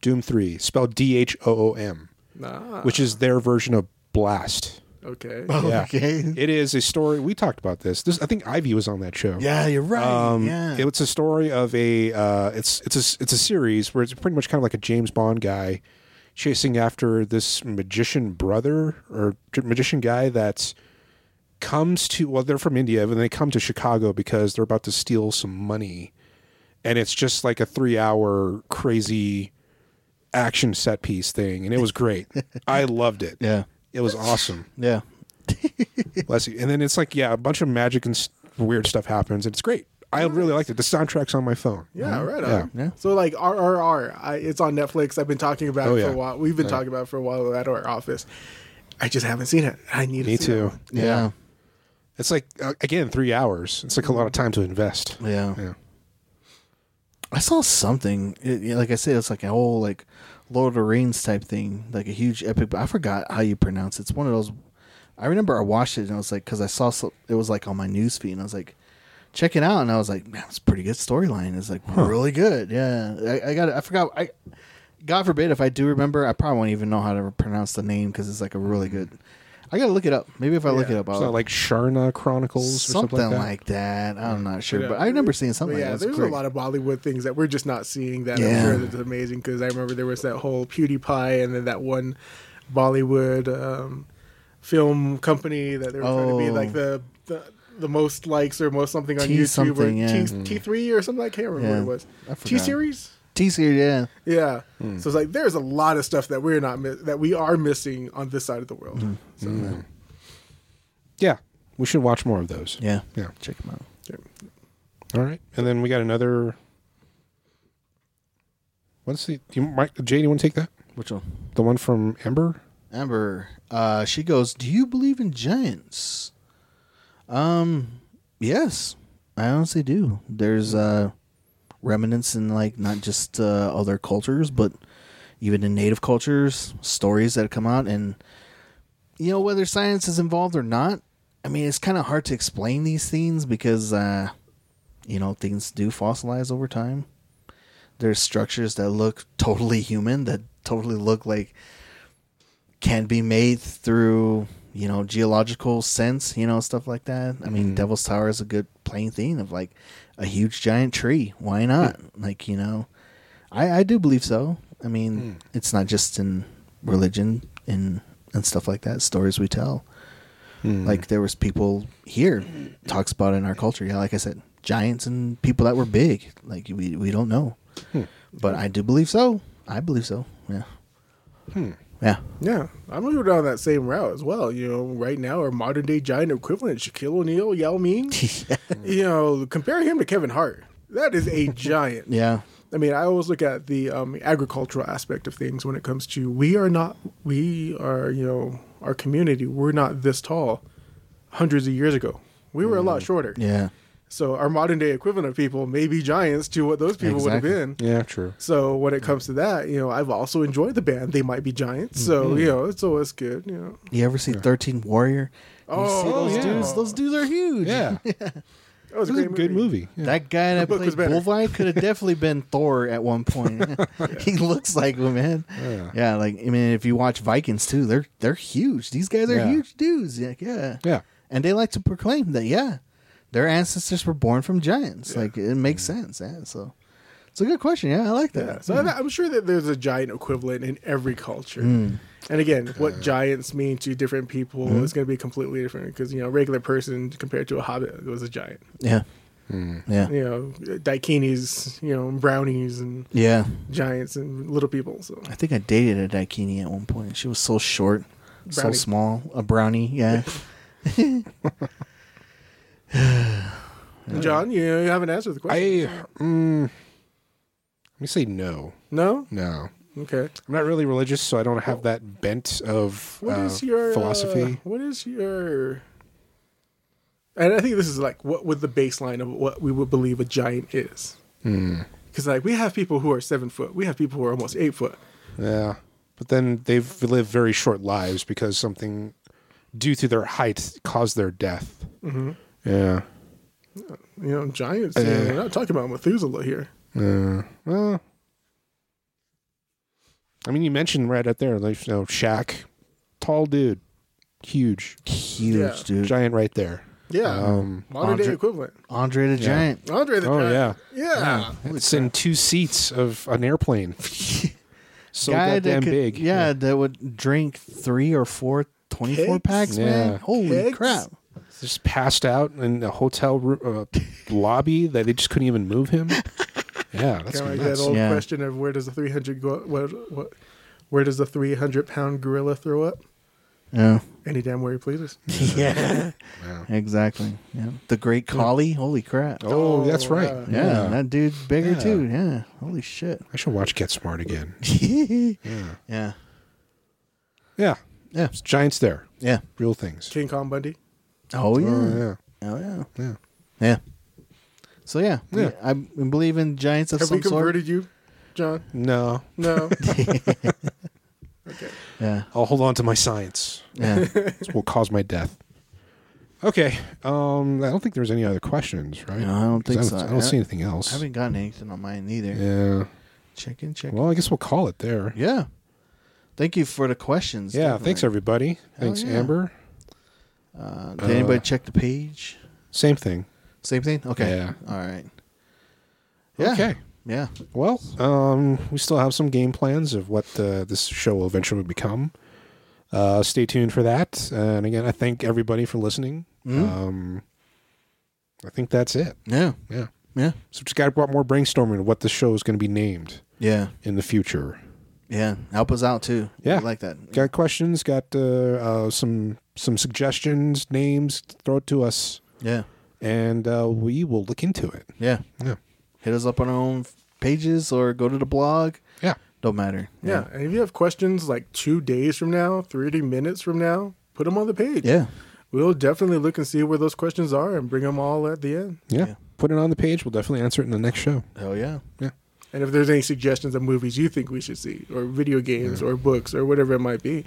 S1: Doom Three, spelled D H O O M,
S3: nah,
S1: which is their version of Blast.
S3: okay.
S1: Yeah.
S2: Okay.
S1: It is a story. We talked about this. This I think Ivy was on that show.
S2: Yeah, you're right.
S1: Um,
S2: yeah.
S1: It's a story of a uh, it's it's a it's a series where it's pretty much kind of like a James Bond guy chasing after this magician brother or j- magician guy that comes to well they're from India and they come to Chicago because they're about to steal some money and it's just like a 3 hour crazy action set piece thing and it was great. I loved it.
S2: yeah.
S1: It was awesome.
S2: Yeah.
S1: Bless you. And then it's like, yeah, a bunch of magic and s- weird stuff happens, and it's great. I really liked it. The soundtrack's on my phone.
S3: Yeah, right.
S1: Yeah.
S3: On.
S2: Mm-hmm. Yeah.
S3: So like RRR, I, it's on Netflix. I've been talking about
S1: Oh,
S3: it
S1: yeah.
S3: for a while. We've been talking about it for a while at our office. I just haven't seen it. I need
S1: Me
S3: to see that
S1: too.
S3: one.
S2: Yeah. Yeah.
S1: It's like uh, again three hours. It's like a lot of time to invest. Yeah.
S2: I saw something. It, yeah, like I said, it's like a whole like Lord of the Rings type thing, like a huge epic. But I forgot how you pronounce it. It's one of those. I remember I watched it and I was like, because I saw so, it was like on my news feed and I was like, check it out. And I was like, man, it's a pretty good storyline. It's like really good. Yeah, I, I got. it. I forgot. I God forbid if I do remember, I probably won't even know how to pronounce the name because it's like a really good. I gotta look it up. Maybe if I look
S3: Yeah.
S2: it up,
S1: It's
S2: I'll
S1: not like Sharna Chronicles or
S2: something,
S1: something like that.
S2: like that. I'm not sure,
S3: Yeah.
S2: but I remember seeing something.
S3: But yeah,
S2: like that. It's
S3: there's
S2: great.
S3: a lot of Bollywood things that we're just not seeing that
S2: Yeah.
S3: I'm sure that's amazing because I remember there was that whole PewDiePie and then that one Bollywood um, film company that they were trying to be
S2: Oh.
S3: like the, the the most likes or most something on
S2: T
S3: YouTube
S2: something,
S3: or
S2: yeah. Mm-hmm.
S3: T three or something. I can't remember
S2: Yeah.
S3: what it
S2: I
S3: was.
S2: forgot.
S3: T series.
S2: T series. Yeah,
S3: Yeah. So it's like there's a lot of stuff that we're not mi- that we are missing on this side of the world. So,
S1: Yeah. We should watch more of those.
S2: yeah,
S1: Yeah.
S2: Check them out.
S1: All right. And then we got another. What's the do you, Mike Jay? Do you want to take that?
S2: Which one?
S1: The one from Ember.
S2: Amber. Uh, she goes. Do you believe in giants? Um. Yes, I honestly do. There's uh, remnants in like not just uh, other cultures, but even in native cultures, stories that come out, and you know whether science is involved or not. I mean, it's kind of hard to explain these things because uh, you know things do fossilize over time. There's structures that look totally human that totally look like can be made through you know geological sense you know stuff like that i mean devil's tower is a good plain theme of like a huge giant tree why not like you know i i do believe so i mean it's not just in religion and and stuff like that stories we tell like there was people here talks about it in our culture yeah like i said giants and people that were big like we we don't know but i do believe so i believe so yeah yeah
S3: yeah, I'm gonna go down that same route as well. You know, right now our modern day giant equivalent, Shaquille O'Neal, Yao Ming. You know, compare him to Kevin Hart. That is a giant.
S2: Yeah.
S3: I mean, I always look at the um, agricultural aspect of things when it comes to we are not we are you know our community. We're not this tall. Hundreds of years ago, we were a lot shorter.
S2: Yeah.
S3: So our modern day equivalent of people may be giants to what those people
S2: Exactly.
S3: would have been.
S1: Yeah, true.
S3: So when it comes to that, you know, I've also enjoyed the band. They might be giants,
S2: Mm-hmm.
S3: so you know, it's always good. You know,
S2: You ever see Thirteen Warrior? You
S3: Oh,
S2: see those
S1: yeah.
S2: dudes? Those dudes are huge.
S1: Yeah, it
S3: that was
S1: was a good movie. Yeah.
S2: That guy that
S3: book was
S2: played
S3: better.
S2: Bullseye could have definitely been Thor at one point. he looks like him, man.
S1: Yeah.
S2: Yeah. like I mean, if you watch Vikings too, they're they're huge. These guys are
S1: Yeah.
S2: huge dudes. Yeah, yeah,
S1: Yeah.
S2: and they like to proclaim that. Yeah, their ancestors were born from giants. Like it makes sense. Yeah, so it's a good question. Yeah, I like
S3: Yeah,
S2: that. Mm.
S3: so I- I'm sure that there's a giant equivalent in every culture.
S2: Mm.
S3: And again, what giants mean to different people
S2: Mm-hmm.
S3: is going to be completely different because you know, a regular person compared to a hobbit was a giant.
S2: Yeah, yeah, yeah,
S3: You know, daikinis, you know, brownies and giants and little people. So
S2: I think I dated a daikini at one point. She was so short, so
S3: Brownie.
S2: small, a brownie. Yeah.
S3: John, you, you haven't answered the question.
S1: I mm, let me say no,
S3: no.
S1: no.
S3: Okay.
S1: I'm not really religious, so I don't have that bent of
S3: What
S1: uh,
S3: is your uh,
S1: philosophy.
S3: what is your? And I think this is like what would the baseline of what we would believe a giant is.
S1: Hmm.
S3: Because like we have people who are seven foot, we have people who are almost eight foot.
S1: Yeah, but then they've lived very short lives because something due to their height caused their death. Yeah.
S3: You know, giants. you know,
S1: Uh.
S3: we're not talking about Methuselah here.
S1: Uh, well, I mean, you mentioned right out there, like, you know, Shaq, tall dude, huge,
S2: Huge
S3: Yeah.
S2: dude.
S1: giant, right there.
S3: Yeah,
S1: Um,
S3: modern day
S2: Andre-
S3: equivalent.
S2: Andre the Giant.
S3: Andre the
S1: Oh,
S3: Giant. yeah,
S1: it's in two seats of an airplane. so
S2: guy that
S1: goddamn
S2: could-
S1: big.
S2: Yeah, that would drink three or four 24
S3: Kegs?
S2: packs,
S1: Yeah.
S2: man. Holy
S3: Kegs?
S2: crap.
S1: just passed out in a hotel ro- uh, lobby that they just couldn't even move him. Yeah, that's
S3: Kind of like
S1: nuts.
S3: that old
S2: Yeah.
S3: question of where does the three hundred go? What, what? Where does the three hundred pound gorilla throw up?
S2: Yeah.
S3: Any damn where he pleases.
S2: yeah. Exactly. Yeah. The Great Collie. Holy crap.
S1: Oh, that's right.
S3: Oh,
S2: yeah, That dude's bigger
S1: Yeah.
S2: too. Yeah. Holy shit.
S1: I should watch Get Smart again.
S2: yeah. Yeah.
S1: Yeah,
S2: Yeah.
S1: it's giants there,
S2: Yeah.
S1: real things.
S3: King Kong Bundy.
S2: Oh, yeah.
S1: Oh yeah,
S2: Oh, yeah.
S1: yeah.
S2: Yeah. So, yeah.
S1: Yeah.
S2: I, I believe in giants of
S3: Have
S2: some
S3: we converted you, John?
S1: No,
S3: No. okay.
S2: sort. Yeah.
S1: I'll hold on to my science.
S2: Yeah.
S1: This will cause my death. Okay, um, I don't think there's any other questions, right?
S2: No, I don't think so.
S1: I don't see anything else.
S2: I haven't gotten anything on mine either.
S1: yeah.
S2: Check in, check in.
S1: Well, I guess we'll call it there.
S2: Yeah. Thank you for the questions.
S1: Yeah. Thanks
S2: definitely.
S1: everybody. Thanks
S2: yeah.
S1: Amber.
S2: Uh, did anybody check the page?
S1: Same thing.
S2: Same thing? Okay.
S1: Yeah.
S2: All right. Yeah.
S1: Okay.
S2: Yeah.
S1: Well, um, we still have some game plans of what uh, this show will eventually become. Uh, stay tuned for that. And again, I thank everybody for listening. Um, I think that's it.
S2: Yeah.
S1: Yeah.
S2: Yeah.
S1: So just got to brought more brainstorming of what the show is going to be named
S2: Yeah.
S1: in the future.
S2: Yeah. Help us out too.
S1: Yeah.
S2: We like that.
S1: Got questions? Got uh, uh, some some suggestions, names? Throw it to us,
S2: Yeah.
S1: and uh, we will look into it.
S2: Yeah.
S1: Yeah.
S2: Hit us up on our own pages or go to the blog.
S1: Yeah.
S2: Don't matter.
S3: Yeah. And if you have questions like two days from now, 30 minutes from now, put them on the page.
S2: Yeah.
S3: We'll definitely look and see where those questions are and bring them all at the end.
S1: Yeah.
S2: Yeah.
S1: Put it on the page. We'll definitely answer it in the next show.
S2: Hell yeah.
S1: Yeah.
S3: And if there's any suggestions of movies you think we should see, or video games, or books, or whatever it might be,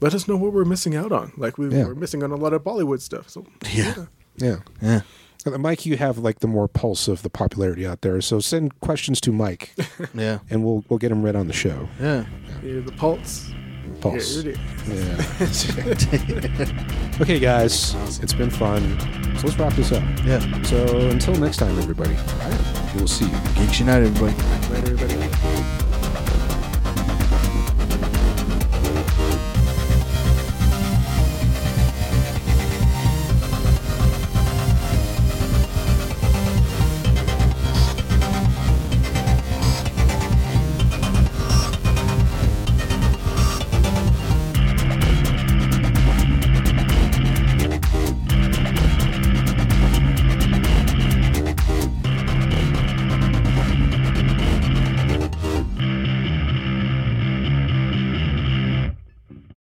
S3: let us know what we're missing out on. Like we,
S1: Yeah.
S3: we're missing on a lot of Bollywood stuff. So
S2: Yeah.
S1: Yeah.
S2: Yeah.
S1: Uh, Mike, you have like the more pulse of the popularity out there, so send questions to Mike,
S2: Yeah.
S1: and we'll we'll get him read on the show.
S2: Yeah.
S3: here's the pulse.
S1: Pulse.
S3: Here it is.
S1: Yeah. okay, guys, it's been fun. So let's wrap this up.
S2: Yeah.
S1: So until next time, everybody, we'll see you.
S2: Geeks United, everybody.
S3: Later, everybody.